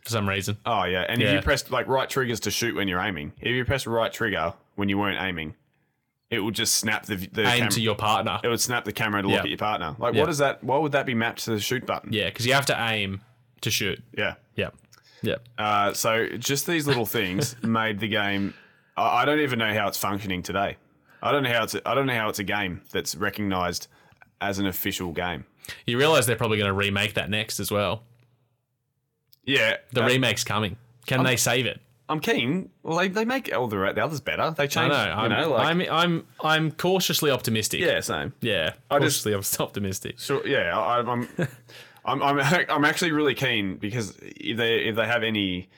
[SPEAKER 1] For some reason.
[SPEAKER 2] Oh yeah, and if
[SPEAKER 1] Yeah.
[SPEAKER 2] you pressed like right triggers to shoot when you're aiming, if you press right trigger when you weren't aiming, it would just snap the, the
[SPEAKER 1] Aim
[SPEAKER 2] camera.
[SPEAKER 1] to your partner.
[SPEAKER 2] it would snap the camera to look
[SPEAKER 1] Yeah.
[SPEAKER 2] at your partner. Like,
[SPEAKER 1] Yeah.
[SPEAKER 2] what is that? Why would that be mapped to the shoot button?
[SPEAKER 1] Yeah, because you have to aim to shoot.
[SPEAKER 2] yeah.
[SPEAKER 1] Yeah. Yeah.
[SPEAKER 2] Uh, so just these little things made the game. I, I don't even know how it's functioning today. I don't know how it's. I don't know how it's a game that's recognised as an official game.
[SPEAKER 1] You realize they're probably going to remake that next as well.
[SPEAKER 2] Yeah,
[SPEAKER 1] The
[SPEAKER 2] uh,
[SPEAKER 1] remake's coming. Can they save it?
[SPEAKER 2] I'm keen. Well, they, they make all the, the others better. They
[SPEAKER 1] I
[SPEAKER 2] change.
[SPEAKER 1] know.
[SPEAKER 2] you
[SPEAKER 1] I'm,
[SPEAKER 2] know, like,
[SPEAKER 1] I'm, I'm, I'm cautiously optimistic.
[SPEAKER 2] yeah, same.
[SPEAKER 1] Yeah.
[SPEAKER 2] I just-
[SPEAKER 1] Cautiously optimistic.
[SPEAKER 2] Sure. Yeah, I, I'm. I'm I'm, I'm I'm actually really keen because if they if they have any,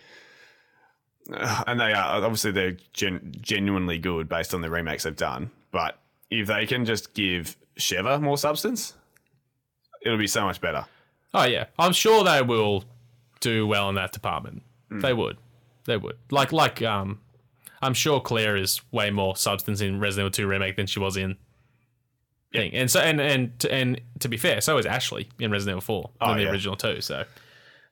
[SPEAKER 2] uh, and they are obviously they're gen, genuinely good based on the remakes they've done. But if they can just give Sheva more substance, it'll be so much better.
[SPEAKER 1] Oh, yeah. I'm sure they will do well in that department.
[SPEAKER 2] Hmm.
[SPEAKER 1] They would. They would. Like, like, um, I'm sure Claire is way more substance in Resident Evil 2 remake than she was in. Thing. And so, and, and, and to be fair, so is Ashley in Resident Evil 4
[SPEAKER 2] Oh,
[SPEAKER 1] in the
[SPEAKER 2] yeah.
[SPEAKER 1] original 2. So,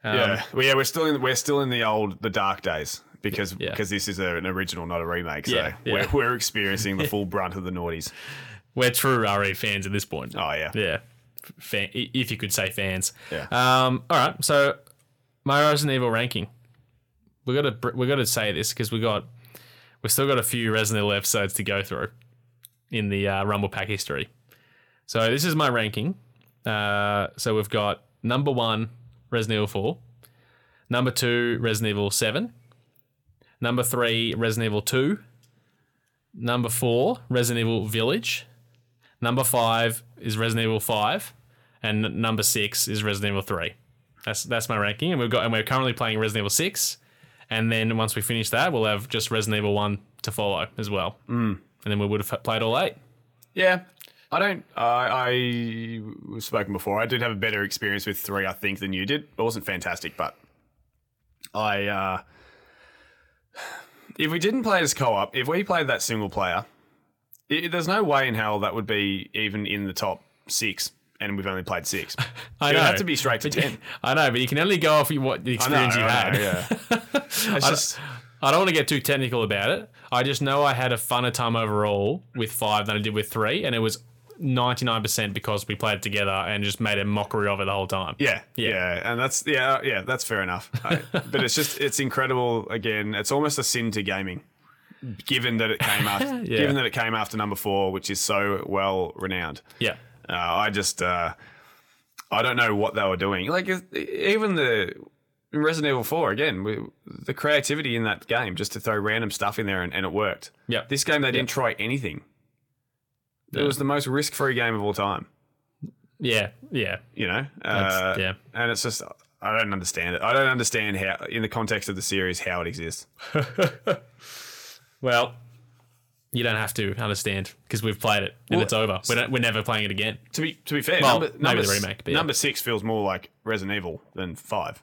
[SPEAKER 1] um,
[SPEAKER 2] yeah, well, yeah, we're still in we're still in the old the dark days because
[SPEAKER 1] Yeah.
[SPEAKER 2] because this is a, an original, not a remake. So
[SPEAKER 1] Yeah, yeah.
[SPEAKER 2] we're we're experiencing the full brunt of the naughties.
[SPEAKER 1] we're true RE fans at this point.
[SPEAKER 2] Oh yeah,
[SPEAKER 1] Yeah. F- Fan, i- if you could say fans.
[SPEAKER 2] Yeah.
[SPEAKER 1] Um, all right. So my Resident Evil ranking. We gotta br- we gotta say this because we got we still got a few Resident Evil episodes to go through in the uh, Rumble Pack history. So this is my ranking. Uh, so we've got number one Resident Evil Four, number two Resident Evil Seven, number three Resident Evil Two, number four Resident Evil Village, Number five is Resident Evil Five, and n- number six is Resident Evil Three. That's that's my ranking, and we've got and we're currently playing Resident Evil Six, and then once we finish that, we'll have just Resident Evil One to follow as well, mm. and then we would have played all eight.
[SPEAKER 2] Yeah. I don't. I I we've spoken before. I did have a better experience with three, I think, than you did. It wasn't fantastic, but I. uh If we didn't play as co-op, if we played that single player, i there's no way in hell that would be even in the top six, and we've only played six.
[SPEAKER 1] I
[SPEAKER 2] It would
[SPEAKER 1] know.
[SPEAKER 2] have to be straight to ten.
[SPEAKER 1] I know, but you can only go off you- what the
[SPEAKER 2] I know,
[SPEAKER 1] experience you
[SPEAKER 2] I
[SPEAKER 1] had.
[SPEAKER 2] know, yeah. It's just
[SPEAKER 1] I don't want to get too technical about it. I just know I had a funner time overall with five than I did with three, and it was ninety nine percent because we played it together and just made a mockery of it the whole time.
[SPEAKER 2] Yeah, yeah, and that's yeah, uh, yeah, that's fair enough. I- but it's just it's incredible. Again, it's almost a sin to gaming, given that it came after,
[SPEAKER 1] Yeah.
[SPEAKER 2] given that it came after number four, which is so well renowned.
[SPEAKER 1] yeah,
[SPEAKER 2] Uh, I just uh, I don't know what they were doing. Like if- even the in Resident Evil Four again, we, the creativity in that game just to throw random stuff in there and, and it worked.
[SPEAKER 1] yeah.
[SPEAKER 2] This game they didn't try anything. It
[SPEAKER 1] Yeah.
[SPEAKER 2] was the most risk-free game of all time.
[SPEAKER 1] Yeah, yeah,
[SPEAKER 2] You know,
[SPEAKER 1] That's-
[SPEAKER 2] Uh,
[SPEAKER 1] yeah.
[SPEAKER 2] and it's just I don't understand it. I don't understand how, in the context of the series, how it exists.
[SPEAKER 1] Well, you don't have to understand because we've played it and
[SPEAKER 2] Well,
[SPEAKER 1] it's over. We're, not, we're never playing it again.
[SPEAKER 2] To be to be fair,
[SPEAKER 1] Well,
[SPEAKER 2] number,
[SPEAKER 1] maybe
[SPEAKER 2] number
[SPEAKER 1] the
[SPEAKER 2] s-
[SPEAKER 1] remake, but yeah.
[SPEAKER 2] number six feels more like Resident Evil than five.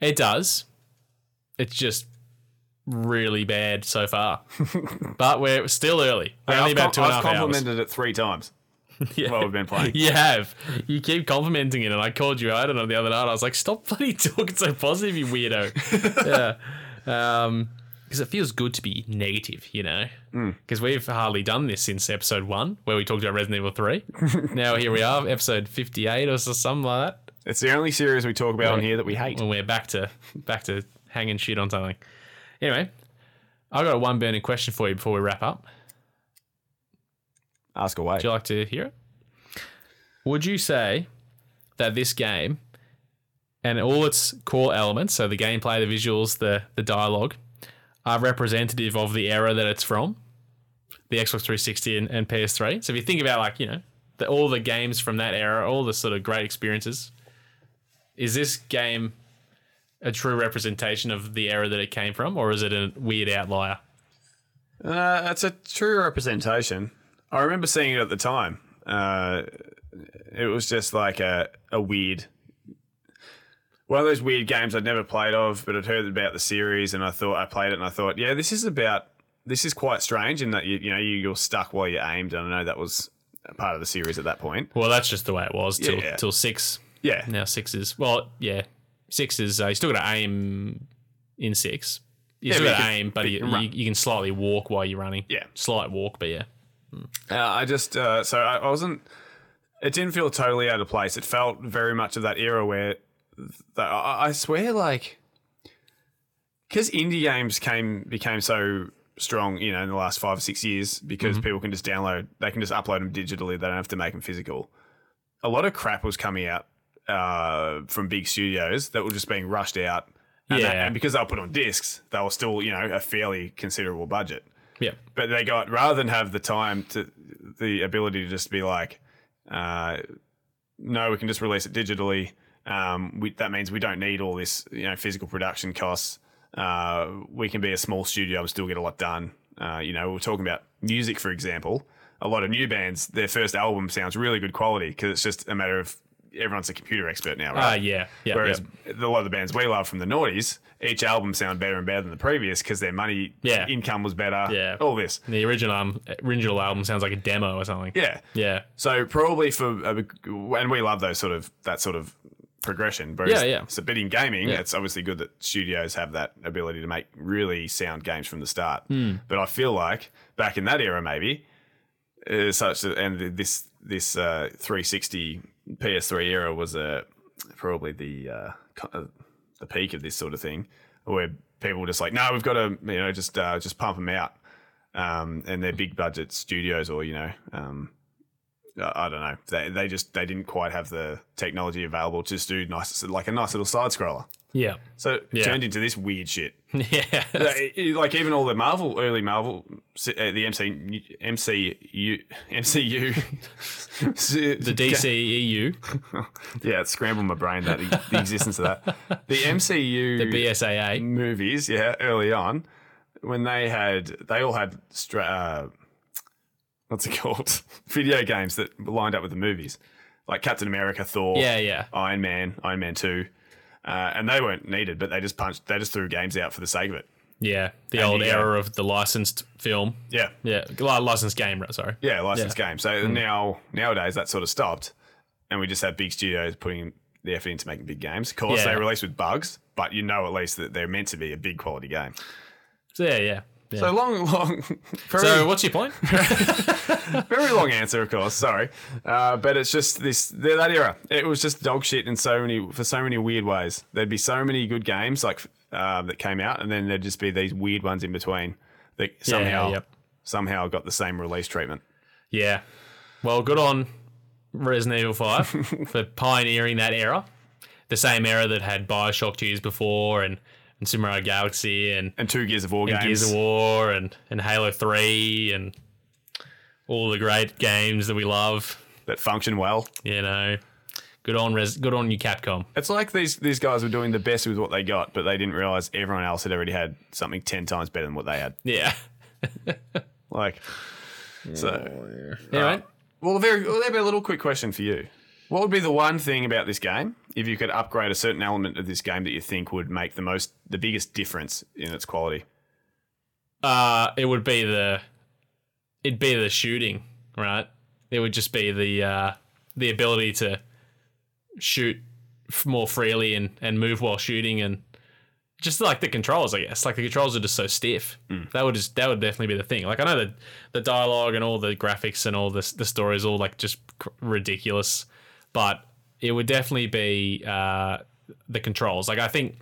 [SPEAKER 1] It does. It's just really bad so far. but we're still early. We're only
[SPEAKER 2] I've
[SPEAKER 1] about two
[SPEAKER 2] com-
[SPEAKER 1] and a
[SPEAKER 2] I've
[SPEAKER 1] half hours.
[SPEAKER 2] complimented it three times while we've been playing.
[SPEAKER 1] You have. You keep complimenting it, and I called you out on it the other night. I was like, "Stop bloody talking so positive, you weirdo." yeah, because it feels good to be negative, you know.
[SPEAKER 2] Mm.
[SPEAKER 1] Because we've hardly done this since episode one, where we talked about Resident Evil Three. now here we are, episode fifty-eight or so- something like that,
[SPEAKER 2] It's the only series we talk about on here that we hate.
[SPEAKER 1] when we're back to back to hanging shit on something. Anyway, I've got one burning question for you before we wrap up.
[SPEAKER 2] Ask away.
[SPEAKER 1] Would you like to hear it? Would you say that this game and all its core elements, so the gameplay, the visuals, the the dialogue, are representative of the era that it's from, the Xbox 360 and, and PS3? So if you think about like you know the, all the games from that era, all the sort of great experiences, is this game a true representation of the era that it came from, or is it a weird outlier?
[SPEAKER 2] Uh, it's a true representation. I remember seeing it at the time. Uh, it was just like a, a weird, one of those weird games I'd never played of, but I'd heard about the series, and I thought I played it, and I thought, yeah, this is about this is quite strange in that you you know you, you're stuck while you aimed. And I know that was a part of the series at that point.
[SPEAKER 1] Well, that's just the way it was till
[SPEAKER 2] Yeah.
[SPEAKER 1] till six.
[SPEAKER 2] Yeah,
[SPEAKER 1] Now six is well, yeah, six is uh, you still got to aim in six. You
[SPEAKER 2] Yeah,
[SPEAKER 1] still
[SPEAKER 2] but
[SPEAKER 1] got to
[SPEAKER 2] you can-
[SPEAKER 1] aim, but
[SPEAKER 2] you
[SPEAKER 1] you,
[SPEAKER 2] can run.
[SPEAKER 1] you, you can slightly walk while you're running.
[SPEAKER 2] Yeah.
[SPEAKER 1] slight walk, but yeah,
[SPEAKER 2] Uh, I just uh, so I, I wasn't. It didn't feel totally out of place. It felt very much of that era where, that, I, I swear, like, because indie games came became so strong, you know, in the last five or six years, because people can just download, they can just upload them digitally. They don't have to make them physical. A lot of crap was coming out uh, from big studios that were just being rushed out. And that-
[SPEAKER 1] Yeah.
[SPEAKER 2] and because they were put on discs, they were still, you know, a fairly considerable budget
[SPEAKER 1] yeah.
[SPEAKER 2] but they got rather than have the time to the ability to just be like uh, no we can just release it digitally um, we, that means we don't need all this you know physical production costs uh, we can be a small studio and still get a lot done uh, you know we we're talking about music for example a lot of new bands their first album sounds really good quality because it's just a matter of everyone's a computer expert now
[SPEAKER 1] Ah,
[SPEAKER 2] right
[SPEAKER 1] yeah, yeah,
[SPEAKER 2] Whereas
[SPEAKER 1] yeah.
[SPEAKER 2] a lot of the bands we love from the noughties, each album sound better and better than the previous because their money
[SPEAKER 1] Yeah.
[SPEAKER 2] income was better.
[SPEAKER 1] Yeah.
[SPEAKER 2] All this.
[SPEAKER 1] the original album, original album sounds like a demo or something.
[SPEAKER 2] Yeah.
[SPEAKER 1] yeah,
[SPEAKER 2] So probably for a big- and we love those sort of that sort of progression. Whereas,
[SPEAKER 1] Yeah, yeah.
[SPEAKER 2] So, but in gaming,
[SPEAKER 1] Yeah.
[SPEAKER 2] it's obviously good that studios have that ability to make really sound games from the start.
[SPEAKER 1] Hmm.
[SPEAKER 2] But I feel like back in that era, maybe uh, such that- and this this uh, 360 PS3 era was uh, probably the uh, co- uh, the peak of this sort of thing, where people were just like, no, we've got to you know just uh, just pump them out, um, and they're big budget studios or you know. Um, uh, I I don't know. They, they just they didn't quite have the technology available to just do nice like a nice little side scroller.
[SPEAKER 1] yeah,
[SPEAKER 2] So it
[SPEAKER 1] Yeah.
[SPEAKER 2] turned into this weird shit.
[SPEAKER 1] yeah.
[SPEAKER 2] Like, it- like even all the Marvel early Marvel uh, the MC MCU MCU
[SPEAKER 1] the E DCEU,
[SPEAKER 2] yeah it scrambled my brain that the, the existence of that the MCU
[SPEAKER 1] the BSAA.
[SPEAKER 2] movies, yeah, early on, when they had, they all had, stra- uh, what's it called? Video games that lined up with the movies, like Captain America, Thor,
[SPEAKER 1] Yeah, yeah.
[SPEAKER 2] Iron Man, Iron Man 2. Uh, and they weren't needed, but they just punched, they just threw games out for the sake of it.
[SPEAKER 1] Yeah, the
[SPEAKER 2] And
[SPEAKER 1] old
[SPEAKER 2] you go-
[SPEAKER 1] era of the licensed film.
[SPEAKER 2] Yeah.
[SPEAKER 1] Yeah, li- licensed game. right, Sorry.
[SPEAKER 2] Yeah, licensed game. So
[SPEAKER 1] Mm.
[SPEAKER 2] now, nowadays, that sort of stopped. And we just have big studios putting the effort into making big games. Of course,
[SPEAKER 1] Yeah.
[SPEAKER 2] they release with bugs, but you know at least that they're meant to be a big quality game.
[SPEAKER 1] So, yeah, yeah. yeah.
[SPEAKER 2] So long, long. very-
[SPEAKER 1] so what's your point?
[SPEAKER 2] Very long answer, of course. Sorry, uh, but it's just this th- that era. It was just dog shit in so many for so many weird ways. There'd be so many good games like um, that came out, and then there'd just be these weird ones in between that somehow
[SPEAKER 1] yep.
[SPEAKER 2] somehow got the same release treatment.
[SPEAKER 1] Yeah. Well, good on Resident Evil 5 for pioneering that era. The same era that had Bioshock two years before and, and Samurai Galaxy and,
[SPEAKER 2] And two Gears of War games.
[SPEAKER 1] Gears of War and, and Halo 3 and all the great games that we love,
[SPEAKER 2] that function well.
[SPEAKER 1] you know. Good on Res- good on you Capcom.
[SPEAKER 2] It's like these these guys were doing the best with what they got, but they didn't realize everyone else had already had something ten times better than what they had.
[SPEAKER 1] Yeah.
[SPEAKER 2] Like, so
[SPEAKER 1] Anyway,
[SPEAKER 2] well, very well, there'd be a little quick question for you. What would be the one thing about this game if you could upgrade a certain element of this game that you think would make the most, the biggest difference in its quality?
[SPEAKER 1] Uh, it would be the, it'd be the shooting, right? It would just be the uh, the ability to shoot f- more freely and and move while shooting and just like the controls, I guess. Like the controls are just so stiff. That would just that would definitely be the thing. Like I know the the dialogue and all the graphics and all this the story is all like just cr- ridiculous, but it would definitely be uh, the controls. Like I think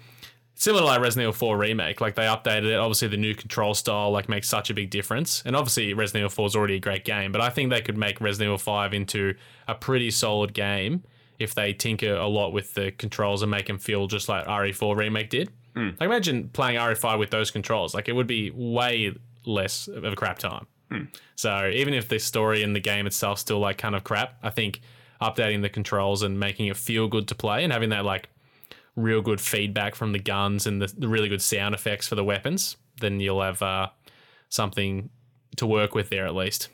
[SPEAKER 1] similar to like Resident Evil 4 remake, like they updated it. Obviously, the new control style like makes such a big difference. And obviously, Resident Evil 4 is already a great game, but I think they could make Resident Evil 5 into a pretty solid game if they tinker a lot with the controls and make them feel just like RE4 remake did. Like imagine playing RE5 with those controls. Like it would be way less of a crap time. So even if the story and the game itself still like kind of crap, I think updating the controls and making it feel good to play and having that like real good feedback from the guns and the, the really good sound effects for the weapons, then you'll have uh, something to work with there at least.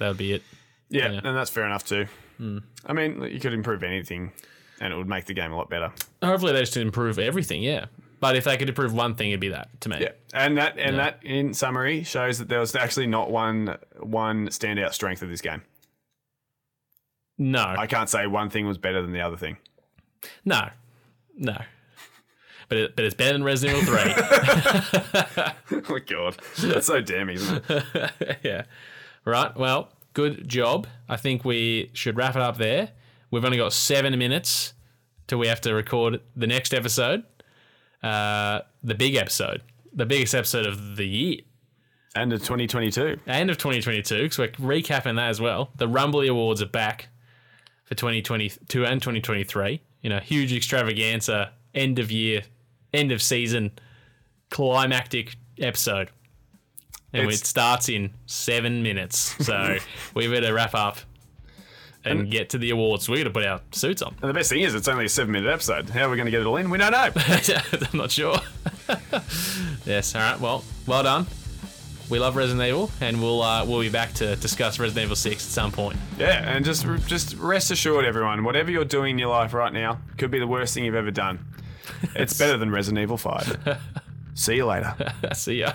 [SPEAKER 1] That would be it.
[SPEAKER 2] Yeah, Hmm. and that's fair enough too. I mean, you could improve anything, and it would make the game a lot better.
[SPEAKER 1] Hopefully they just improve everything, yeah. But if they could improve one thing, it'd be that to me.
[SPEAKER 2] Yeah, and that and that in summary shows that there was actually not one one standout strength of this game.
[SPEAKER 1] No,
[SPEAKER 2] I can't say one thing was better than the other thing.
[SPEAKER 1] no, no. But it, but it's better than Resident Evil Three.
[SPEAKER 2] oh my god, that's so damning, isn't it?
[SPEAKER 1] yeah. Right. Well, good job. I think we should wrap it up there. We've only got seven minutes till we have to record the next episode, uh, the big episode, the biggest episode of the year
[SPEAKER 2] And the 2022.
[SPEAKER 1] end of 2022 because we're recapping that as well. The Rumbly Awards are back for 2022 and 2023. You know, huge extravaganza, end of year, end of season, climactic episode. And
[SPEAKER 2] It's-
[SPEAKER 1] it starts in seven minutes. So we better wrap up and, get to the awards. We're going to put our suits on.
[SPEAKER 2] And the best thing is, it's only a seven minute episode. How are we going to get it all in? We don't know.
[SPEAKER 1] I'm not sure. yes. All right. Well, well done. We love Resident Evil, and we'll uh, we'll be back to discuss Resident Evil Six at some point.
[SPEAKER 2] yeah, and just just rest assured, everyone, whatever you're doing in your life right now could be the worst thing you've ever done. It's better than Resident Evil 5. See you later.
[SPEAKER 1] See ya.